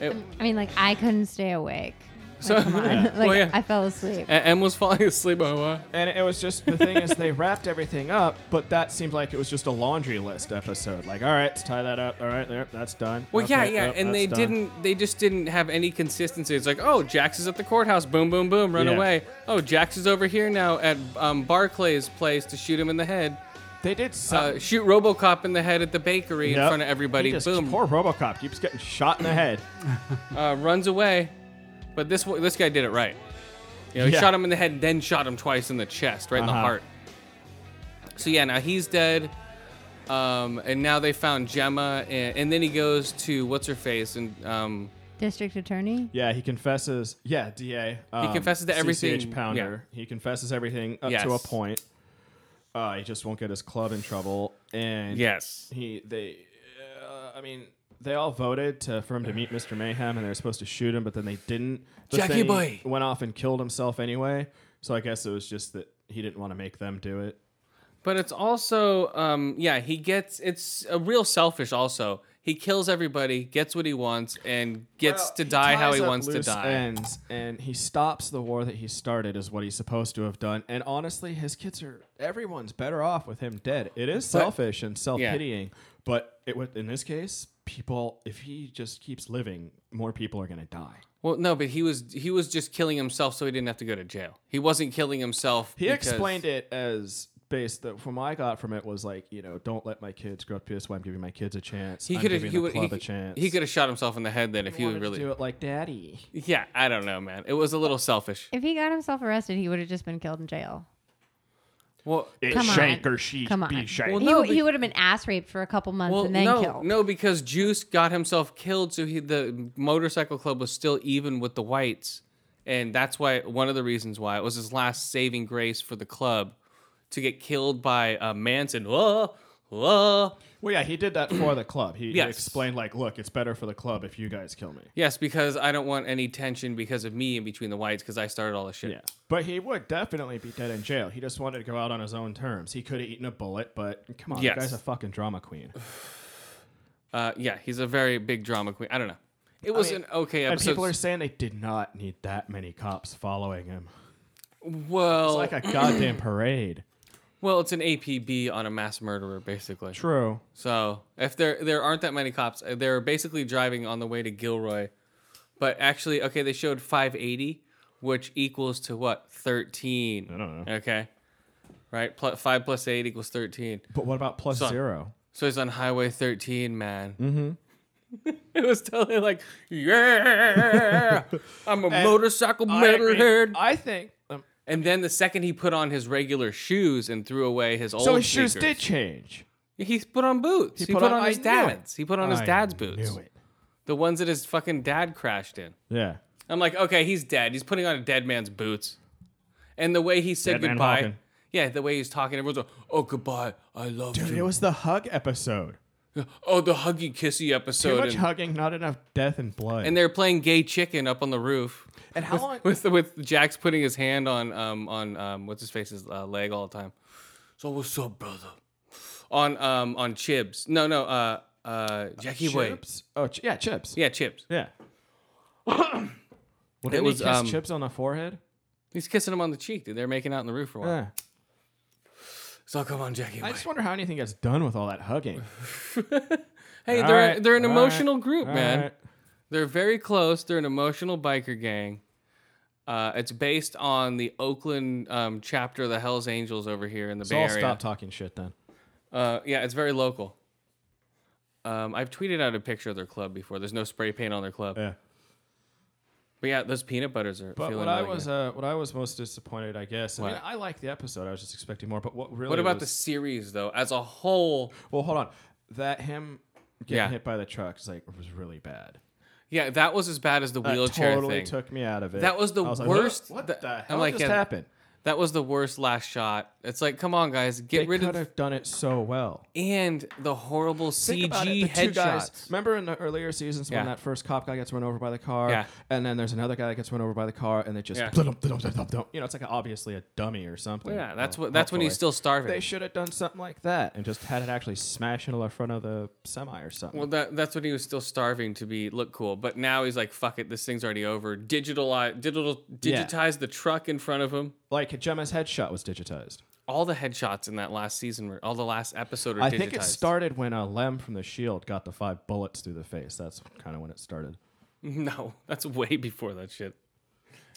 [SPEAKER 2] It,
[SPEAKER 6] I mean, like I couldn't stay awake.
[SPEAKER 2] so
[SPEAKER 6] [LAUGHS] Like
[SPEAKER 2] [LAUGHS] well, yeah.
[SPEAKER 6] I fell asleep.
[SPEAKER 2] A- M was falling [LAUGHS] asleep. Oh, uh,
[SPEAKER 4] And it was just the thing is they wrapped everything up, but that seemed like it was just a laundry list episode. Like, all right, let's tie that up. All right, there, that's done.
[SPEAKER 2] Well, yeah,
[SPEAKER 4] Okay,
[SPEAKER 2] yeah,
[SPEAKER 4] yep,
[SPEAKER 2] and
[SPEAKER 4] that's
[SPEAKER 2] they
[SPEAKER 4] done.
[SPEAKER 2] didn't. They just didn't have any consistency. It's like, oh, Jax is at the courthouse. Boom, boom, boom. Run
[SPEAKER 4] Yeah.
[SPEAKER 2] away. Oh, Jax is over here now at um, Barclay's place to shoot him in the head.
[SPEAKER 4] They did some.
[SPEAKER 2] Uh, shoot RoboCop in the head at the bakery in
[SPEAKER 4] Yep.
[SPEAKER 2] front of everybody.
[SPEAKER 4] He just-
[SPEAKER 2] boom.
[SPEAKER 4] Poor RoboCop keeps getting shot in the head.
[SPEAKER 2] Uh, runs away. But this wa- this guy did it right. You know, he
[SPEAKER 4] Yeah.
[SPEAKER 2] shot him in the head, then shot him twice in the chest, right in the
[SPEAKER 4] Uh-huh.
[SPEAKER 2] heart. So yeah, now he's dead. Um, and now they found Gemma, and, and then he goes to what's her face, and um,
[SPEAKER 6] District attorney.
[SPEAKER 4] Yeah, he confesses. Yeah, DA. um,
[SPEAKER 2] confesses to everything,
[SPEAKER 4] CCH Pounder. He confesses everything up to a
[SPEAKER 2] Yes.
[SPEAKER 4] point. Uh, he just won't get his club in trouble. And
[SPEAKER 2] yes,
[SPEAKER 4] he they uh, i mean they all voted to, for him to meet mr mayhem and they were supposed to shoot him but then they didn't but
[SPEAKER 2] Jackie
[SPEAKER 4] then he
[SPEAKER 2] boy.
[SPEAKER 4] went off and killed himself anyway so i guess it was just that he didn't want to make them do it
[SPEAKER 2] But it's also, um, yeah, he gets. It's a real selfish. Also, he kills everybody, gets what he wants, and gets to die how he wants to die.
[SPEAKER 4] ends, and he stops the war that he started is what he's supposed to have done and honestly his kids are everyone's better off with him dead it is selfish and self-pitying but it would in this case people if he just keeps living more people are going to die
[SPEAKER 2] well, no, but he was he was just killing himself so he didn't have to go to jail. He wasn't killing himself.
[SPEAKER 4] He explained it as based that from what I got from it was like you know don't let my kids grow up to this way. I'm giving my kids a chance.
[SPEAKER 2] He
[SPEAKER 4] I'm
[SPEAKER 2] could have
[SPEAKER 4] giving
[SPEAKER 2] he
[SPEAKER 4] the
[SPEAKER 2] would
[SPEAKER 4] club
[SPEAKER 2] he,
[SPEAKER 4] a chance.
[SPEAKER 2] he could have shot himself in the head then if he
[SPEAKER 4] wanted
[SPEAKER 2] would
[SPEAKER 4] to
[SPEAKER 2] really
[SPEAKER 4] do it like daddy.
[SPEAKER 2] Yeah, I don't know, man. It was a little selfish.
[SPEAKER 6] If he got himself arrested, he would have just been killed in jail.
[SPEAKER 2] Well,
[SPEAKER 6] It's Come on. shank or she Come on. be
[SPEAKER 2] shanked.
[SPEAKER 6] he, w- he would have been ass raped for a couple months and then
[SPEAKER 2] no,
[SPEAKER 6] killed.
[SPEAKER 2] no, because Juice got himself killed, so he the motorcycle club was still even with the whites, and that's why one of the reasons why it was his last saving grace for the club to get killed by uh, Manson. Whoa, whoa.
[SPEAKER 4] Well, yeah, he did that for the club. He
[SPEAKER 2] Yes.
[SPEAKER 4] explained like, look, it's better for the club if you guys kill me.
[SPEAKER 2] Yes, because I don't want any tension because of me in between the whites because I started all the shit. Yeah.
[SPEAKER 4] But he would definitely be dead in jail. He just wanted to go out on his own terms. He could have eaten a bullet, but come on,
[SPEAKER 2] Yes.
[SPEAKER 4] the guy's a fucking drama queen.
[SPEAKER 2] Uh, yeah, he's a very big drama queen. I don't know. It was an okay
[SPEAKER 4] And
[SPEAKER 2] episode.
[SPEAKER 4] people are saying they did not need that many cops following him.
[SPEAKER 2] well,
[SPEAKER 4] It's like
[SPEAKER 2] [CLEARS THROAT]
[SPEAKER 4] a goddamn parade.
[SPEAKER 2] Well, it's an APB on a mass murderer, basically.
[SPEAKER 4] True.
[SPEAKER 2] So if there there aren't that many cops, uh, they're basically driving on the way to Gilroy, but actually, okay, they showed 580, which equals to what? 13. I
[SPEAKER 4] don't
[SPEAKER 2] know. Okay, right? Pl- five plus eight equals 13.
[SPEAKER 4] But what about plus
[SPEAKER 2] So-
[SPEAKER 4] zero?
[SPEAKER 2] So he's on Highway 13, man.
[SPEAKER 4] Mm-hmm.
[SPEAKER 2] [LAUGHS] It was totally like, yeah, I'm a
[SPEAKER 4] [LAUGHS] And
[SPEAKER 2] motorcycle
[SPEAKER 4] I agree.
[SPEAKER 2] metalhead.
[SPEAKER 4] I think.
[SPEAKER 2] and then the second he put on his regular shoes and threw away his old
[SPEAKER 4] So his shoes
[SPEAKER 2] sneakers.
[SPEAKER 4] did change.
[SPEAKER 2] He put on boots. He, put, on, his
[SPEAKER 4] I knew it.
[SPEAKER 2] dad's. He put on his
[SPEAKER 4] I
[SPEAKER 2] dad's
[SPEAKER 4] knew
[SPEAKER 2] boots.
[SPEAKER 4] it.
[SPEAKER 2] The ones that his fucking dad crashed in.
[SPEAKER 4] Yeah.
[SPEAKER 2] I'm like, okay, he's dead. He's putting on a dead man's boots. And the way he said
[SPEAKER 4] Dead man
[SPEAKER 2] goodbye.
[SPEAKER 4] walking.
[SPEAKER 2] Yeah, the way he's talking, everyone's like, oh, goodbye. I love
[SPEAKER 4] Dude, it
[SPEAKER 2] you.
[SPEAKER 4] was the hug episode.
[SPEAKER 2] oh, the huggy kissy
[SPEAKER 4] Too
[SPEAKER 2] episode.
[SPEAKER 4] much
[SPEAKER 2] and,
[SPEAKER 4] hugging, not enough death and blood.
[SPEAKER 2] and they're playing gay chicken up on the roof.
[SPEAKER 4] And how
[SPEAKER 2] with,
[SPEAKER 4] long-
[SPEAKER 2] With, with Jack's putting his hand on, um, on um, what's his face's uh, leg all the time. So, what's up, brother? On, um, on Chibs. No, no, uh, uh, Jackie Boy.
[SPEAKER 4] Chips? Oh, ch- yeah, chips.
[SPEAKER 2] Yeah, chips.
[SPEAKER 4] Yeah. Well,
[SPEAKER 2] [COUGHS] It
[SPEAKER 4] didn't
[SPEAKER 2] was,
[SPEAKER 4] he kiss
[SPEAKER 2] um,
[SPEAKER 4] chips on the forehead?
[SPEAKER 2] He's kissing him on the cheek, dude. They're making out on the roof for a while.
[SPEAKER 4] Yeah.
[SPEAKER 2] So come on, Jackie.
[SPEAKER 4] I just wonder how anything gets done with all that hugging.
[SPEAKER 2] Hey,
[SPEAKER 4] All
[SPEAKER 2] they're
[SPEAKER 4] right,
[SPEAKER 2] they're an
[SPEAKER 4] all
[SPEAKER 2] emotional
[SPEAKER 4] right,
[SPEAKER 2] group,
[SPEAKER 4] all
[SPEAKER 2] man.
[SPEAKER 4] right.
[SPEAKER 2] They're very close. They're an emotional biker gang. Uh, it's based on the Oakland um, chapter of the Hell's Angels over here in the
[SPEAKER 4] So
[SPEAKER 2] Bay
[SPEAKER 4] I'll
[SPEAKER 2] Area.
[SPEAKER 4] stop talking shit then.
[SPEAKER 2] Uh, yeah, it's very local. Um, I've tweeted out a picture of their club before. There's no spray paint on their club.
[SPEAKER 4] Yeah.
[SPEAKER 2] But yeah, those peanut butters are.
[SPEAKER 4] But
[SPEAKER 2] feeling
[SPEAKER 4] what I
[SPEAKER 2] really
[SPEAKER 4] was
[SPEAKER 2] good.
[SPEAKER 4] uh, what I was most disappointed, I guess. I mean,
[SPEAKER 2] What?
[SPEAKER 4] I liked the episode. I was just expecting more. But what really?
[SPEAKER 2] what about the
[SPEAKER 4] was,
[SPEAKER 2] series though, as a whole?
[SPEAKER 4] Well, hold on. That him getting
[SPEAKER 2] Yeah.
[SPEAKER 4] hit by the truck is like was really bad.
[SPEAKER 2] Yeah, that was as bad as the
[SPEAKER 4] That
[SPEAKER 2] wheelchair
[SPEAKER 4] totally
[SPEAKER 2] thing.
[SPEAKER 4] took me out of it.
[SPEAKER 2] That was the
[SPEAKER 4] I was like,
[SPEAKER 2] worst.
[SPEAKER 4] what-
[SPEAKER 2] th-
[SPEAKER 4] what the
[SPEAKER 2] I'm uh,
[SPEAKER 4] hell just
[SPEAKER 2] yeah,
[SPEAKER 4] happened?
[SPEAKER 2] That was the worst last shot. It's like, come on, guys, get
[SPEAKER 4] They
[SPEAKER 2] rid
[SPEAKER 4] could
[SPEAKER 2] of.
[SPEAKER 4] have done it so well.
[SPEAKER 2] And the horrible
[SPEAKER 4] Think about it,
[SPEAKER 2] CG
[SPEAKER 4] the two guys-
[SPEAKER 2] headshots.
[SPEAKER 4] Remember in the earlier seasons
[SPEAKER 2] Yeah.
[SPEAKER 4] when that first cop guy gets run over by the car,
[SPEAKER 2] Yeah.
[SPEAKER 4] and then there's another guy that gets run over by the car, and they just
[SPEAKER 2] Yeah.
[SPEAKER 4] you know it's like obviously a dummy or something.
[SPEAKER 2] Well, yeah, that's
[SPEAKER 4] Well,
[SPEAKER 2] what- that's when he's
[SPEAKER 4] hopefully.
[SPEAKER 2] still starving.
[SPEAKER 4] They should have done something like that and just had it actually smash into the front of the semi or something.
[SPEAKER 2] Well, that that's when he was still starving to be look cool, but now he's like, fuck it, this thing's already over. Digitalize, digital,
[SPEAKER 4] Yeah.
[SPEAKER 2] digitize the truck in front of him.
[SPEAKER 4] like Gemma's headshot was digitized.
[SPEAKER 2] All the headshots in that last season, were, all the last episode, are
[SPEAKER 4] I
[SPEAKER 2] digitized.
[SPEAKER 4] think it started when uh, Lem from the Shield got the five bullets through the face. That's kind of when it started.
[SPEAKER 2] [LAUGHS] No, that's way before that shit.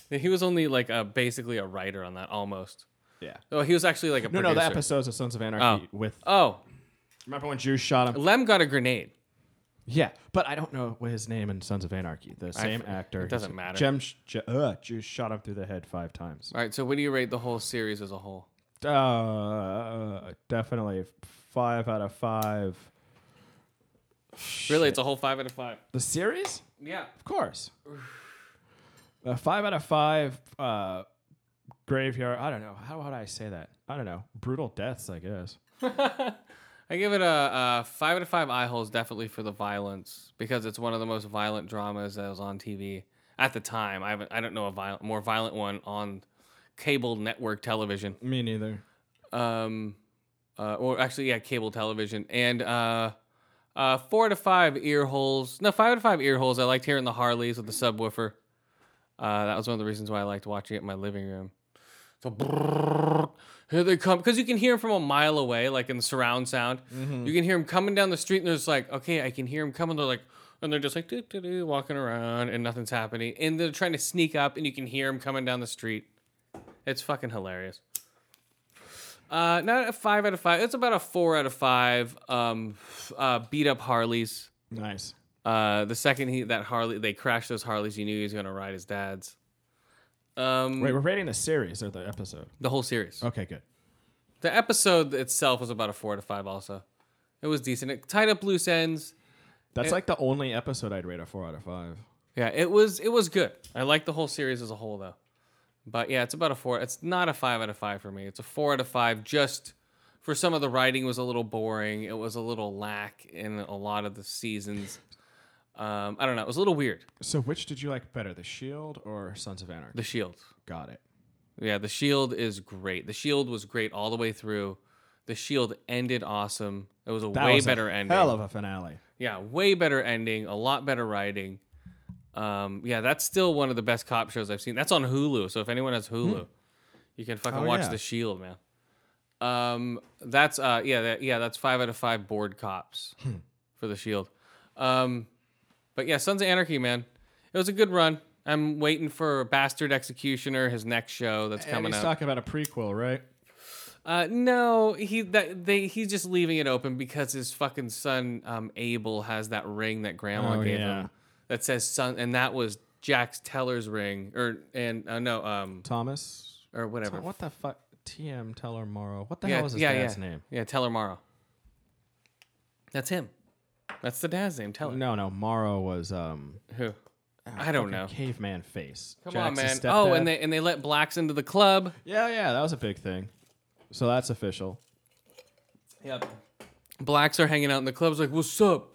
[SPEAKER 2] He was only like a, basically a writer on that almost.
[SPEAKER 4] Yeah.
[SPEAKER 2] Oh, he was actually like a
[SPEAKER 4] No,
[SPEAKER 2] producer.
[SPEAKER 4] no, the episodes of Sons of Anarchy with
[SPEAKER 2] Oh,
[SPEAKER 4] remember when Juice shot him?
[SPEAKER 2] Lem got a grenade.
[SPEAKER 4] Yeah, but I don't know what his name in Sons of Anarchy. The same
[SPEAKER 2] f-
[SPEAKER 4] actor.
[SPEAKER 2] it doesn't matter.
[SPEAKER 4] Gem, Je- uh, Juice shot him through the head five times.
[SPEAKER 2] All right, so what do you rate the whole series as a whole?
[SPEAKER 4] Uh, definitely five out of five.
[SPEAKER 2] Really,
[SPEAKER 4] Shit.
[SPEAKER 2] it's a whole five out of five.
[SPEAKER 4] The series?
[SPEAKER 2] Yeah.
[SPEAKER 4] Of course. Uh, five out of five. Uh, graveyard. I don't know. How would I say that? I don't know. Brutal deaths, I guess.
[SPEAKER 2] I give it a, a five out of five eye holes, definitely for the violence because it's one of the most violent dramas that was on TV at the time. I haven't, I don't know a viol- more violent one on cable network television.
[SPEAKER 4] Me neither.
[SPEAKER 2] Um, uh, or actually, yeah, cable television and uh, uh, four to five ear holes. No, five out of five ear holes. I liked hearing the Harleys with the subwoofer. Uh, that was one of the reasons why I liked watching it in my living room. So brrrr, here they come because you can hear them from a mile away, like in the surround sound. You can hear them coming down the street, and there's like, okay, I can hear them coming. They're like, and they're just like doo, doo, doo, walking around, and nothing's happening. And they're trying to sneak up, and you can hear them coming down the street. It's fucking hilarious. Uh, not a five out of five. It's about a four out of five. Um, f- uh, beat up Harleys.
[SPEAKER 4] Nice.
[SPEAKER 2] Uh, the second he that Harley they crashed those Harleys, you knew he was gonna ride his dad's. Um,
[SPEAKER 4] Wait, we're rating the series or the episode?
[SPEAKER 2] the whole series.
[SPEAKER 4] Okay, good.
[SPEAKER 2] The episode itself was about a four out of five. Also, it was decent. It tied up loose ends.
[SPEAKER 4] That's
[SPEAKER 2] It-
[SPEAKER 4] like the only episode I'd rate a four out of five.
[SPEAKER 2] Yeah, it was it was good. I like the whole series as a whole though. But yeah, it's about a four. It's not a five out of five for me. It's a four out of five. Just for some of the writing was a little boring. It was a little lack in a lot of the seasons. Um, I don't know. It was a little weird.
[SPEAKER 4] So, which did you like better, The Shield or Sons of Anarchy?
[SPEAKER 2] The Shield.
[SPEAKER 4] Got it.
[SPEAKER 2] Yeah, the Shield is great. The Shield was great all the way through. The Shield ended awesome. It was a
[SPEAKER 4] That
[SPEAKER 2] way
[SPEAKER 4] was a
[SPEAKER 2] better ending.
[SPEAKER 4] Hell of a finale.
[SPEAKER 2] Yeah, way better ending, a lot better writing. Um, yeah, that's still one of the best cop shows I've seen. That's on Hulu, so if anyone has Hulu, you can fucking
[SPEAKER 4] Hmm. Oh,
[SPEAKER 2] watch
[SPEAKER 4] yeah.
[SPEAKER 2] The Shield, man. Um, that's uh, yeah, that, yeah, that's five out of five bored
[SPEAKER 4] [LAUGHS]
[SPEAKER 2] cops
[SPEAKER 4] Hmm.
[SPEAKER 2] for The Shield. Um, but yeah, Sons of Anarchy, man, it was a good run. I'm waiting for Bastard Executioner, his next show that's
[SPEAKER 4] And
[SPEAKER 2] coming
[SPEAKER 4] he's
[SPEAKER 2] out.
[SPEAKER 4] talking about a prequel, right?
[SPEAKER 2] Uh, no, he that they he's just leaving it open because his fucking son um, Abel has that ring that Grandma
[SPEAKER 4] Oh,
[SPEAKER 2] gave
[SPEAKER 4] yeah.
[SPEAKER 2] him that says son, and that was Jax Teller's ring, or and uh, no, um,
[SPEAKER 4] Thomas.
[SPEAKER 2] or whatever.
[SPEAKER 4] What the fuck? T.M. Teller Morrow. What the
[SPEAKER 2] yeah,
[SPEAKER 4] hell was his
[SPEAKER 2] yeah,
[SPEAKER 4] dad's
[SPEAKER 2] yeah.
[SPEAKER 4] name?
[SPEAKER 2] Yeah, Teller Morrow. That's him. That's the dad's name, Teller.
[SPEAKER 4] No, no. Morrow was um.
[SPEAKER 2] Who?
[SPEAKER 4] ah,
[SPEAKER 2] I don't
[SPEAKER 4] fucking
[SPEAKER 2] know.
[SPEAKER 4] Caveman face.
[SPEAKER 2] Come
[SPEAKER 4] Jax's
[SPEAKER 2] on, man. Oh,
[SPEAKER 4] stepdad.
[SPEAKER 2] and they and they let blacks into the club.
[SPEAKER 4] Yeah, yeah. That was a big thing. So that's official.
[SPEAKER 2] Yep. Blacks are hanging out in the clubs. Like, what's up?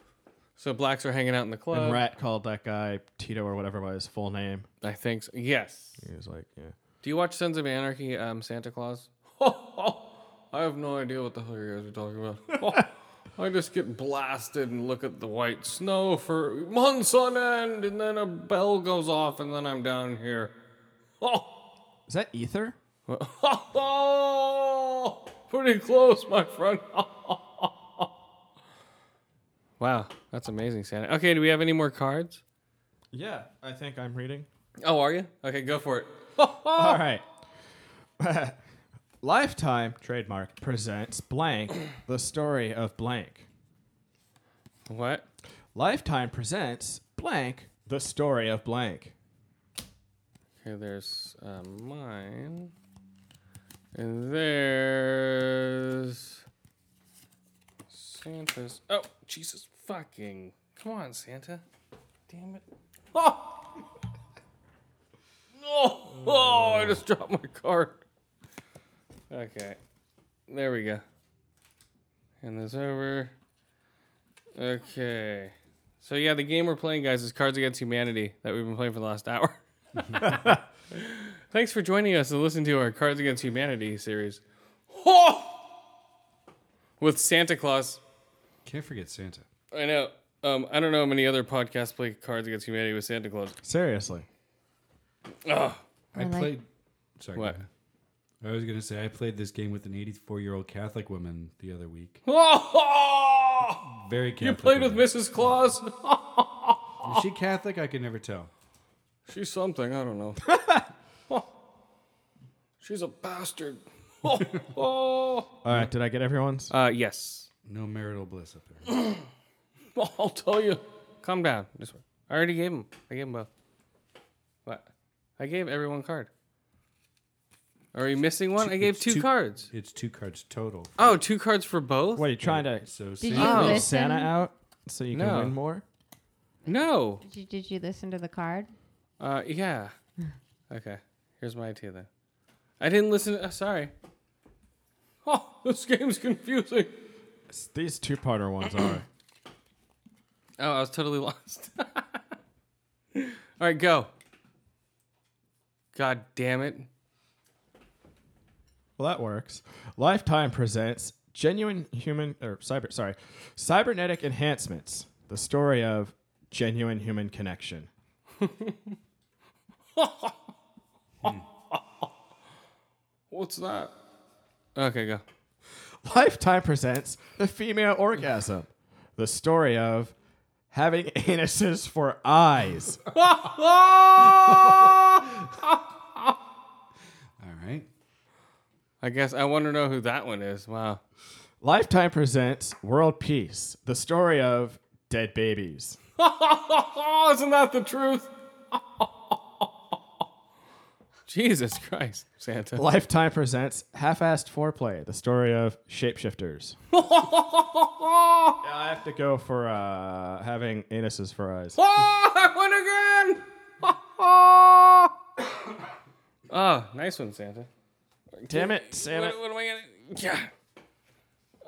[SPEAKER 2] So blacks are hanging out in the club.
[SPEAKER 4] and Rat called that guy Tito or whatever by his full name.
[SPEAKER 2] I think so. Yes.
[SPEAKER 4] He was like, yeah.
[SPEAKER 2] Do you watch Sons of Anarchy, um, Santa Claus? [LAUGHS] I have no idea what the hell you guys are talking about. [LAUGHS] I just get blasted and look at the white snow for months on end, and then a bell goes off, and then I'm down here. [LAUGHS]
[SPEAKER 4] Is that Ether?
[SPEAKER 2] Pretty close, my friend. [LAUGHS] wow, that's amazing, Santa. Okay, do we have any more cards?
[SPEAKER 4] Yeah, I think I'm reading.
[SPEAKER 2] Oh, are you? Okay, go for it.
[SPEAKER 4] All right. [LAUGHS] Lifetime trademark presents [COUGHS] blank the story of blank.
[SPEAKER 2] What?
[SPEAKER 4] Lifetime presents blank the story of blank.
[SPEAKER 2] Okay, there's uh, mine. And there's Santa's. Oh, Jesus fucking. Come on, Santa. Damn it. Oh! [LAUGHS] No! Oh, I just dropped my card. Okay. There we go. And this over. Okay. So, yeah, the game we're playing, guys, is Cards Against Humanity that we've been playing for the last [LAUGHS] hour. Thanks for joining us and listen to our Cards Against Humanity series. Ho! With Santa Claus.
[SPEAKER 3] Can't forget Santa.
[SPEAKER 2] I know. Um, I don't know how many other podcasts play Cards Against Humanity with Santa Claus.
[SPEAKER 4] Seriously.
[SPEAKER 2] Ugh.
[SPEAKER 3] I,
[SPEAKER 6] like-
[SPEAKER 3] played. Sorry.
[SPEAKER 2] What?
[SPEAKER 3] go ahead. I was gonna say I played this game with an 84 year old Catholic woman the other week.
[SPEAKER 2] Oh!
[SPEAKER 3] Very Catholic.
[SPEAKER 2] You played with
[SPEAKER 3] woman.
[SPEAKER 2] Mrs. Claus?
[SPEAKER 3] Is she Catholic? I can never tell.
[SPEAKER 2] She's something. I [LAUGHS] don't know. She's a bastard. Oh,
[SPEAKER 4] All right, did I get everyone's?
[SPEAKER 2] Uh, yes.
[SPEAKER 3] No marital bliss up
[SPEAKER 2] [GASPS]
[SPEAKER 3] there.
[SPEAKER 2] [LAUGHS] I'll tell you. Calm down. This one. I already gave him. I gave him both. What? I gave everyone a card. Are you missing one? I gave
[SPEAKER 3] It's
[SPEAKER 2] two, cards.
[SPEAKER 3] It's two cards total.
[SPEAKER 2] Oh, two cards for both?
[SPEAKER 4] what are you trying to
[SPEAKER 3] So
[SPEAKER 6] Did
[SPEAKER 3] Santa-
[SPEAKER 6] you
[SPEAKER 2] Oh.
[SPEAKER 4] leave
[SPEAKER 6] listen?
[SPEAKER 4] Santa out so you can
[SPEAKER 2] No.
[SPEAKER 4] win more?
[SPEAKER 2] No.
[SPEAKER 6] Did you, did you listen to the card?
[SPEAKER 2] Uh, [LAUGHS] yeah. Okay. Here's my idea then. I didn't listen. uh, sorry. [LAUGHS] Oh, this game's confusing.
[SPEAKER 4] S- These two-parter
[SPEAKER 2] [COUGHS]
[SPEAKER 4] ones are.
[SPEAKER 2] Oh, I was totally [LAUGHS] lost. All right, go. God damn it.
[SPEAKER 4] Well, that works. Lifetime presents genuine human or cyber sorry, cybernetic enhancements. The story of genuine human connection. [LAUGHS]
[SPEAKER 2] What's that? Okay, go.
[SPEAKER 4] Lifetime presents the female orgasm. The story of having [LAUGHS] anuses for eyes.
[SPEAKER 2] Oh!
[SPEAKER 3] All right.
[SPEAKER 2] I guess I want to know who that one is. Wow. [LAUGHS]
[SPEAKER 4] Lifetime presents World Peace, the story of dead babies.
[SPEAKER 2] Isn't that the truth? [LAUGHS] Jesus Christ, Santa.
[SPEAKER 4] [LAUGHS] Lifetime presents Half Assed Foreplay, the story of [LAUGHS] shapeshifters.
[SPEAKER 2] oh,
[SPEAKER 4] Yeah, I have to go for uh, having anuses for eyes.
[SPEAKER 2] [LAUGHS] I won again! [LAUGHS] oh, nice one, Santa.
[SPEAKER 4] Damn it, Santa.
[SPEAKER 2] What, what am I gonna? Yeah.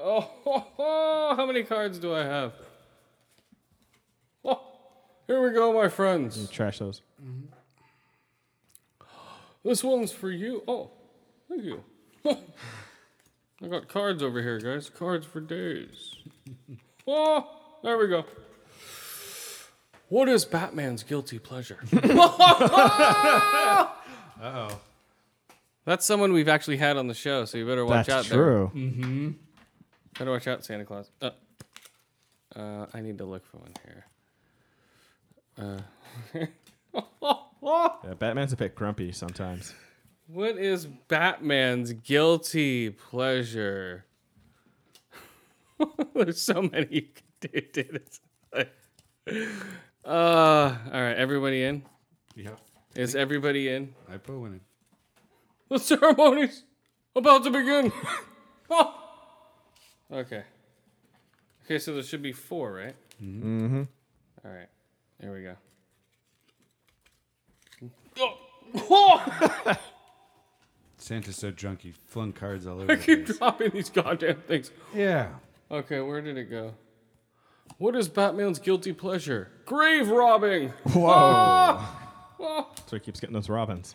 [SPEAKER 2] Oh, [LAUGHS] how many cards do I have? [LAUGHS] Oh, here we go, my friends.
[SPEAKER 4] Trash those.
[SPEAKER 2] This one's for you. Oh, thank you. [LAUGHS] I got cards over here, guys. Cards for days. [LAUGHS] Oh, there we go. What is Batman's guilty pleasure? [LAUGHS]
[SPEAKER 3] Uh oh.
[SPEAKER 2] That's someone we've actually had on the show, so you better watch
[SPEAKER 4] That's
[SPEAKER 2] out there. Mm.
[SPEAKER 4] true.
[SPEAKER 2] Better watch out, Santa Claus. Uh, uh, I need to look for one here.
[SPEAKER 4] Yeah, Batman's a bit grumpy sometimes.
[SPEAKER 2] What is Batman's guilty pleasure? [LAUGHS] There's so many you can do, dude. It's like- uh, all right, everybody in?
[SPEAKER 3] Yeah.
[SPEAKER 2] Is everybody in?
[SPEAKER 3] I put one in.
[SPEAKER 2] The ceremony's about to begin. [LAUGHS] Oh. Okay. Okay, so there should be four, right? Mm-hmm. All right. Here we go. Oh,
[SPEAKER 3] Santa's so drunk he flung
[SPEAKER 2] [LAUGHS]
[SPEAKER 3] cards all
[SPEAKER 2] [LAUGHS]
[SPEAKER 3] over.
[SPEAKER 2] I
[SPEAKER 3] the
[SPEAKER 2] keep
[SPEAKER 3] place.
[SPEAKER 2] dropping these goddamn things.
[SPEAKER 3] Yeah.
[SPEAKER 2] Okay, where did it go? What is Batman's guilty pleasure? Grave robbing. [LAUGHS]
[SPEAKER 4] Whoa.
[SPEAKER 2] Oh,
[SPEAKER 4] So he keeps getting
[SPEAKER 2] [LAUGHS]
[SPEAKER 4] those robins.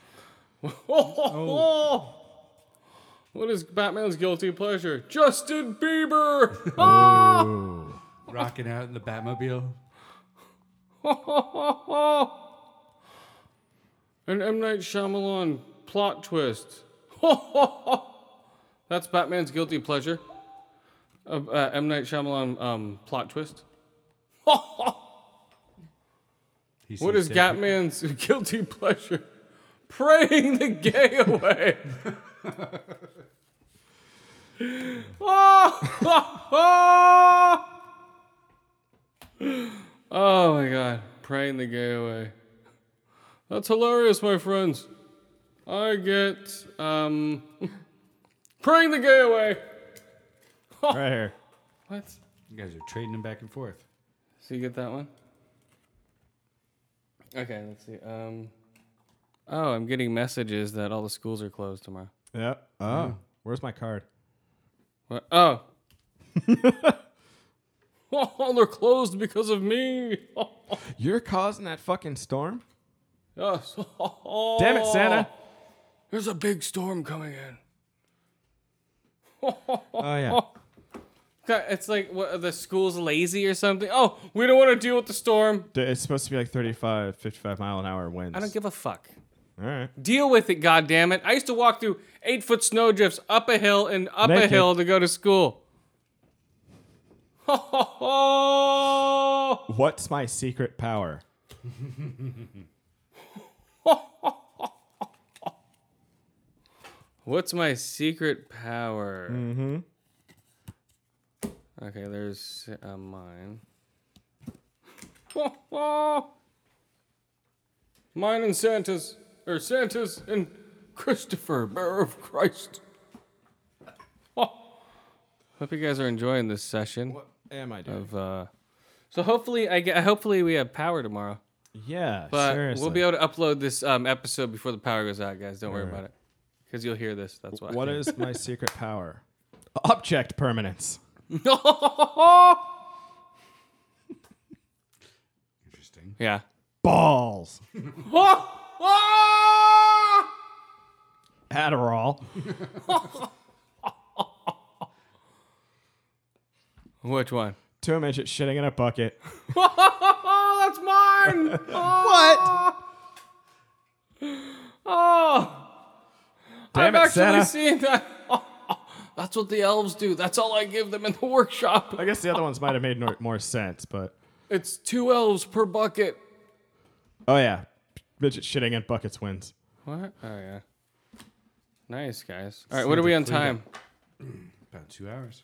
[SPEAKER 2] Oh. What is Batman's guilty pleasure? Justin Bieber. [LAUGHS]
[SPEAKER 3] Rocking out in the Batmobile.
[SPEAKER 2] An M Night Shyamalan plot twist. [LAUGHS] That's Batman's guilty pleasure. Uh, uh, M Night Shyamalan um, plot twist.
[SPEAKER 3] He
[SPEAKER 2] What
[SPEAKER 3] sees
[SPEAKER 2] is
[SPEAKER 3] dead
[SPEAKER 2] Batman's [LAUGHS] guilty pleasure? Praying the gay away. oh, my god. Praying the gay away. That's hilarious, my friends. I get um [LAUGHS] praying the gay away.
[SPEAKER 4] Right here.
[SPEAKER 2] What?
[SPEAKER 3] people. You guys are trading them back and forth.
[SPEAKER 2] So you get that one? Okay, let's see. Um, oh, I'm getting messages that all the schools are closed tomorrow.
[SPEAKER 4] Yep. Oh.
[SPEAKER 2] Mm.
[SPEAKER 4] Where's my card?
[SPEAKER 2] What? Oh. [LAUGHS] oh, they're closed because of me. [LAUGHS]
[SPEAKER 4] You're causing that fucking storm?
[SPEAKER 2] yes. [LAUGHS]
[SPEAKER 4] Damn it, Santa.
[SPEAKER 2] There's a big storm coming in.
[SPEAKER 4] Oh,
[SPEAKER 2] [LAUGHS]
[SPEAKER 4] yeah.
[SPEAKER 2] Okay, It's like what, the school's lazy or something. Oh, we don't want to deal with the storm.
[SPEAKER 4] D- It's supposed to be like 35, 55 mile an hour winds.
[SPEAKER 2] I don't give a fuck.
[SPEAKER 4] All right.
[SPEAKER 2] Deal with it, goddammit. I used to walk through eight foot snow drifts up a hill and up a
[SPEAKER 4] Naked.
[SPEAKER 2] hill to go to school. [LAUGHS] Ho, ho, ho.
[SPEAKER 4] What's my secret power?
[SPEAKER 2] What's my secret power? Mm-hmm. Okay, there's uh, mine. [LAUGHS] Ho, ho. mine and Santa's, or Santa's and Christopher, bearer of Christ. [LAUGHS] Ho. Hope you guys are enjoying this session.
[SPEAKER 4] What am I doing?
[SPEAKER 2] of uh so hopefully i get hopefully we have power tomorrow
[SPEAKER 4] yeah,
[SPEAKER 2] but
[SPEAKER 4] seriously.
[SPEAKER 2] we'll be able to upload this um episode before the power goes out guys don't worry about it because you'll hear this that's why
[SPEAKER 4] What
[SPEAKER 2] [LAUGHS]
[SPEAKER 4] is my secret power? Object permanence.
[SPEAKER 3] Interesting.
[SPEAKER 2] yeah
[SPEAKER 4] Balls. Adderall.
[SPEAKER 2] which one
[SPEAKER 4] Two midget shitting in a bucket.
[SPEAKER 2] Oh, that's [LAUGHS] mine
[SPEAKER 4] What?
[SPEAKER 2] oh i've
[SPEAKER 4] Damn it,
[SPEAKER 2] actually
[SPEAKER 4] Santa.
[SPEAKER 2] seen that [LAUGHS] that's what the elves do that's all i give them in the workshop
[SPEAKER 4] I guess the other ones might have made no- more sense, but.
[SPEAKER 2] it's two elves per bucket
[SPEAKER 4] Oh, yeah. Midget shitting in buckets wins.
[SPEAKER 2] What? Oh yeah. Nice, guys. All right, what are we on time?
[SPEAKER 3] About two hours.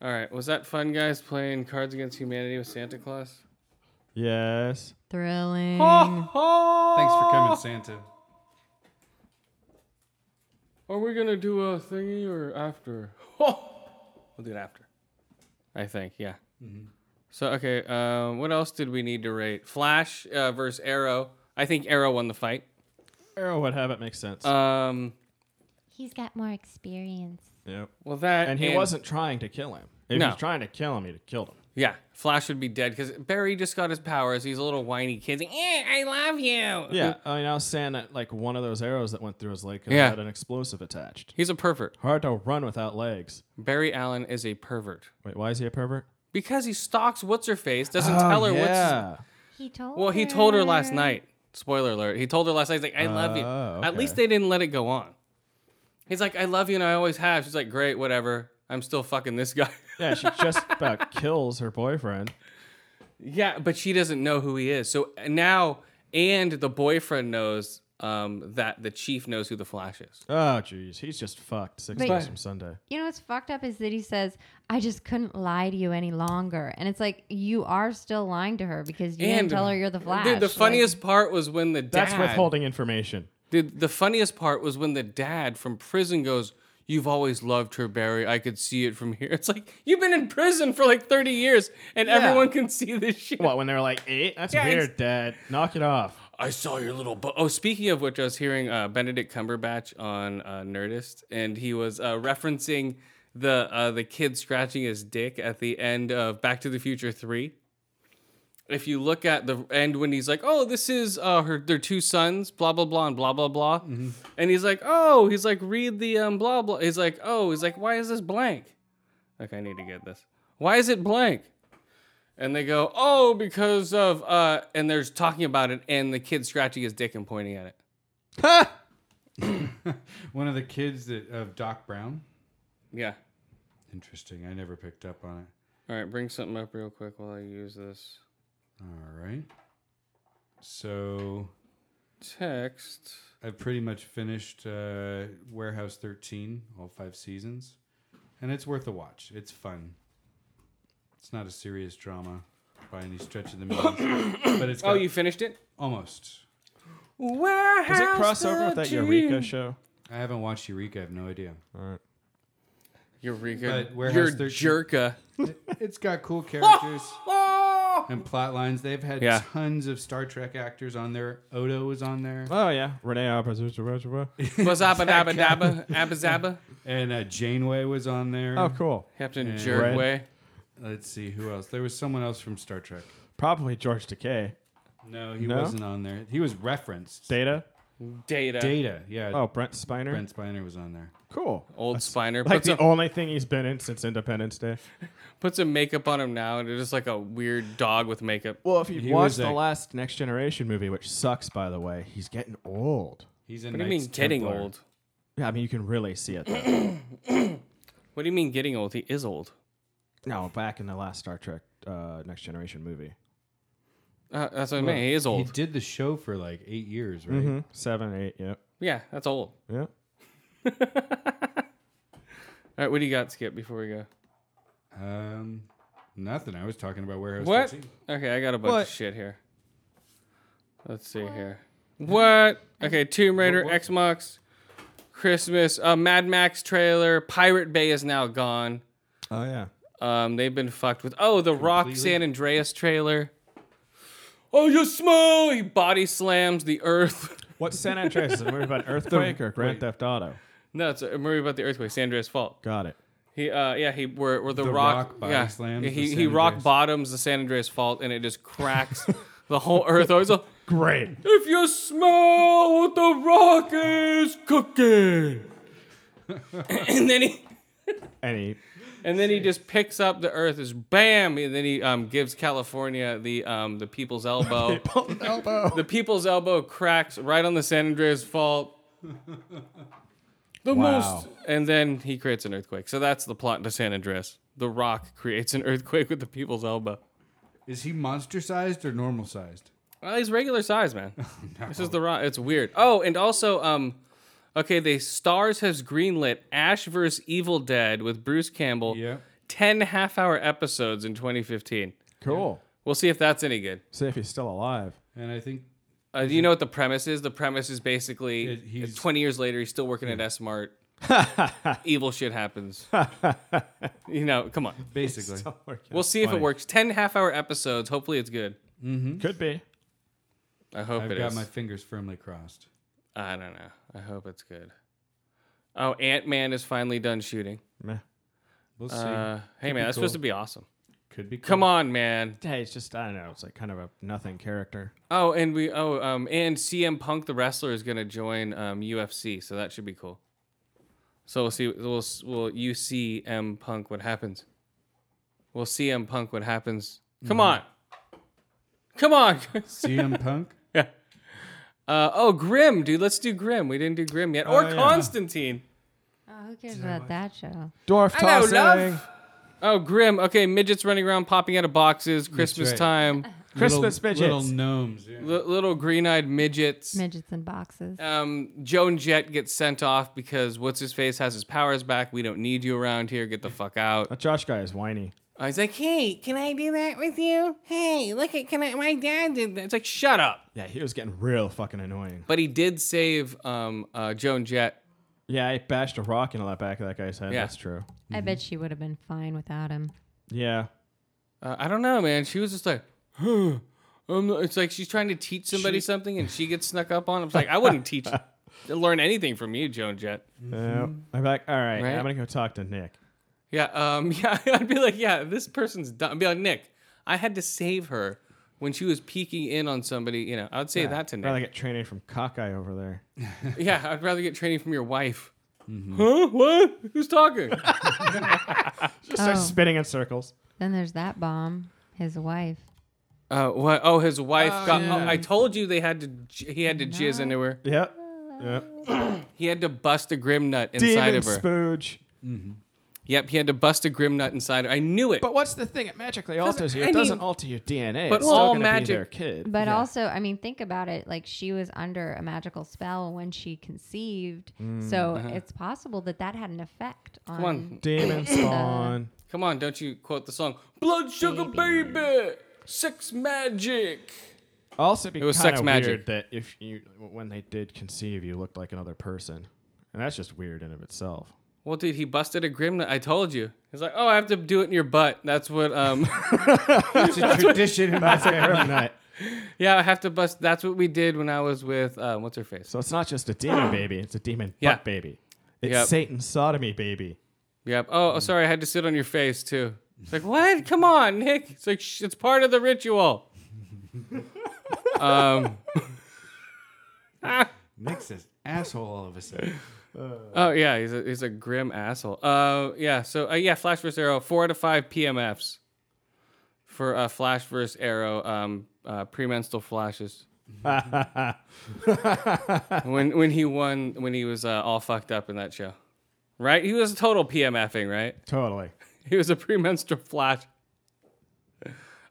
[SPEAKER 2] All right, was that fun, guys? Playing Cards Against Humanity with Santa Claus.
[SPEAKER 4] Yes.
[SPEAKER 6] Thrilling.
[SPEAKER 2] [LAUGHS]
[SPEAKER 3] Thanks for
[SPEAKER 2] Ah!
[SPEAKER 3] coming, Santa.
[SPEAKER 11] Are we gonna do a thingy or after?
[SPEAKER 2] [LAUGHS] We'll do it after. Mm-hmm. I think, yeah. So okay, uh, what else did we need to rate? Flash uh, versus Arrow. I think Arrow won the fight.
[SPEAKER 4] Arrow would have it makes sense.
[SPEAKER 2] Um,
[SPEAKER 12] He's got more experience.
[SPEAKER 4] yep.
[SPEAKER 2] Well, that
[SPEAKER 4] and he wasn't trying to kill him. If
[SPEAKER 2] No.
[SPEAKER 4] he's trying to kill him, he'd have killed him.
[SPEAKER 2] Yeah, Flash would be dead because Barry just got his powers. He's a little whiny kid. He's like, eh, I love you.
[SPEAKER 4] Yeah, I mean, I was saying that like one of those arrows that went through his leg 'cause
[SPEAKER 2] Uh, Yeah.
[SPEAKER 4] it had an explosive attached.
[SPEAKER 2] He's a pervert.
[SPEAKER 4] Hard to run without legs.
[SPEAKER 2] Barry Allen is a pervert
[SPEAKER 4] Wait, why is he a pervert?
[SPEAKER 2] because he stalks what's her face, doesn't
[SPEAKER 4] Oh,
[SPEAKER 2] tell her
[SPEAKER 4] yeah.
[SPEAKER 2] what's.
[SPEAKER 12] He told.
[SPEAKER 2] Well, he told her last night. Spoiler alert. He told her last night. He's like, I love you.
[SPEAKER 4] Oh,
[SPEAKER 2] At least
[SPEAKER 4] okay.
[SPEAKER 2] they didn't let it go on. He's like, I love you and I always have. She's like, great, whatever. I'm still fucking this guy. [LAUGHS]
[SPEAKER 4] Yeah, she just about kills her boyfriend.
[SPEAKER 2] Yeah, but she doesn't know who he is. So uh, now, and the boyfriend knows um, that the chief knows who the Flash is.
[SPEAKER 4] Oh, jeez, he's just fucked. Six
[SPEAKER 6] But-
[SPEAKER 4] days from Sunday.
[SPEAKER 6] You know what's fucked up is that he says, "I just couldn't lie to you any longer," and it's like you are still lying to her because you didn't tell her you're the Flash.
[SPEAKER 2] Dude, the
[SPEAKER 6] Like,
[SPEAKER 2] funniest part was when the dad.
[SPEAKER 4] That's withholding information.
[SPEAKER 2] Dude, the funniest part was when the dad from prison goes, "You've always loved her, Barry. I could see it from here." [LAUGHS] It's like you've been in prison for like 30 years, and
[SPEAKER 4] Yeah.
[SPEAKER 2] everyone can see this shit.
[SPEAKER 4] What, when they were like eight? That's
[SPEAKER 2] Yeah,
[SPEAKER 4] weird,
[SPEAKER 2] ex-
[SPEAKER 4] Dad. Knock it off.
[SPEAKER 2] I saw your little. Bu- oh, speaking of which, I was hearing uh, Benedict Cumberbatch on uh, Nerdist, and he was uh, referencing the uh, the kid scratching his dick at the end of Back to the Future Three. If you look at the end when he's like, "Oh, this is uh, her, their two sons," blah blah blah, and blah blah blah, and he's like, "Oh," he's like, "Read the um, blah blah." He's like, "Oh," he's like, "Why is this blank?" Like, I need to get this. Why is it blank? And they go, oh, because of, uh, and there's talking about it, and the kid scratching his dick and pointing at it.
[SPEAKER 3] One of the kids that of Doc Brown.
[SPEAKER 2] Yeah.
[SPEAKER 3] Interesting. I never picked up on it.
[SPEAKER 2] All right, bring something up real quick while I use this
[SPEAKER 3] All right. So
[SPEAKER 2] text.
[SPEAKER 3] I've pretty much finished uh, Warehouse 13, all five seasons, and it's worth a watch. It's fun. It's not a serious drama by any stretch of the means, but it's
[SPEAKER 2] [COUGHS] Oh,
[SPEAKER 3] got-
[SPEAKER 2] you finished it?
[SPEAKER 3] almost.
[SPEAKER 2] Where
[SPEAKER 4] Does it cross over with that Eureka show?
[SPEAKER 3] I haven't watched Eureka. I have no
[SPEAKER 2] [LAUGHS]
[SPEAKER 3] idea.
[SPEAKER 4] All right.
[SPEAKER 2] Eureka.
[SPEAKER 3] But
[SPEAKER 2] Your
[SPEAKER 3] Warehouse 13
[SPEAKER 2] jerka.
[SPEAKER 3] It- it's
[SPEAKER 2] [LAUGHS]
[SPEAKER 3] got cool characters and plot lines. They've had
[SPEAKER 2] Yeah.
[SPEAKER 3] tons of Star Trek actors on there. Odo was on there,
[SPEAKER 4] Oh yeah, Renee Arbus.
[SPEAKER 2] What's up, dabba dabba, abba zabba?
[SPEAKER 3] and uh, Janeway was on there.
[SPEAKER 4] Oh, cool.
[SPEAKER 2] Captain
[SPEAKER 3] And-
[SPEAKER 2] Jerkway.
[SPEAKER 3] Let's see who else. There was someone else from Star Trek.
[SPEAKER 4] Probably George Takei.
[SPEAKER 3] No, he
[SPEAKER 4] No?
[SPEAKER 3] wasn't on there. He was referenced.
[SPEAKER 4] Data.
[SPEAKER 2] Data.
[SPEAKER 3] Data, yeah.
[SPEAKER 4] Oh, Brent Spiner.
[SPEAKER 3] Brent Spiner was on there.
[SPEAKER 4] Cool.
[SPEAKER 2] Old Spiner.
[SPEAKER 4] Like
[SPEAKER 2] puts,
[SPEAKER 4] the
[SPEAKER 2] a,
[SPEAKER 4] only thing he's been in since Independence Day.
[SPEAKER 2] puts a makeup on him now, and it's just like a weird dog with makeup.
[SPEAKER 4] Well, if you
[SPEAKER 3] He
[SPEAKER 4] watch
[SPEAKER 3] was
[SPEAKER 4] the
[SPEAKER 3] a-
[SPEAKER 4] last Next Generation movie, which sucks by the way, he's getting old.
[SPEAKER 3] He's in.
[SPEAKER 2] What do you mean getting old?
[SPEAKER 4] Yeah, I mean you can really see it. Though.
[SPEAKER 2] What do you mean getting old? He is old.
[SPEAKER 4] no, back in the last Star Trek uh, Next Generation movie,
[SPEAKER 2] Uh, that's what I mean. He is
[SPEAKER 3] He
[SPEAKER 2] old.
[SPEAKER 3] did the show for like eight years, right?
[SPEAKER 4] Mm-hmm. seven, eight, yep,
[SPEAKER 2] Yeah, that's old.
[SPEAKER 4] yep.
[SPEAKER 2] All right, what do you got, Skip, before we go?
[SPEAKER 3] Um, nothing. I was talking about warehouse.
[SPEAKER 2] What?
[SPEAKER 3] 13.
[SPEAKER 2] Okay, I got a bunch
[SPEAKER 4] What?
[SPEAKER 2] of shit here. Let's see here. What? Okay, Tomb Raider, X Mox, Christmas, uh, Mad Max trailer, Pirate Bay is now gone.
[SPEAKER 4] Oh yeah.
[SPEAKER 2] Um, they've been fucked with. Oh, the Rock San Andreas trailer. Oh, you smell! He body slams the earth. [LAUGHS]
[SPEAKER 4] What San Andreas is it a movie [LAUGHS] about an earthquake or Grand Theft Auto?
[SPEAKER 2] no, it's a movie about the earthquake. San Andreas Fault.
[SPEAKER 4] Got it.
[SPEAKER 2] He uh yeah he where, where the,
[SPEAKER 3] The
[SPEAKER 2] rock,
[SPEAKER 3] Rock body
[SPEAKER 2] yeah
[SPEAKER 3] slams the
[SPEAKER 2] he
[SPEAKER 3] San
[SPEAKER 2] he rock
[SPEAKER 3] Andreas.
[SPEAKER 2] bottoms the San Andreas fault and it just
[SPEAKER 3] [LAUGHS]
[SPEAKER 2] cracks the whole earth. Always like,
[SPEAKER 4] Great.
[SPEAKER 2] if you smell what the rock is cooking, [LAUGHS] and then he
[SPEAKER 4] [LAUGHS] Any
[SPEAKER 2] and then he just picks up the earth is bam and then he um gives California the um the
[SPEAKER 3] [LAUGHS]
[SPEAKER 2] people's elbow.
[SPEAKER 4] elbow.
[SPEAKER 2] the people's elbow cracks right on the San Andreas fault. The
[SPEAKER 4] Wow.
[SPEAKER 2] most, and then he creates an earthquake. So that's the plot to San Andreas. The Rock creates an earthquake with the people's elbow.
[SPEAKER 3] Is he monster sized or normal sized?
[SPEAKER 2] Well, he's regular size, man. This is the Rock. It's weird. Oh, and also, um, Okay, the Stars has greenlit Ash vs. Evil Dead with Bruce Campbell.
[SPEAKER 4] Yeah.
[SPEAKER 2] 10 half hour episodes in 2015.
[SPEAKER 4] [LAUGHS] Cool.
[SPEAKER 2] We'll see if that's any good.
[SPEAKER 4] See if he's still [LAUGHS] alive.
[SPEAKER 3] And I think
[SPEAKER 2] Uh, do you know what the premise is? The premise is basically 20 years later, he's still working at S Mart. Evil shit happens. you know, come on.
[SPEAKER 4] [LAUGHS]
[SPEAKER 3] Basically. Still
[SPEAKER 4] working.
[SPEAKER 2] We'll see if it
[SPEAKER 3] Funny.
[SPEAKER 2] works. 10 half hour episodes. Hopefully, it's good.
[SPEAKER 3] Mhm.
[SPEAKER 4] Could be.
[SPEAKER 2] I hope
[SPEAKER 3] I've
[SPEAKER 2] it
[SPEAKER 3] got
[SPEAKER 2] is.
[SPEAKER 3] my fingers firmly crossed.
[SPEAKER 2] I don't know. I hope it's good. Oh, Ant Man is finally done shooting.
[SPEAKER 4] Meh.
[SPEAKER 3] We'll
[SPEAKER 4] see.
[SPEAKER 2] Uh, hey, man,
[SPEAKER 4] Could be
[SPEAKER 2] that's
[SPEAKER 4] cool.
[SPEAKER 2] supposed to be awesome.
[SPEAKER 3] Could be. [LAUGHS]
[SPEAKER 2] Come on, man.
[SPEAKER 4] Hey, it's just I don't know. It's like kind of a nothing character.
[SPEAKER 2] Oh, and we oh um and CM Punk the wrestler is gonna join um UFC, so that should be cool. So we'll see. We'll we'll UCM Punk what happens. We'll CM Punk what happens.
[SPEAKER 6] Mm-hmm.
[SPEAKER 2] Come on, come on.
[SPEAKER 3] CM Punk.
[SPEAKER 2] yeah. [LAUGHS] Uh, oh, Grim, dude. Let's do Grim. We didn't do Grim yet. Or
[SPEAKER 6] Oh, yeah.
[SPEAKER 2] Constantine.
[SPEAKER 6] Oh, who cares about that show?
[SPEAKER 4] Dwarf
[SPEAKER 2] Hello,
[SPEAKER 4] tossing.
[SPEAKER 2] love. Oh, Grim. Okay, midgets running around, popping out of boxes. Christmas
[SPEAKER 3] right.
[SPEAKER 2] time.
[SPEAKER 4] Christmas
[SPEAKER 3] Little-
[SPEAKER 4] midgets.
[SPEAKER 3] Little gnomes. yeah.
[SPEAKER 2] Li- little green-eyed midgets.
[SPEAKER 6] Midgets in boxes.
[SPEAKER 2] Um, Joan Jett gets sent off because what's his face has his powers back. We don't need you around here. Get the fuck
[SPEAKER 4] [LAUGHS]
[SPEAKER 2] out.
[SPEAKER 4] That Josh guy is whiny.
[SPEAKER 2] Uh, he's like, hey, can I do that with you? Hey, look at can I? My dad did that. It's like, shut up.
[SPEAKER 4] Yeah, he was getting real fucking annoying.
[SPEAKER 2] But he did save um uh, Joan Jett.
[SPEAKER 4] Yeah, I bashed a rock into the back of that guy's head.
[SPEAKER 2] Yeah.
[SPEAKER 4] That's true.
[SPEAKER 2] Um,
[SPEAKER 6] I bet she would have been fine without him.
[SPEAKER 4] Yeah.
[SPEAKER 2] Uh, I don't know, man. She was just like, huh. Um, it's like she's trying to teach somebody something and she gets snuck up on. I was like, I wouldn't teach, learn anything from you, Joan Jett.
[SPEAKER 4] Yeah. I'm back. All right,
[SPEAKER 2] Right?
[SPEAKER 4] I'm gonna go talk to Nick.
[SPEAKER 2] Yeah, um, [LAUGHS] yeah, I'd be like, yeah, this person's dumb. I'd be like, Nick, I had to save her when she was peeking in on somebody. You know, I'd say
[SPEAKER 4] Yeah,
[SPEAKER 2] that to Nick.
[SPEAKER 4] Rather get training from cockeye over there.
[SPEAKER 2] yeah, I'd rather get training from your wife. Huh? What? Who's
[SPEAKER 4] [LAUGHS]
[SPEAKER 2] talking?
[SPEAKER 4] Just start
[SPEAKER 6] Oh.
[SPEAKER 4] spinning in circles.
[SPEAKER 6] Then there's that bomb, his wife.
[SPEAKER 2] uh, what? Oh, his wife
[SPEAKER 4] Oh,
[SPEAKER 2] got.
[SPEAKER 4] yeah.
[SPEAKER 2] Oh, I told you they had to. j- He had to jizz into her.
[SPEAKER 4] Yep. Yep.
[SPEAKER 2] He had to bust a grim nut inside
[SPEAKER 4] Demon
[SPEAKER 2] of her.
[SPEAKER 4] spooge.
[SPEAKER 2] Yep, he had to bust a grim nut inside. Her. I knew it.
[SPEAKER 4] But what's the thing? It magically
[SPEAKER 2] Doesn't-
[SPEAKER 4] alters you.
[SPEAKER 2] I
[SPEAKER 4] It
[SPEAKER 2] mean-
[SPEAKER 4] doesn't alter your DNA.
[SPEAKER 2] But
[SPEAKER 4] it's still
[SPEAKER 2] all
[SPEAKER 4] gonna
[SPEAKER 2] magic-
[SPEAKER 4] be their kid.
[SPEAKER 6] But
[SPEAKER 4] Yeah.
[SPEAKER 6] also, I mean, think about it. Like she was under a magical spell when she conceived,
[SPEAKER 4] Mm.
[SPEAKER 6] so
[SPEAKER 2] Uh-huh.
[SPEAKER 6] it's possible that that had an effect on.
[SPEAKER 2] Come on.
[SPEAKER 4] [COUGHS] demon spawn.
[SPEAKER 2] Come on, don't you quote the song? Blood sugar baby, sex magic.
[SPEAKER 4] Also, it'd be
[SPEAKER 2] It was
[SPEAKER 4] kinda
[SPEAKER 2] sex magic.
[SPEAKER 4] weird that if you when they did conceive, you looked like another person, and that's just weird in of [LAUGHS] itself.
[SPEAKER 2] Well, dude, he busted a grim nut. I told you. He's like, oh, I have to do it in your butt. That's what. Um, [LAUGHS]
[SPEAKER 3] It's a tradition in my family.
[SPEAKER 2] yeah, I have to bust. That's what we did when I was with um, what's her face.
[SPEAKER 4] So it's not just a demon baby; it's a demon
[SPEAKER 2] Yeah.
[SPEAKER 4] butt baby. It's
[SPEAKER 2] Yep.
[SPEAKER 4] Satan's sodomy baby.
[SPEAKER 2] Yep. Oh, oh, sorry, I had to sit on your face too. It's like, what? Come on, Nick. It's like "Shh, it's part of the ritual. um.
[SPEAKER 3] Nick's this asshole all of a sudden.
[SPEAKER 2] Oh yeah, he's a he's a grim asshole. Uh, yeah. So uh, yeah, Flash vs Arrow, four out of five PMFs for uh, Flash vs Arrow. Um, uh, premenstrual flashes.
[SPEAKER 4] [LAUGHS]
[SPEAKER 2] when when he won when he was uh, all fucked up in that show, right? He was total PMFing, right?
[SPEAKER 4] Totally.
[SPEAKER 2] He was a premenstrual flash.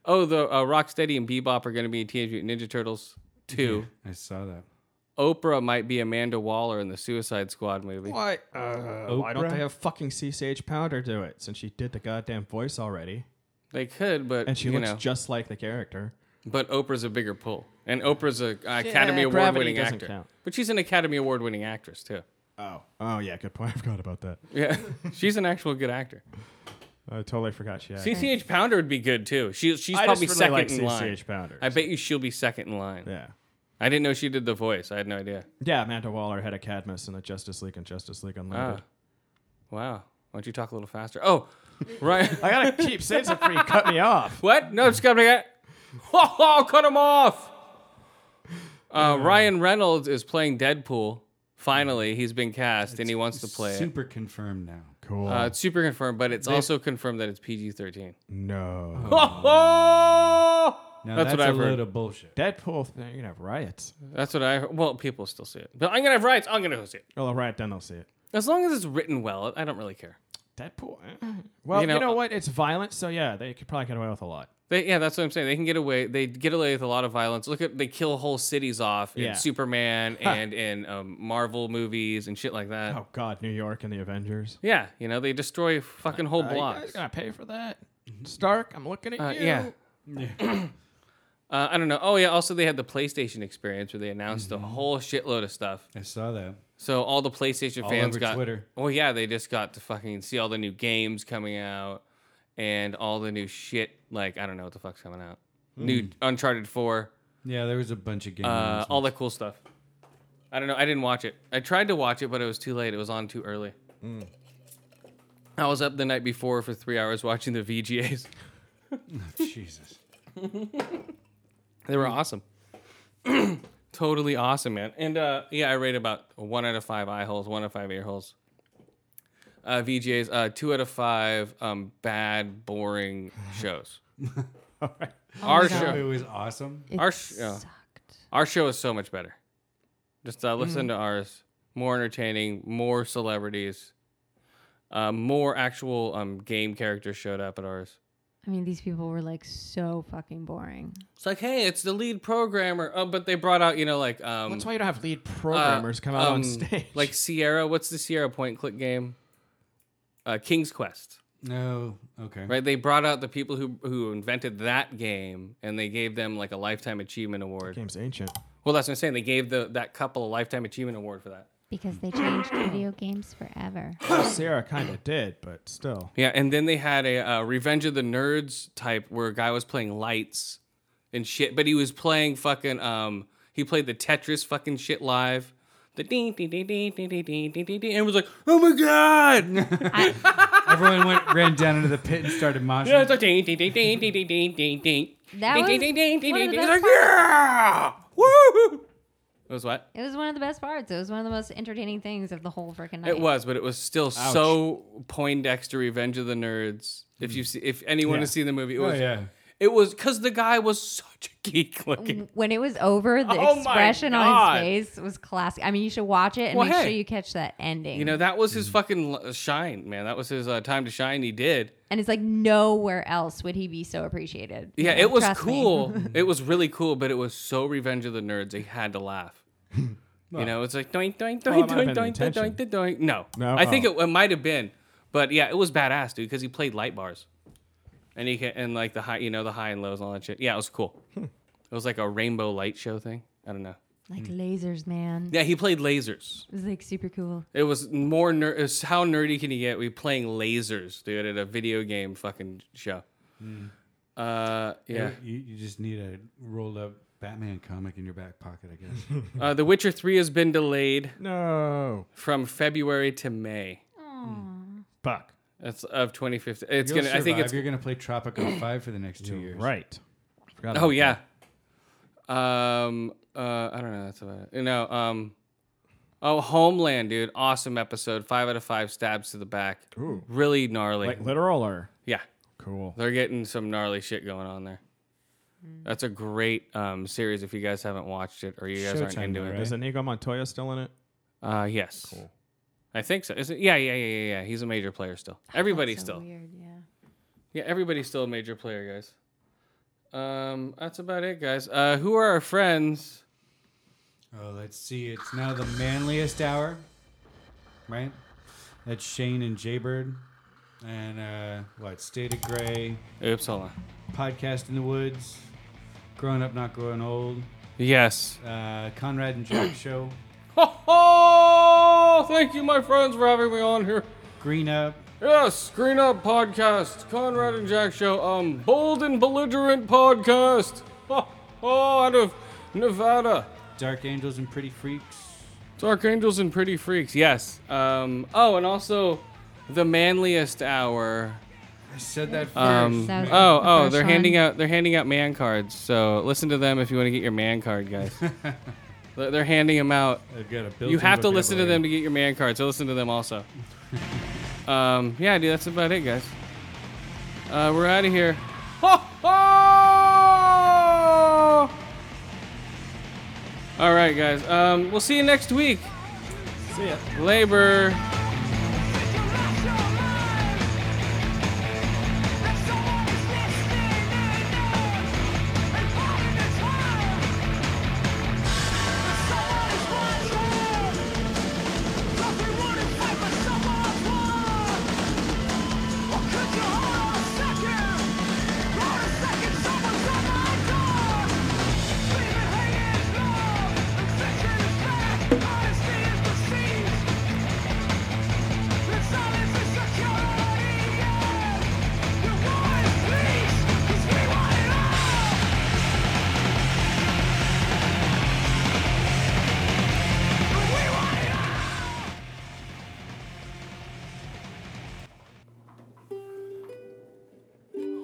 [SPEAKER 2] Oh, the uh, Rocksteady and Bebop are going to be in Teenage Mutant Ninja Turtles two.
[SPEAKER 3] I saw that.
[SPEAKER 4] Mm-hmm.
[SPEAKER 2] Oprah might be Amanda Waller in the Suicide Squad movie.
[SPEAKER 4] Why? Uh, why don't
[SPEAKER 3] Oprah?
[SPEAKER 4] they have fucking C. Sage Pounder do it? Since she did the goddamn voice already,
[SPEAKER 2] They could, but
[SPEAKER 4] and she
[SPEAKER 2] you
[SPEAKER 4] looks
[SPEAKER 2] know.
[SPEAKER 4] just like the character.
[SPEAKER 2] But Oprah's a bigger pull, and Oprah's a uh, Academy
[SPEAKER 4] Yeah,
[SPEAKER 2] Award
[SPEAKER 4] gravity
[SPEAKER 2] winning
[SPEAKER 4] doesn't
[SPEAKER 2] actor.
[SPEAKER 4] count.
[SPEAKER 2] But she's an Academy Award winning actress too.
[SPEAKER 4] Oh. Oh yeah, good point. [LAUGHS] I forgot about that. [LAUGHS]
[SPEAKER 2] Yeah, [LAUGHS] she's an actual good actor.
[SPEAKER 4] I totally forgot she. Had
[SPEAKER 2] CCH Pounder would be good too. She, she's
[SPEAKER 4] I
[SPEAKER 2] probably
[SPEAKER 4] just
[SPEAKER 2] second
[SPEAKER 4] really like
[SPEAKER 2] in line.
[SPEAKER 4] CCH Pounder,
[SPEAKER 2] I bet you she'll be second in line.
[SPEAKER 4] Yeah.
[SPEAKER 2] I didn't know she did the voice. I had no idea.
[SPEAKER 4] Yeah, Amanda Waller had a Cadmus in the Justice League and Justice League
[SPEAKER 2] Oh.
[SPEAKER 4] Unlimited.
[SPEAKER 2] Ah. Wow. Why don't you talk a little faster? Oh, [LAUGHS] right.
[SPEAKER 4] I gotta keep saying something. before you cut
[SPEAKER 2] [LAUGHS]
[SPEAKER 4] me off.
[SPEAKER 2] What? No, just coming at. Oh, cut him off. Uh, Ryan Reynolds is playing Deadpool. Finally, he's been cast and he wants to play it.
[SPEAKER 3] Super confirmed now.
[SPEAKER 4] Cool.
[SPEAKER 2] Uh, it's super confirmed, but it's also confirmed that it's PG 13.
[SPEAKER 4] no.
[SPEAKER 2] [LAUGHS]
[SPEAKER 4] Oh!
[SPEAKER 3] Now
[SPEAKER 2] That's
[SPEAKER 3] that's,
[SPEAKER 2] what
[SPEAKER 3] a
[SPEAKER 2] I've heard.
[SPEAKER 3] load of bullshit.
[SPEAKER 4] Deadpool. Thing, you're gonna have riots.
[SPEAKER 2] That's what I Well, people still see it. But I'm going to have rights. I'm going to go see it.
[SPEAKER 4] Oh, Well, a riot then they'll see it.
[SPEAKER 2] As long as it's written well, I don't really care.
[SPEAKER 4] Deadpool. eh. Well,
[SPEAKER 2] You
[SPEAKER 4] you know,
[SPEAKER 2] know- uh
[SPEAKER 4] what? It's violent, so yeah, they could probably get away with a lot.
[SPEAKER 2] They, yeah, that's what I'm saying. They can get away. They get away with a lot of violence. Look at they kill whole cities off in
[SPEAKER 4] Yeah.
[SPEAKER 2] Superman
[SPEAKER 4] Huh.
[SPEAKER 2] and in um, Marvel movies and shit like that.
[SPEAKER 4] Oh God, New York and the Avengers.
[SPEAKER 2] Yeah, you know they destroy fucking whole
[SPEAKER 4] I- I
[SPEAKER 2] blocks.
[SPEAKER 4] gotta pay for that. Stark, I'm looking at
[SPEAKER 2] Uh,
[SPEAKER 4] you.
[SPEAKER 2] yeah. Uh, I don't know. Oh yeah. Also, they had the PlayStation experience where they announced
[SPEAKER 4] Mm-hmm.
[SPEAKER 2] a whole shitload of stuff.
[SPEAKER 3] I saw that.
[SPEAKER 2] So all the PlayStation
[SPEAKER 3] All
[SPEAKER 2] fans
[SPEAKER 3] over
[SPEAKER 2] got.
[SPEAKER 3] Twitter.
[SPEAKER 2] Oh yeah, they just got to fucking see all the new games coming out and all the new shit. Like I don't know what the fuck's coming out. New
[SPEAKER 3] Mm.
[SPEAKER 2] Uncharted Four.
[SPEAKER 3] Yeah, there was a bunch of games.
[SPEAKER 2] Uh, all that cool stuff. I don't know. I didn't watch it. I tried to watch it, but it was too late. It was on too early.
[SPEAKER 3] Hmm.
[SPEAKER 2] I was up the night before for three hours [LAUGHS] watching the VGAs.
[SPEAKER 3] [LAUGHS] Jesus. [LAUGHS]
[SPEAKER 2] They were awesome. [CLEARS THROAT] totally awesome, man. And uh, yeah, I rate about one out of five eye holes, one out of five ear holes. Uh, VGAs, uh, two out of five um, bad, boring shows. [LAUGHS] Our
[SPEAKER 3] my
[SPEAKER 2] show
[SPEAKER 3] God. It was awesome. It
[SPEAKER 2] Our show. Our show is so much better. Just uh, listen to ours. More entertaining. More celebrities. Uh, more actual um, game characters showed up at ours.
[SPEAKER 6] I mean, these people were like so fucking boring.
[SPEAKER 2] It's like, hey, it's the lead programmer. Oh, but they brought out, you know, like um,
[SPEAKER 4] That's why you don't have lead
[SPEAKER 2] uh,
[SPEAKER 4] programmers come out
[SPEAKER 2] um,
[SPEAKER 4] on stage.
[SPEAKER 2] [LAUGHS] Like Sierra, what's the Sierra point and click game? Uh, King's Quest,
[SPEAKER 3] No. Okay.
[SPEAKER 2] right? They brought out the people who who invented that game, and they gave them like a lifetime achievement award.
[SPEAKER 4] [LAUGHS] Game's ancient. [COUGHS]
[SPEAKER 2] Well, that's what I'm saying. They gave the that couple a lifetime achievement award for that.
[SPEAKER 12] Because they
[SPEAKER 2] [CLEARS THROAT]
[SPEAKER 12] changed video games forever.
[SPEAKER 4] Sarah kind of did, but still.
[SPEAKER 2] Yeah, and then they had a uh, Revenge of the Nerds type where a guy was playing lights and shit, but he was playing fucking um he played the Tetris fucking shit live. The ding ding ding ding ding ding ding ding ding, ding and it was like, "Oh my god."
[SPEAKER 3] Everyone went ran down into the pit
[SPEAKER 2] [LAUGHS]
[SPEAKER 3] and started moshing.
[SPEAKER 2] yeah, it's like ding ding ding ding ding ding ding ding ding.
[SPEAKER 6] That
[SPEAKER 2] ding,
[SPEAKER 6] was
[SPEAKER 2] ding, ding, ding, ding,
[SPEAKER 6] one
[SPEAKER 2] ding,
[SPEAKER 6] of the
[SPEAKER 2] ding. It's
[SPEAKER 6] best
[SPEAKER 2] like,
[SPEAKER 6] parts.
[SPEAKER 2] yeah! Woo! It was what?
[SPEAKER 6] It was one of the best parts. It was one of the most entertaining things of the whole freaking night.
[SPEAKER 2] It was, but it was still so Poindexter Revenge of the Nerds. If you see if anyone
[SPEAKER 3] Yeah.
[SPEAKER 2] has seen the movie, it
[SPEAKER 3] Oh,
[SPEAKER 2] was
[SPEAKER 3] yeah.
[SPEAKER 2] It was cuz the guy was such a geek looking.
[SPEAKER 6] When it was over, the
[SPEAKER 2] Oh my
[SPEAKER 6] expression
[SPEAKER 2] God.
[SPEAKER 6] on his face was classic. I mean, you should watch it and
[SPEAKER 2] Well,
[SPEAKER 6] make sure
[SPEAKER 2] hey.
[SPEAKER 6] you catch that ending.
[SPEAKER 2] You know, that was
[SPEAKER 3] Mm.
[SPEAKER 2] his fucking l- shine, man. That was his uh, time to shine. He did.
[SPEAKER 6] and it's like nowhere else would he be so appreciated.
[SPEAKER 2] Yeah, it was
[SPEAKER 6] Trust me.
[SPEAKER 2] cool.
[SPEAKER 6] [LAUGHS]
[SPEAKER 2] it was really cool, but it was so Revenge of the Nerds. They had to laugh. you know, it's like doink doink
[SPEAKER 4] Well,
[SPEAKER 2] doink
[SPEAKER 4] that might
[SPEAKER 2] doink
[SPEAKER 4] have been
[SPEAKER 2] doink
[SPEAKER 4] the
[SPEAKER 2] doink doink doink. doink. No,
[SPEAKER 4] No?
[SPEAKER 2] I think
[SPEAKER 4] Oh.
[SPEAKER 2] it, it might have been, but yeah, it was badass, dude, because he played light bars, and he ca and like the high, you know, the high and lows and all that shit. Yeah, it was
[SPEAKER 4] [LAUGHS]
[SPEAKER 2] cool. it was like a rainbow light show thing. I don't know.
[SPEAKER 6] like lasers, man.
[SPEAKER 2] Yeah, he played lasers.
[SPEAKER 6] It was like super cool.
[SPEAKER 2] It was more ner- it was how nerdy can you get? We playing lasers, dude, at a video game fucking show.
[SPEAKER 4] Hmm.
[SPEAKER 2] Uh, yeah.
[SPEAKER 3] You, you just need a rolled up Batman comic in your back pocket, I guess.
[SPEAKER 2] Uh, the Witcher Three has been delayed
[SPEAKER 4] No.
[SPEAKER 2] from February to May.
[SPEAKER 4] Fuck.
[SPEAKER 2] That's of 2015. It's
[SPEAKER 3] You'll
[SPEAKER 2] gonna. I think
[SPEAKER 3] survive.
[SPEAKER 2] it's.
[SPEAKER 3] you're gonna
[SPEAKER 2] [CLEARS THROAT]
[SPEAKER 3] play Tropico Five for the next two years.
[SPEAKER 4] Right. Forgot
[SPEAKER 2] Oh
[SPEAKER 4] about
[SPEAKER 2] yeah. Um. Uh. I don't know. That's about it. No. Um. Oh, Homeland, dude. Awesome episode. Five out of five stabs to the back.
[SPEAKER 4] Ooh.
[SPEAKER 2] Really
[SPEAKER 4] that.
[SPEAKER 2] gnarly.
[SPEAKER 4] Like literal or
[SPEAKER 2] yeah.
[SPEAKER 4] cool.
[SPEAKER 2] They're getting some gnarly shit going on there. That's a great um, series if you guys haven't watched it or you guys aren't
[SPEAKER 4] Showtime,
[SPEAKER 2] into
[SPEAKER 4] though,
[SPEAKER 2] it.
[SPEAKER 4] right? Is Inigo Montoya still in it?
[SPEAKER 2] Uh, yes. I think so. Is it? Yeah, yeah, yeah, yeah, yeah. He's a major player still. Everybody's still.
[SPEAKER 6] Weird, yeah.
[SPEAKER 2] Yeah, everybody's still a major player, guys. Um, that's about it, guys. Uh, who are our friends?
[SPEAKER 3] Oh, let's see. It's now the manliest hour, right? That's Shane and Jaybird, and uh, what? State of Gray,
[SPEAKER 2] Oops, hold on.
[SPEAKER 3] podcast in the woods, growing up, not growing old.
[SPEAKER 2] Yes. [LAUGHS]
[SPEAKER 3] Uh, Conrad
[SPEAKER 2] [CLEARS THROAT]
[SPEAKER 3] and Jack show,
[SPEAKER 2] Oh, thank you, my friends, for having me on here.
[SPEAKER 3] Green Up,
[SPEAKER 2] Yes, Screen Up Podcast, Conrad and Jack Show, um, Bold and Belligerent Podcast. [LAUGHS] Oh, oh out of Nevada.
[SPEAKER 3] Dark Angels and Pretty Freaks.
[SPEAKER 2] Dark Angels and Pretty Freaks, yes. Um, oh, and also The Manliest Hour.
[SPEAKER 3] I said that first.
[SPEAKER 2] Um,
[SPEAKER 3] man.
[SPEAKER 2] oh, oh, they're handing out they're handing out man cards. So listen to them if you want to get your man card,
[SPEAKER 3] [LAUGHS]
[SPEAKER 2] guys. They're they're handing them out.
[SPEAKER 3] They've got a
[SPEAKER 2] You
[SPEAKER 3] built-in
[SPEAKER 2] have to listen to
[SPEAKER 3] vocabulary.
[SPEAKER 2] them to get your man card. So listen to them
[SPEAKER 3] [LAUGHS]
[SPEAKER 2] also. um, yeah, dude, that's about it, guys. Uh, we're out of
[SPEAKER 3] [LAUGHS]
[SPEAKER 2] here. Ho, ho! All right, guys. Um, we'll see you next week.
[SPEAKER 4] See ya.
[SPEAKER 2] Labor.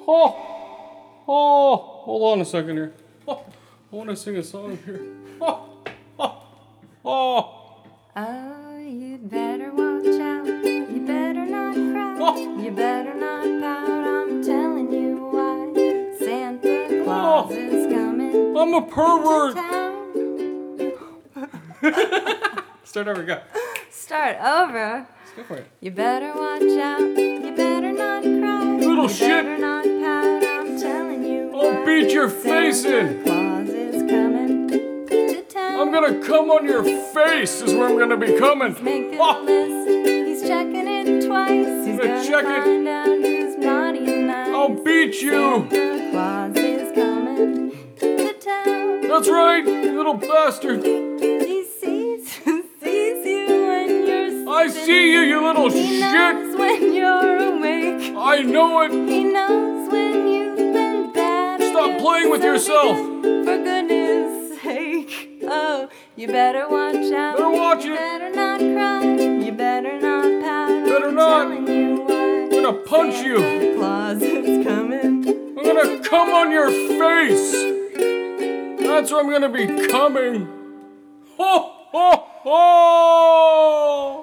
[SPEAKER 3] Oh, oh, hold on a second
[SPEAKER 2] [LAUGHS]
[SPEAKER 3] here. Oh, I want to sing a song here. Oh, oh, oh.
[SPEAKER 6] Oh, you better watch out. You better not cry. You better not pout. I'm telling you why. Santa Claus is coming.
[SPEAKER 3] I'm a pervert.
[SPEAKER 6] to town.
[SPEAKER 3] Start over, go.
[SPEAKER 6] Start over.
[SPEAKER 3] Let's go for it.
[SPEAKER 6] You better watch out. You better not cry.
[SPEAKER 3] Little
[SPEAKER 6] you
[SPEAKER 3] shit.
[SPEAKER 6] better not pout. I'm telling you
[SPEAKER 3] I'll beat your face in. I'm gonna come on your face, is where I'm gonna be coming.
[SPEAKER 6] Making a list. He's checking it twice. He's
[SPEAKER 3] gonna
[SPEAKER 6] gonna
[SPEAKER 3] check it. Oh,
[SPEAKER 6] find out who's naughty and nice.
[SPEAKER 3] I'll beat you.
[SPEAKER 6] Santa Claus is coming to town.
[SPEAKER 3] That's right, you little bastard.
[SPEAKER 6] He sees, [LAUGHS] sees you when you're
[SPEAKER 3] I see you, you little
[SPEAKER 6] He
[SPEAKER 3] shit.
[SPEAKER 6] knows when you're awake.
[SPEAKER 3] I know it.
[SPEAKER 6] He knows when you've been bad. and
[SPEAKER 3] Stop
[SPEAKER 6] good.
[SPEAKER 3] playing with
[SPEAKER 6] So
[SPEAKER 3] yourself.
[SPEAKER 6] because- For goodness sake. Oh, you better watch out.
[SPEAKER 3] Better watch
[SPEAKER 6] You
[SPEAKER 3] it.
[SPEAKER 6] better not cry. You better not pout.
[SPEAKER 3] Better
[SPEAKER 6] I'm
[SPEAKER 3] not.
[SPEAKER 6] telling you why.
[SPEAKER 3] I'm gonna punch you.
[SPEAKER 6] The Claus is coming.
[SPEAKER 3] I'm gonna come on your face. That's where I'm gonna be coming. Ho, ho, ho!